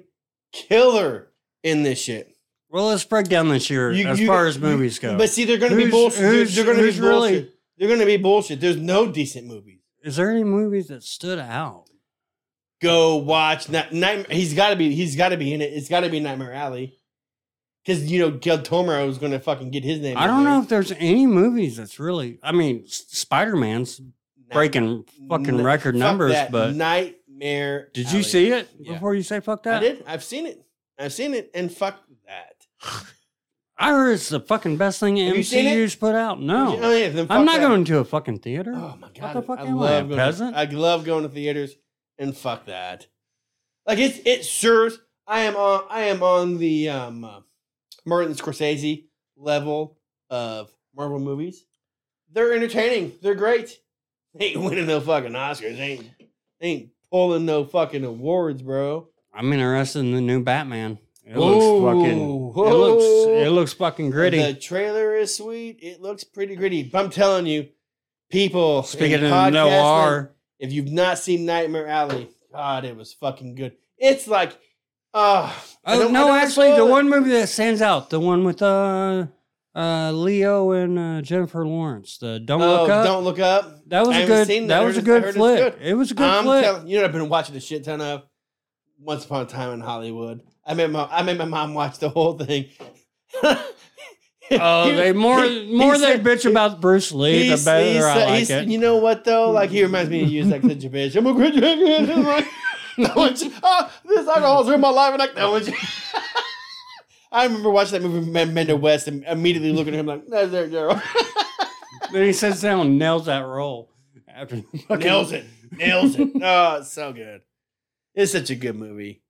Speaker 3: killer in this shit.
Speaker 1: Well, let's break down this year
Speaker 3: You-
Speaker 1: as
Speaker 3: you-
Speaker 1: far as movies go.
Speaker 3: But see, they're gonna be
Speaker 1: Who's-
Speaker 3: bullshit. They're-
Speaker 1: who's-
Speaker 3: they're gonna be
Speaker 1: who's
Speaker 3: bullshit.
Speaker 1: really-
Speaker 3: They're gonna be bullshit. There's no decent movies.
Speaker 1: Is there any movies that stood out?
Speaker 3: Go watch Night. Nightmare. He's got to be. He's got to be in it. It's got to be Nightmare Alley. Because you know Gil Tomero is gonna fucking get his name.
Speaker 1: I
Speaker 3: in
Speaker 1: don't
Speaker 3: there.
Speaker 1: know if there's any movies that's really. I mean, Spider Man's
Speaker 3: Nah,
Speaker 1: breaking fucking
Speaker 3: n-
Speaker 1: record
Speaker 3: fuck
Speaker 1: numbers,
Speaker 3: that.
Speaker 1: but
Speaker 3: Nightmare.
Speaker 1: did you
Speaker 3: Alley.
Speaker 1: see it
Speaker 3: Yeah.
Speaker 1: before you say fuck that?
Speaker 3: I did. I've seen it. I've seen it. And fuck that.
Speaker 1: I heard it's the fucking best thing
Speaker 3: Have you seen it?
Speaker 1: MCU's put out. No,
Speaker 3: Oh, yeah, then
Speaker 1: I'm
Speaker 3: fuck
Speaker 1: not
Speaker 3: that.
Speaker 1: going to a fucking theater.
Speaker 3: Oh my god!
Speaker 1: the fuck
Speaker 3: I
Speaker 1: am I, a
Speaker 3: love going.
Speaker 1: peasant?
Speaker 3: To, I love going to theaters, and fuck that. Like it, it serves. I am on. I am on the um, uh, Martin Scorsese level of Marvel movies. They're entertaining. They're great. They ain't winning no fucking Oscars. They ain't they ain't pulling no fucking awards, bro.
Speaker 1: I'm interested in the new Batman. It looks fucking.
Speaker 3: Ooh,
Speaker 1: It
Speaker 3: whoa.
Speaker 1: looks. It looks fucking gritty.
Speaker 3: The trailer is sweet. It looks pretty gritty. But I'm telling you, people in
Speaker 1: Speaking of
Speaker 3: podcast
Speaker 1: noir,
Speaker 3: If you've not seen Nightmare Alley, God, it was fucking good. It's like, uh, I
Speaker 1: Oh
Speaker 3: don't- I
Speaker 1: no,
Speaker 3: don't
Speaker 1: actually, the
Speaker 3: spoil it.
Speaker 1: one movie that stands out, the one with uh, uh, Leo and uh, Jennifer Lawrence, the Don't
Speaker 3: Oh,
Speaker 1: Look Up.
Speaker 3: don't look up.
Speaker 1: that was
Speaker 3: I
Speaker 1: a
Speaker 3: haven't
Speaker 1: good.
Speaker 3: seen
Speaker 1: That
Speaker 3: that. I
Speaker 1: was a
Speaker 3: heard
Speaker 1: good
Speaker 3: it's- Um, I heard it's
Speaker 1: flick. It was a good
Speaker 3: I'm
Speaker 1: flick.
Speaker 3: telling you, know, I've been watching a shit ton of Once Upon a Time in Hollywood. I made my I made my mom watch the whole thing.
Speaker 1: Oh,
Speaker 3: He-
Speaker 1: they more
Speaker 3: he-
Speaker 1: more
Speaker 3: he
Speaker 1: they
Speaker 3: said-
Speaker 1: bitch about Bruce Lee, the
Speaker 3: He's-
Speaker 1: better
Speaker 3: he's-
Speaker 1: I like
Speaker 3: he's-
Speaker 1: it.
Speaker 3: You know what though? Like he reminds me of you, he's like such a bitch. I'm a good oh, this alcohol's ruined my life, and I that was. I remember watching that movie Man- Mendo West and immediately looking at him like, "That's their girl."
Speaker 1: then he sits down and nails that role. After fucking-
Speaker 3: nails it, nails it. Oh, it's so good. It's such a good movie,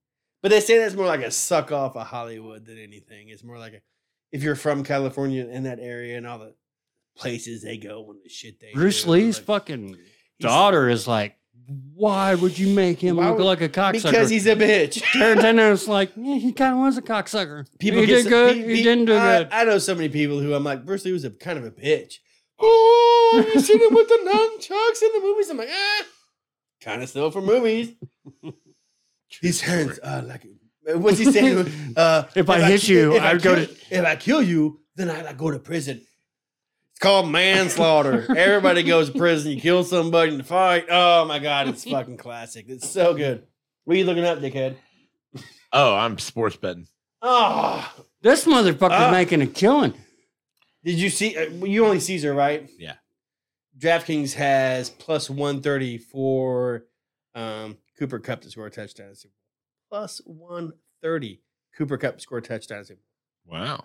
Speaker 3: but they say that's more like a suck off of Hollywood than anything. It's more like a, if you're from California in that area and all the places they go and the shit they.
Speaker 1: Bruce
Speaker 3: do,
Speaker 1: Lee's
Speaker 3: like-
Speaker 1: fucking daughter is like, why would you make him
Speaker 3: Why
Speaker 1: look
Speaker 3: would-
Speaker 1: like a cocksucker?
Speaker 3: because he's a bitch.
Speaker 1: Tarantino's like, yeah, he kind of was a cocksucker. he
Speaker 3: get
Speaker 1: did
Speaker 3: so-
Speaker 1: good.
Speaker 3: pe-
Speaker 1: he
Speaker 3: pe-
Speaker 1: didn't do
Speaker 3: I,
Speaker 1: good.
Speaker 3: I know so many people who I'm like, Bruce Lee was a kind of a bitch. Oh, have you seen him with the nunchucks in the movies? I'm like, ah, kind of still for movies. His hands are like, what's he saying? Uh,
Speaker 1: If I hit you,
Speaker 3: if I
Speaker 1: I'd go
Speaker 3: kill-
Speaker 1: to-
Speaker 3: If I kill you, then I like, go to prison. It's called manslaughter. Everybody goes to prison. You kill somebody in the fight. Oh my god, it's fucking classic. It's so good. What are you looking up, dickhead?
Speaker 2: Oh, I'm sports betting.
Speaker 3: Oh,
Speaker 1: This motherfucker's
Speaker 3: Ah.
Speaker 1: making a killing.
Speaker 3: Did you see? uh, You only Caesar, right?
Speaker 2: Yeah.
Speaker 3: DraftKings has plus one thirty for um, Cooper Cup to score a touchdown. in the Super Bowl. Plus one thirty. Cooper Cup to score a touchdown. in the Super Bowl.
Speaker 2: Wow.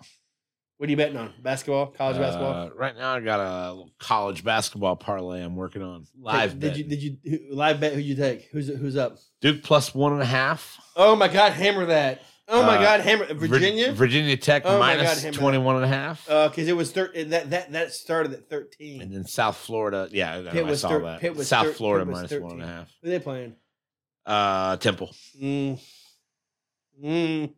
Speaker 3: What are you betting on? Basketball, college basketball.
Speaker 2: Uh, right now, I got a little college basketball parlay I'm working on. Live
Speaker 3: Take-
Speaker 2: bet.
Speaker 3: Did you did you who- live bet? Who you take? Who's who's up?
Speaker 2: Duke plus one and a half.
Speaker 3: Oh my God! Hammer that! Oh my
Speaker 2: Uh,
Speaker 3: God! Hammer
Speaker 2: Vir-
Speaker 3: Virginia.
Speaker 2: Virginia Tech
Speaker 3: Oh my
Speaker 2: minus
Speaker 3: God, Hammer.
Speaker 2: 21 and a half.
Speaker 3: because it was thir- that that that started at thirteen.
Speaker 2: and then South Florida. Yeah, I, know,
Speaker 3: Pitt
Speaker 2: I
Speaker 3: was
Speaker 2: saw
Speaker 3: thir-
Speaker 2: that.
Speaker 3: Pitt was
Speaker 2: South
Speaker 3: thir-
Speaker 2: Florida
Speaker 3: Pitt was
Speaker 2: minus one and a
Speaker 3: 13.
Speaker 2: half.
Speaker 3: Who they playing?
Speaker 2: Uh, Temple.
Speaker 3: Mm. Mm.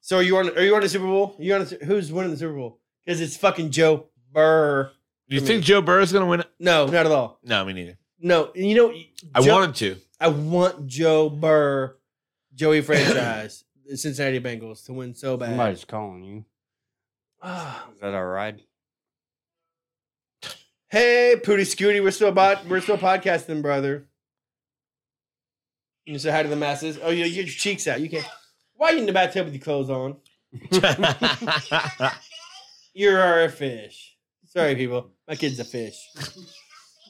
Speaker 3: So are you on? Are you on the Super Bowl? You on? The, who's winning the Super Bowl? Because it's fucking Joe Burr.
Speaker 2: Do you
Speaker 3: For me.
Speaker 2: think Joe Burr is going to win it?
Speaker 3: No, not at all.
Speaker 2: No, me neither.
Speaker 3: No, and you know.
Speaker 2: I
Speaker 3: Joe-
Speaker 2: wanted to.
Speaker 3: I want Joe Burr, Joey franchise, the Cincinnati Bengals to win so bad.
Speaker 1: Somebody's calling you.
Speaker 3: Ah.
Speaker 1: Is that all right?
Speaker 3: hey, Pooty Scooty, we're still bot. We're still podcasting, brother. You say hi to the masses. Oh, you, your cheeks out. You can't. Why are you in the bathtub with your clothes on? You are a fish. Sorry, people. My kid's a fish.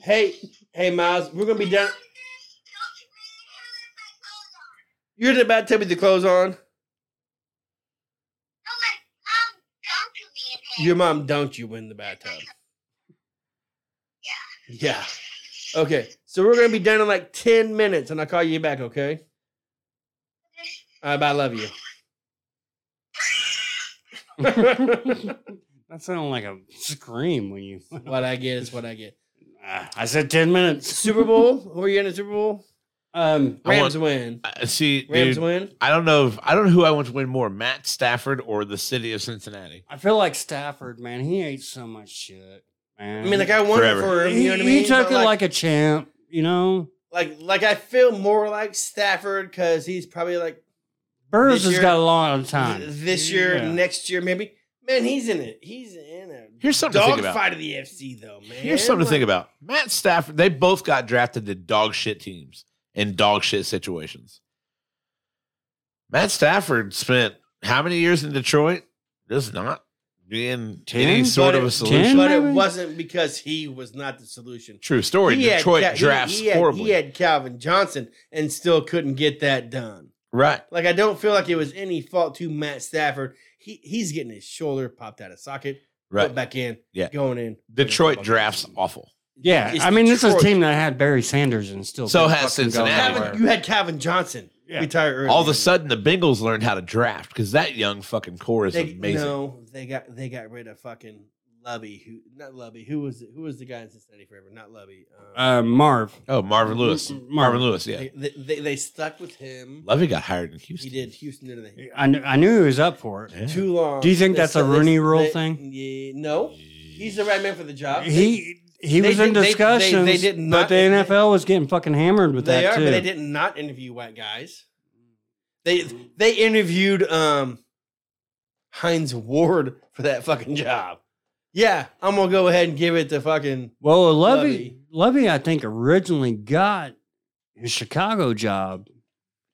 Speaker 3: hey, hey, Miles. We're gonna be down. You're in the bathtub with your clothes on. Your mom dunked you in the bathtub. Yeah. Okay. So we're gonna be done in like ten minutes, and I'll call you back. Okay. All right, bye. I love you.
Speaker 1: That sounded like a scream when you.
Speaker 3: what I get is what I get.
Speaker 1: Ah, I said ten minutes.
Speaker 3: Super Bowl? Who are you in the Super Bowl?
Speaker 1: Um,
Speaker 2: I
Speaker 3: Rams win.
Speaker 2: Uh, see,
Speaker 3: Rams
Speaker 2: dude,
Speaker 3: win.
Speaker 2: I don't know if I don't know who I want to win more, Matt Stafford or the city of Cincinnati.
Speaker 1: I feel like Stafford, man. He ate so much shit, man.
Speaker 3: I mean, like I won
Speaker 2: Forever.
Speaker 3: for him.
Speaker 1: he,
Speaker 3: You know what I
Speaker 1: he
Speaker 3: mean?
Speaker 1: took
Speaker 3: But,
Speaker 1: it like a champ, you know.
Speaker 3: like like I feel more like Stafford because he's probably like
Speaker 1: Burris
Speaker 3: This
Speaker 1: has
Speaker 3: year-
Speaker 1: got a lot of time.
Speaker 3: this year,
Speaker 1: Yeah.
Speaker 3: next year, maybe. Man, he's in it. He's in a
Speaker 2: Here's something to think about.
Speaker 3: dogfight of the FC, though. Man,
Speaker 2: Here's something to think
Speaker 3: Like,
Speaker 2: about. Matt Stafford, they both got drafted to dog shit teams and dog shit situations. Matt Stafford spent how many years in Detroit? Just not being any
Speaker 1: Ten?
Speaker 2: sort of
Speaker 3: But
Speaker 2: a
Speaker 3: it-
Speaker 2: solution.
Speaker 1: Ten?
Speaker 3: But it
Speaker 1: maybe?
Speaker 3: wasn't because he was not the solution.
Speaker 2: True story.
Speaker 3: He had
Speaker 2: Detroit
Speaker 3: Ca- he-
Speaker 2: drafts
Speaker 3: he had-
Speaker 2: horribly.
Speaker 3: He had Calvin Johnson and still couldn't get that done.
Speaker 2: right.
Speaker 3: Like I don't feel like it was any fault to Matt Stafford. He he's getting his shoulder popped out of socket,
Speaker 2: Right.
Speaker 3: put back in,
Speaker 2: Yeah.
Speaker 3: going in.
Speaker 2: Detroit drafts awful.
Speaker 1: yeah,
Speaker 3: It's
Speaker 1: I mean, this is a
Speaker 3: Detroit.
Speaker 1: team that had Barry Sanders and still
Speaker 2: So
Speaker 1: didn't
Speaker 2: has
Speaker 1: fucking go
Speaker 2: Cincinnati.
Speaker 1: anywhere.
Speaker 3: Calvin, you had Calvin Johnson
Speaker 1: Yeah.
Speaker 3: retire early.
Speaker 2: All of a sudden, the Bengals learned how to draft because that young fucking core is
Speaker 3: they,
Speaker 2: amazing.
Speaker 3: No, they got they got rid of fucking Lubby. Who not Lubby? Who was who was the guy in Cincinnati forever? Not Lubby. Um,
Speaker 1: Uh, Marv,
Speaker 2: Oh, Marvin Lewis.
Speaker 1: Mm, mm,
Speaker 2: Marvin
Speaker 1: Marvin.
Speaker 2: Lewis, yeah.
Speaker 3: they, they, they they stuck with him.
Speaker 2: Lovey got hired in
Speaker 3: He
Speaker 2: Houston.
Speaker 3: did Houston, didn't they?
Speaker 1: I, kn- I knew he was up for it.
Speaker 2: Yeah.
Speaker 3: Too long.
Speaker 1: Do you think
Speaker 3: They
Speaker 1: that's a
Speaker 3: said- they-
Speaker 1: Rooney Rule
Speaker 3: they-
Speaker 1: thing?
Speaker 3: yeah, no, he's the right man for the job.
Speaker 1: He he
Speaker 3: They
Speaker 1: was in
Speaker 3: did- they- they-
Speaker 1: discussions,
Speaker 3: they did not-
Speaker 1: but the NFL was getting fucking hammered with
Speaker 3: they
Speaker 1: that
Speaker 3: are,
Speaker 1: too.
Speaker 3: but they did not interview white guys. They they interviewed um Heinz Ward for that fucking job. Yeah, I'm gonna go ahead and give it to fucking
Speaker 1: Well, uh, Levy, Levy, I think originally got his Chicago job.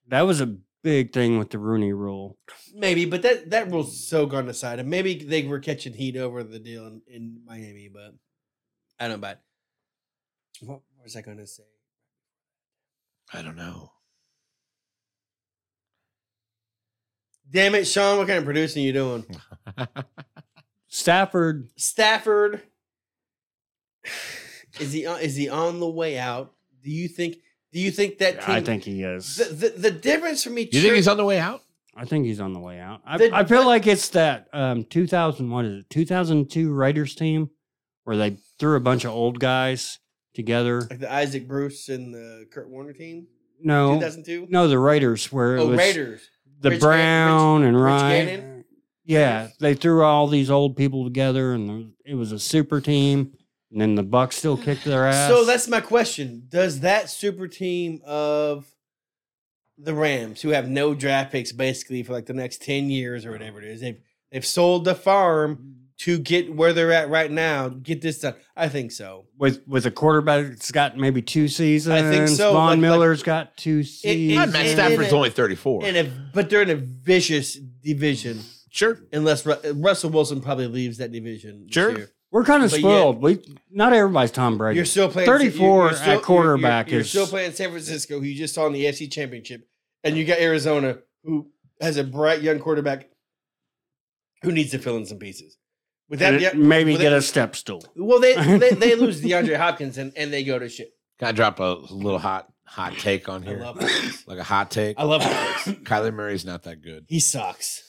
Speaker 1: That was a big thing with the Rooney Rule.
Speaker 3: maybe, but that that rule's so gone to side. And maybe they were catching heat over the deal in, in Miami, but I don't buy it. What was I gonna say?
Speaker 2: I don't know.
Speaker 3: Damn it, Sean! What kind of producing you doing?
Speaker 1: Stafford,
Speaker 3: Stafford is he on, is he on the way out? Do you think? Do you think that? Team,
Speaker 1: I think he is.
Speaker 3: the, the, the difference for me.
Speaker 2: You think he's on the way out?
Speaker 1: I think he's on the way out. I,
Speaker 3: The-
Speaker 1: I feel like it's that um, 2000, what is it, 2002 Raiders team where they threw a bunch of old guys together.
Speaker 3: like the Isaac Bruce and the Kurt Warner team, two
Speaker 1: No,
Speaker 3: thousand two.
Speaker 1: no, the Raiders where it
Speaker 3: Oh,
Speaker 1: was
Speaker 3: Raiders.
Speaker 1: the
Speaker 3: Rich Gannon-
Speaker 1: Brown and
Speaker 3: Rich
Speaker 1: Ryan.
Speaker 3: Gannon?
Speaker 1: Yeah, they threw all these old people together, and there- it was a super team. And then the Bucks still kicked their ass.
Speaker 3: So that's my question. Does that super team of the Rams, who have no draft picks basically for like the next ten years or whatever it is, they've they've sold the farm to get where they're at right now, get this done. I think so.
Speaker 1: with with a quarterback that's got maybe two seasons. Von
Speaker 3: so, like- like-
Speaker 1: Miller's got two
Speaker 3: it-
Speaker 1: seasons.
Speaker 2: God,
Speaker 3: He's
Speaker 2: Matt
Speaker 3: in
Speaker 2: Stafford's
Speaker 3: it.
Speaker 2: only 34.
Speaker 3: And if but they're in a vicious division,
Speaker 2: Sure.
Speaker 3: unless Ru- Russell Wilson probably leaves that division. this
Speaker 2: Sure.
Speaker 3: year.
Speaker 1: We're kind of
Speaker 3: But yet-
Speaker 1: spoiled. we not everybody's Tom Brady.
Speaker 3: You're still playing
Speaker 1: 34 at quarterback
Speaker 3: You're, you're
Speaker 1: is-
Speaker 3: still playing San Francisco, who you just saw in the AFC Championship, and you got Arizona, who has a bright young quarterback who needs to fill in some pieces. With that,
Speaker 1: And
Speaker 3: yeah,
Speaker 1: maybe
Speaker 3: well,
Speaker 1: get
Speaker 3: they-
Speaker 1: a step stool.
Speaker 3: well, they, they they lose DeAndre Hopkins and, and they go to shit.
Speaker 2: Can I drop a little hot hot take on
Speaker 3: I
Speaker 2: here?
Speaker 3: love Hopkins.
Speaker 2: Like a hot take.
Speaker 3: I love Hopkins.
Speaker 2: Kyler Murray's not that good.
Speaker 3: He sucks.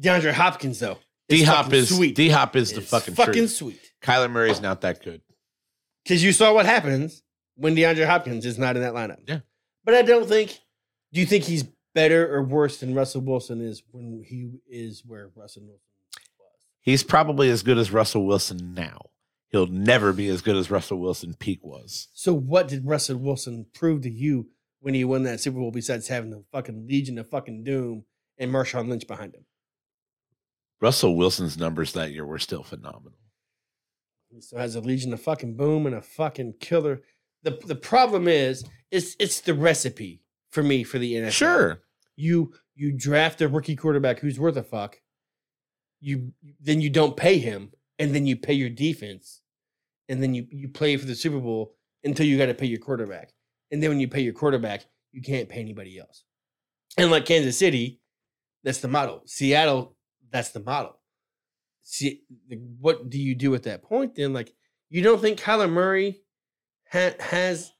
Speaker 3: DeAndre Hopkins though,
Speaker 2: D Hop
Speaker 3: fucking
Speaker 2: is
Speaker 3: sweet.
Speaker 2: D Hop is the
Speaker 3: is
Speaker 2: fucking,
Speaker 3: fucking
Speaker 2: truth.
Speaker 3: sweet.
Speaker 2: Kyler Murray's not that good.
Speaker 3: Because you saw what happens when DeAndre Hopkins is not in that lineup.
Speaker 2: Yeah.
Speaker 3: But I don't think. Do you think he's better or worse than Russell Wilson is when he is where Russell Wilson was?
Speaker 2: He's probably as good as Russell Wilson now. He'll never be as good as Russell Wilson peak was.
Speaker 3: So what did Russell Wilson prove to you when he won that Super Bowl besides having the fucking Legion of fucking Doom and Marshawn Lynch behind him?
Speaker 2: Russell Wilson's numbers that year were still phenomenal.
Speaker 3: He still has a Legion of fucking Boom and a fucking killer. The the problem is it's it's the recipe for me for the NFL.
Speaker 2: Sure.
Speaker 3: you you draft a rookie quarterback who's worth a fuck. You then you don't pay him, and then you pay your defense, and then you you play for the Super Bowl until you got to pay your quarterback, and then when you pay your quarterback, you can't pay anybody else. And like Kansas City, that's the model. Seattle, that's the model. See, like, what do you do at that point? Then, like, you don't think Kyler Murray ha- has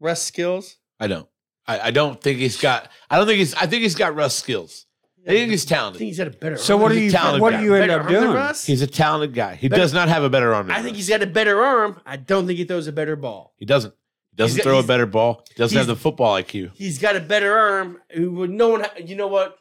Speaker 3: rest skills?
Speaker 2: I don't. I, I don't think he's got. I don't think he's. I think he's got Russ skills. I think he's
Speaker 3: I
Speaker 2: talented.
Speaker 3: think he's had a better.
Speaker 1: So
Speaker 3: arm
Speaker 1: what
Speaker 3: than-
Speaker 1: do you
Speaker 2: talented
Speaker 1: what
Speaker 2: guy.
Speaker 1: do you end
Speaker 3: better
Speaker 1: up
Speaker 3: arm than
Speaker 1: doing?
Speaker 3: Russ?
Speaker 2: He's a talented guy. He
Speaker 3: Better-
Speaker 2: does not have a better arm. Than
Speaker 3: I think
Speaker 2: Russ.
Speaker 3: he's got a better arm. I don't think he throws a better ball.
Speaker 2: He doesn't. He doesn't
Speaker 3: He's-
Speaker 2: throw a
Speaker 3: he's-
Speaker 2: better ball. He doesn't have
Speaker 3: he's-
Speaker 2: the football IQ.
Speaker 3: He's got a better arm. Who would no one? ha- You know what?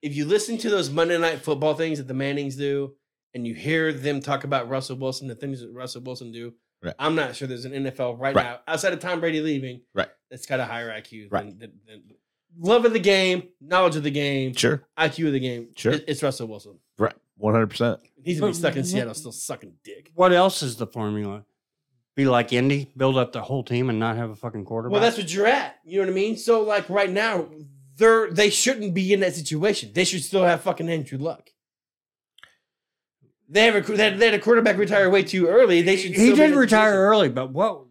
Speaker 3: If you listen to those Monday Night Football things that the Mannings do, and you hear them talk about Russell Wilson, the things that Russell Wilson do,
Speaker 2: Right.
Speaker 3: I'm not sure there's an NFL right,
Speaker 2: Right.
Speaker 3: now outside of Tom Brady leaving,
Speaker 2: Right.
Speaker 3: That's got a higher IQ. Than,
Speaker 2: Right.
Speaker 3: than, than, love of the game, knowledge of the game,
Speaker 2: Sure.
Speaker 3: IQ of the game.
Speaker 2: Sure.
Speaker 3: It- it's Russell Wilson.
Speaker 2: Right. One hundred percent.
Speaker 3: He's been
Speaker 1: But-
Speaker 3: stuck in Seattle, still sucking dick.
Speaker 1: What else is the formula? Be like Indy, build up the whole team and not have a fucking quarterback.
Speaker 3: Well, that's what you're at. You know what I mean? So, like right now, they're they shouldn't be in that situation. They should still have fucking Andrew Luck. They have a qu- they had, they had a quarterback retire way too early. They should.
Speaker 1: he
Speaker 3: still be in
Speaker 1: did
Speaker 3: that
Speaker 1: retire
Speaker 3: position.
Speaker 1: early, but what?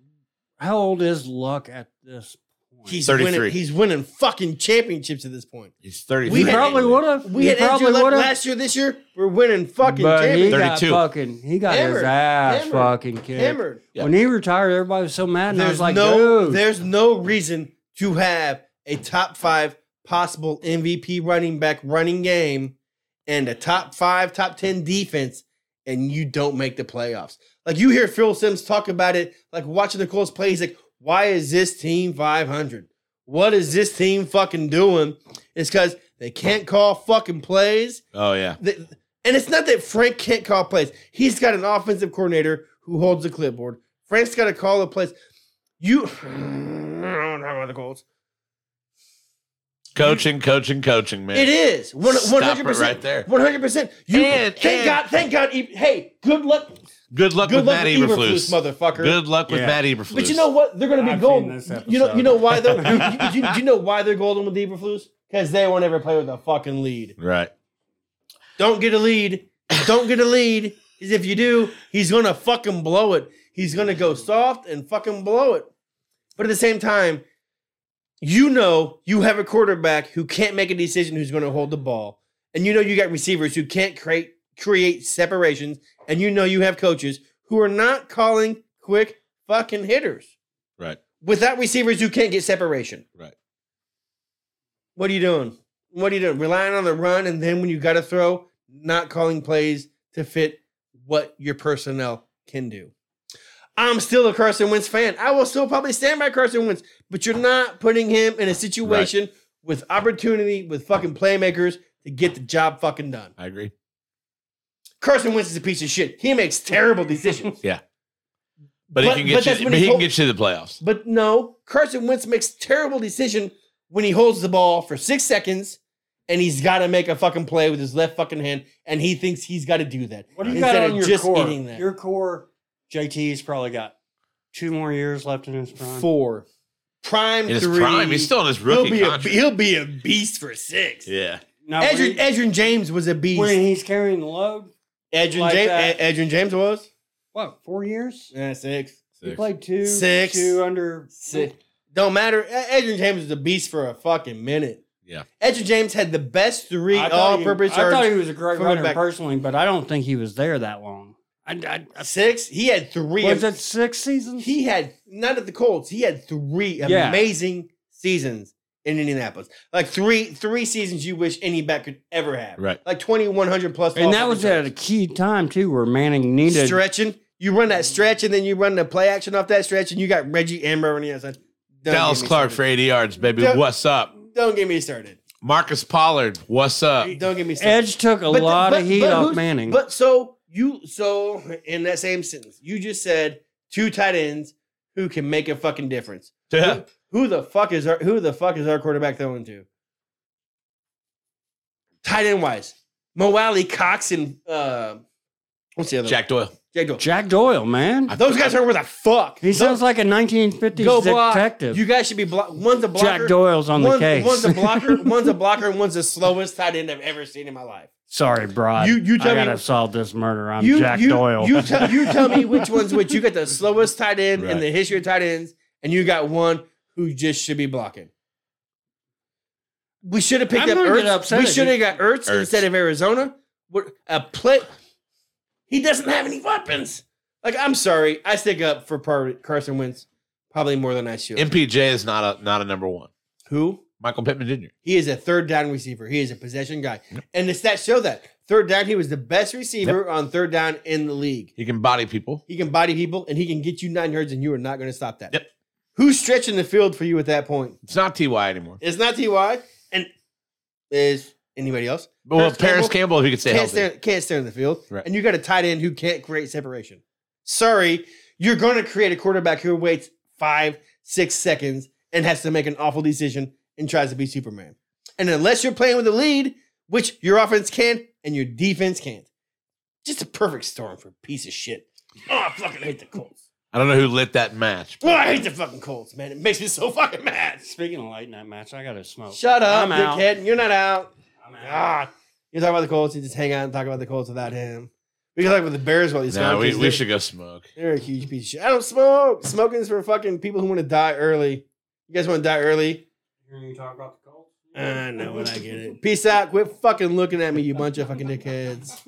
Speaker 1: How old is Luck at this point?
Speaker 3: He's
Speaker 2: 33.
Speaker 3: winning. He's winning fucking championships at this point.
Speaker 2: He's thirty.
Speaker 1: we
Speaker 3: we had-
Speaker 1: probably would have.
Speaker 3: We had
Speaker 1: probably
Speaker 3: Andrew Luck
Speaker 1: would've,
Speaker 3: last year. This year, we're winning fucking
Speaker 1: but he
Speaker 3: championships.
Speaker 1: got
Speaker 2: 32.
Speaker 1: fucking. He got his
Speaker 3: Hammered.
Speaker 1: ass
Speaker 3: Hammered.
Speaker 1: fucking kicked.
Speaker 3: Hammered.
Speaker 2: Yeah.
Speaker 1: When he retired, everybody was so mad, and I
Speaker 3: there's
Speaker 1: was like,
Speaker 3: no
Speaker 1: dude,
Speaker 3: there's no reason to have a top five possible MVP running back running game and a top five, top ten defense, and you don't make the playoffs. Like you hear Phil Sims talk about it, like watching the Colts play, he's like, why is this team 500? What is this team fucking doing? It's because they can't call fucking plays.
Speaker 2: Oh yeah.
Speaker 3: The, and it's not that Frank can't call plays. He's got an offensive coordinator who holds the clipboard. Frank's got to call the plays. You, I don't know about the Colts.
Speaker 2: Coaching, coaching, coaching, man.
Speaker 3: It is one
Speaker 2: Stop it
Speaker 3: hundred percent
Speaker 2: right there.
Speaker 3: One hundred percent. You
Speaker 2: And-
Speaker 3: thank
Speaker 2: and-
Speaker 3: God, thank God. E- Hey, good luck,
Speaker 2: Good luck
Speaker 3: good
Speaker 2: with
Speaker 3: luck
Speaker 2: Matt
Speaker 3: with Eberflus,
Speaker 2: Eberflus.
Speaker 3: motherfucker.
Speaker 2: Good luck with
Speaker 1: Yeah.
Speaker 2: Matt Eberflus.
Speaker 3: But you know what? They're going to be
Speaker 1: I've seen
Speaker 3: golden.
Speaker 1: this
Speaker 3: You know, you
Speaker 1: episode.
Speaker 3: know why they're. you- you, you know why they're golden with Eberflus? Because they won't ever play with a fucking lead.
Speaker 2: Right.
Speaker 3: Don't get a lead. Don't get a lead. Because if you do, he's gonna fucking blow it. He's gonna go soft and fucking blow it. But at the same time, you know you have a quarterback who can't make a decision who's gonna hold the ball. And you know you got receivers who can't create create separations, and you know you have coaches who are not calling quick fucking hitters.
Speaker 2: Right.
Speaker 3: Without receivers you can't get separation.
Speaker 2: Right.
Speaker 3: What are you doing? What are you doing? Relying on the run, and then when you got to throw, not calling plays to fit what your personnel can do. I'm still a Carson Wentz fan. I will still probably stand by Carson Wentz, but you're not putting him in a situation with opportunity with fucking playmakers to get the job fucking done.
Speaker 2: I agree.
Speaker 3: Carson Wentz is a piece of shit. He makes terrible decisions.
Speaker 2: But,
Speaker 3: But-
Speaker 2: he can
Speaker 3: but
Speaker 2: get
Speaker 3: that's
Speaker 2: you.
Speaker 3: when
Speaker 2: But
Speaker 3: he
Speaker 2: he
Speaker 3: told-
Speaker 2: can get you to the playoffs.
Speaker 3: But no, Carson Wentz makes terrible decision when he holds the ball for six seconds and he's got to make a fucking play with his left fucking hand, and he thinks he's got to do that.
Speaker 1: What do you
Speaker 3: Instead
Speaker 1: got
Speaker 3: of
Speaker 1: on your
Speaker 3: just
Speaker 1: core?
Speaker 3: eating that.
Speaker 1: Your core, JT's probably got two more years left in his prime.
Speaker 3: Four, prime
Speaker 2: In his
Speaker 3: three.
Speaker 2: prime, he's still in his
Speaker 3: he'll
Speaker 2: rookie
Speaker 3: be a
Speaker 2: contract.
Speaker 3: he'll be a beast for six.
Speaker 2: yeah.
Speaker 1: Now, when,
Speaker 3: Edrin, Edrin James was a beast.
Speaker 1: when he's carrying the load,
Speaker 3: Edrin
Speaker 1: like
Speaker 3: James,
Speaker 1: that.
Speaker 3: Edrin James was
Speaker 1: what four years?
Speaker 3: yeah, six.
Speaker 1: He played two,
Speaker 3: Six.
Speaker 1: two under
Speaker 3: Sick. Don't matter. Ed- Edrin James was a beast for a fucking minute.
Speaker 2: Yeah.
Speaker 3: Edrin James had the best three
Speaker 1: I thought he-
Speaker 3: all-purpose
Speaker 1: I thought
Speaker 3: yards.
Speaker 1: he was a great
Speaker 3: from the
Speaker 1: runner
Speaker 3: back.
Speaker 1: personally, but I don't think he was there that long. I, I, I-
Speaker 3: six. He had three.
Speaker 1: was it six seasons?
Speaker 3: He had not at the Colts. He had three
Speaker 1: Yeah.
Speaker 3: amazing seasons in Indianapolis. Like three three seasons you wish any back could ever have.
Speaker 2: Right.
Speaker 3: Like twenty one hundred plus.
Speaker 1: and that
Speaker 3: all-purpose
Speaker 1: was at
Speaker 3: yards.
Speaker 1: a key time too, where Manning needed.
Speaker 3: stretching. You run that stretch and then you run the play action off that stretch and you got Reggie Amber on the other side. Don't
Speaker 2: Dallas
Speaker 3: get me
Speaker 2: Clark for
Speaker 3: started.
Speaker 2: 80 yards, baby.
Speaker 3: Don't-
Speaker 2: What's up?
Speaker 3: Don't get me started.
Speaker 2: Marcus Pollard, what's up?
Speaker 3: Don't get me started.
Speaker 1: Edge took a
Speaker 3: But the-
Speaker 1: lot
Speaker 3: but-
Speaker 1: of heat
Speaker 3: but
Speaker 1: off
Speaker 3: who's-
Speaker 1: Manning.
Speaker 3: But so you so in that same sentence, you just said two tight ends who can make a fucking difference.
Speaker 2: Yeah.
Speaker 3: Who the fuck is our who the fuck is our quarterback throwing to? Tight end wise. Mo Alley, Cox, and uh, what's the other
Speaker 2: Jack Doyle.
Speaker 3: one? Jack Doyle.
Speaker 1: Jack Doyle, man,
Speaker 2: I-
Speaker 3: Those guys are worth a fuck.
Speaker 1: he sounds like a 1950s
Speaker 3: Go block.
Speaker 1: detective.
Speaker 3: You guys should be block one's a blocker.
Speaker 1: Jack Doyle's on the
Speaker 3: one's,
Speaker 1: case.
Speaker 3: one's a blocker, one's a blocker, and one's the slowest tight end I've ever seen in my life.
Speaker 1: Sorry, Brod.
Speaker 3: You- you tell
Speaker 1: I
Speaker 3: me-
Speaker 1: gotta solve this murder. I'm Jack
Speaker 3: you,
Speaker 1: Doyle.
Speaker 3: You, tell you tell me which one's which. You got the slowest tight end in
Speaker 2: Right.
Speaker 3: the history of tight ends, and you got one who just should be blocking. We should have picked
Speaker 1: I'm
Speaker 3: up
Speaker 1: gonna get
Speaker 3: Ertz.
Speaker 1: upset
Speaker 3: We
Speaker 1: at
Speaker 3: should have got Ertz,
Speaker 2: Ertz.
Speaker 3: instead of Arizona. What a play! He doesn't have any weapons. Like, I'm sorry, I stick up for Par- Carson Wentz probably more than I should.
Speaker 2: MPJ is not a not a number one.
Speaker 3: Who?
Speaker 2: Michael Pittman Jr.
Speaker 3: He is a third down receiver. He is a possession guy, and the stats show that third down he was the best receiver on third down in the league.
Speaker 2: He can body people.
Speaker 3: He can body people and he can get you nine yards, and you are not going to stop that.
Speaker 2: Yep.
Speaker 3: Who's stretching the field for you at that point?
Speaker 2: It's not Ty anymore.
Speaker 3: It's not Ty, and is anybody else?
Speaker 2: But well,
Speaker 3: Paris
Speaker 2: Paris Campbell, if he could stay
Speaker 3: can't
Speaker 2: healthy.
Speaker 3: stand, can't stand in the field.
Speaker 2: Right.
Speaker 3: And you got a tight end who can't create separation. Sorry, you're going to create a quarterback who waits five, six seconds and has to make an awful decision and tries to be Superman. And unless you're playing with a lead, which your offense can and your defense can't, just a perfect storm for a piece of shit. Oh, I fucking hate the Colts.
Speaker 2: I don't know who lit that match.
Speaker 3: Oh, I hate the fucking Colts, man. It makes me so fucking mad.
Speaker 1: Speaking of late night match, I got to smoke.
Speaker 3: Shut Ah, up,
Speaker 1: I'm out.
Speaker 3: dickhead. You're not out.
Speaker 1: I'm out.
Speaker 3: God. You talk about the Colts, you just hang out and talk about the Colts without him. We can talk about the Bears while he's
Speaker 2: No,
Speaker 3: gone,
Speaker 2: we,
Speaker 3: 'cause
Speaker 2: we
Speaker 3: they're-
Speaker 2: should go smoke.
Speaker 3: They're a huge piece of shit. I don't smoke. Smoking's for fucking people who want to die early. You guys want to die early?
Speaker 1: Hearing you talk about the Colts?
Speaker 3: I know when I get it. Peace out. Quit fucking looking at me, you bunch of fucking dickheads.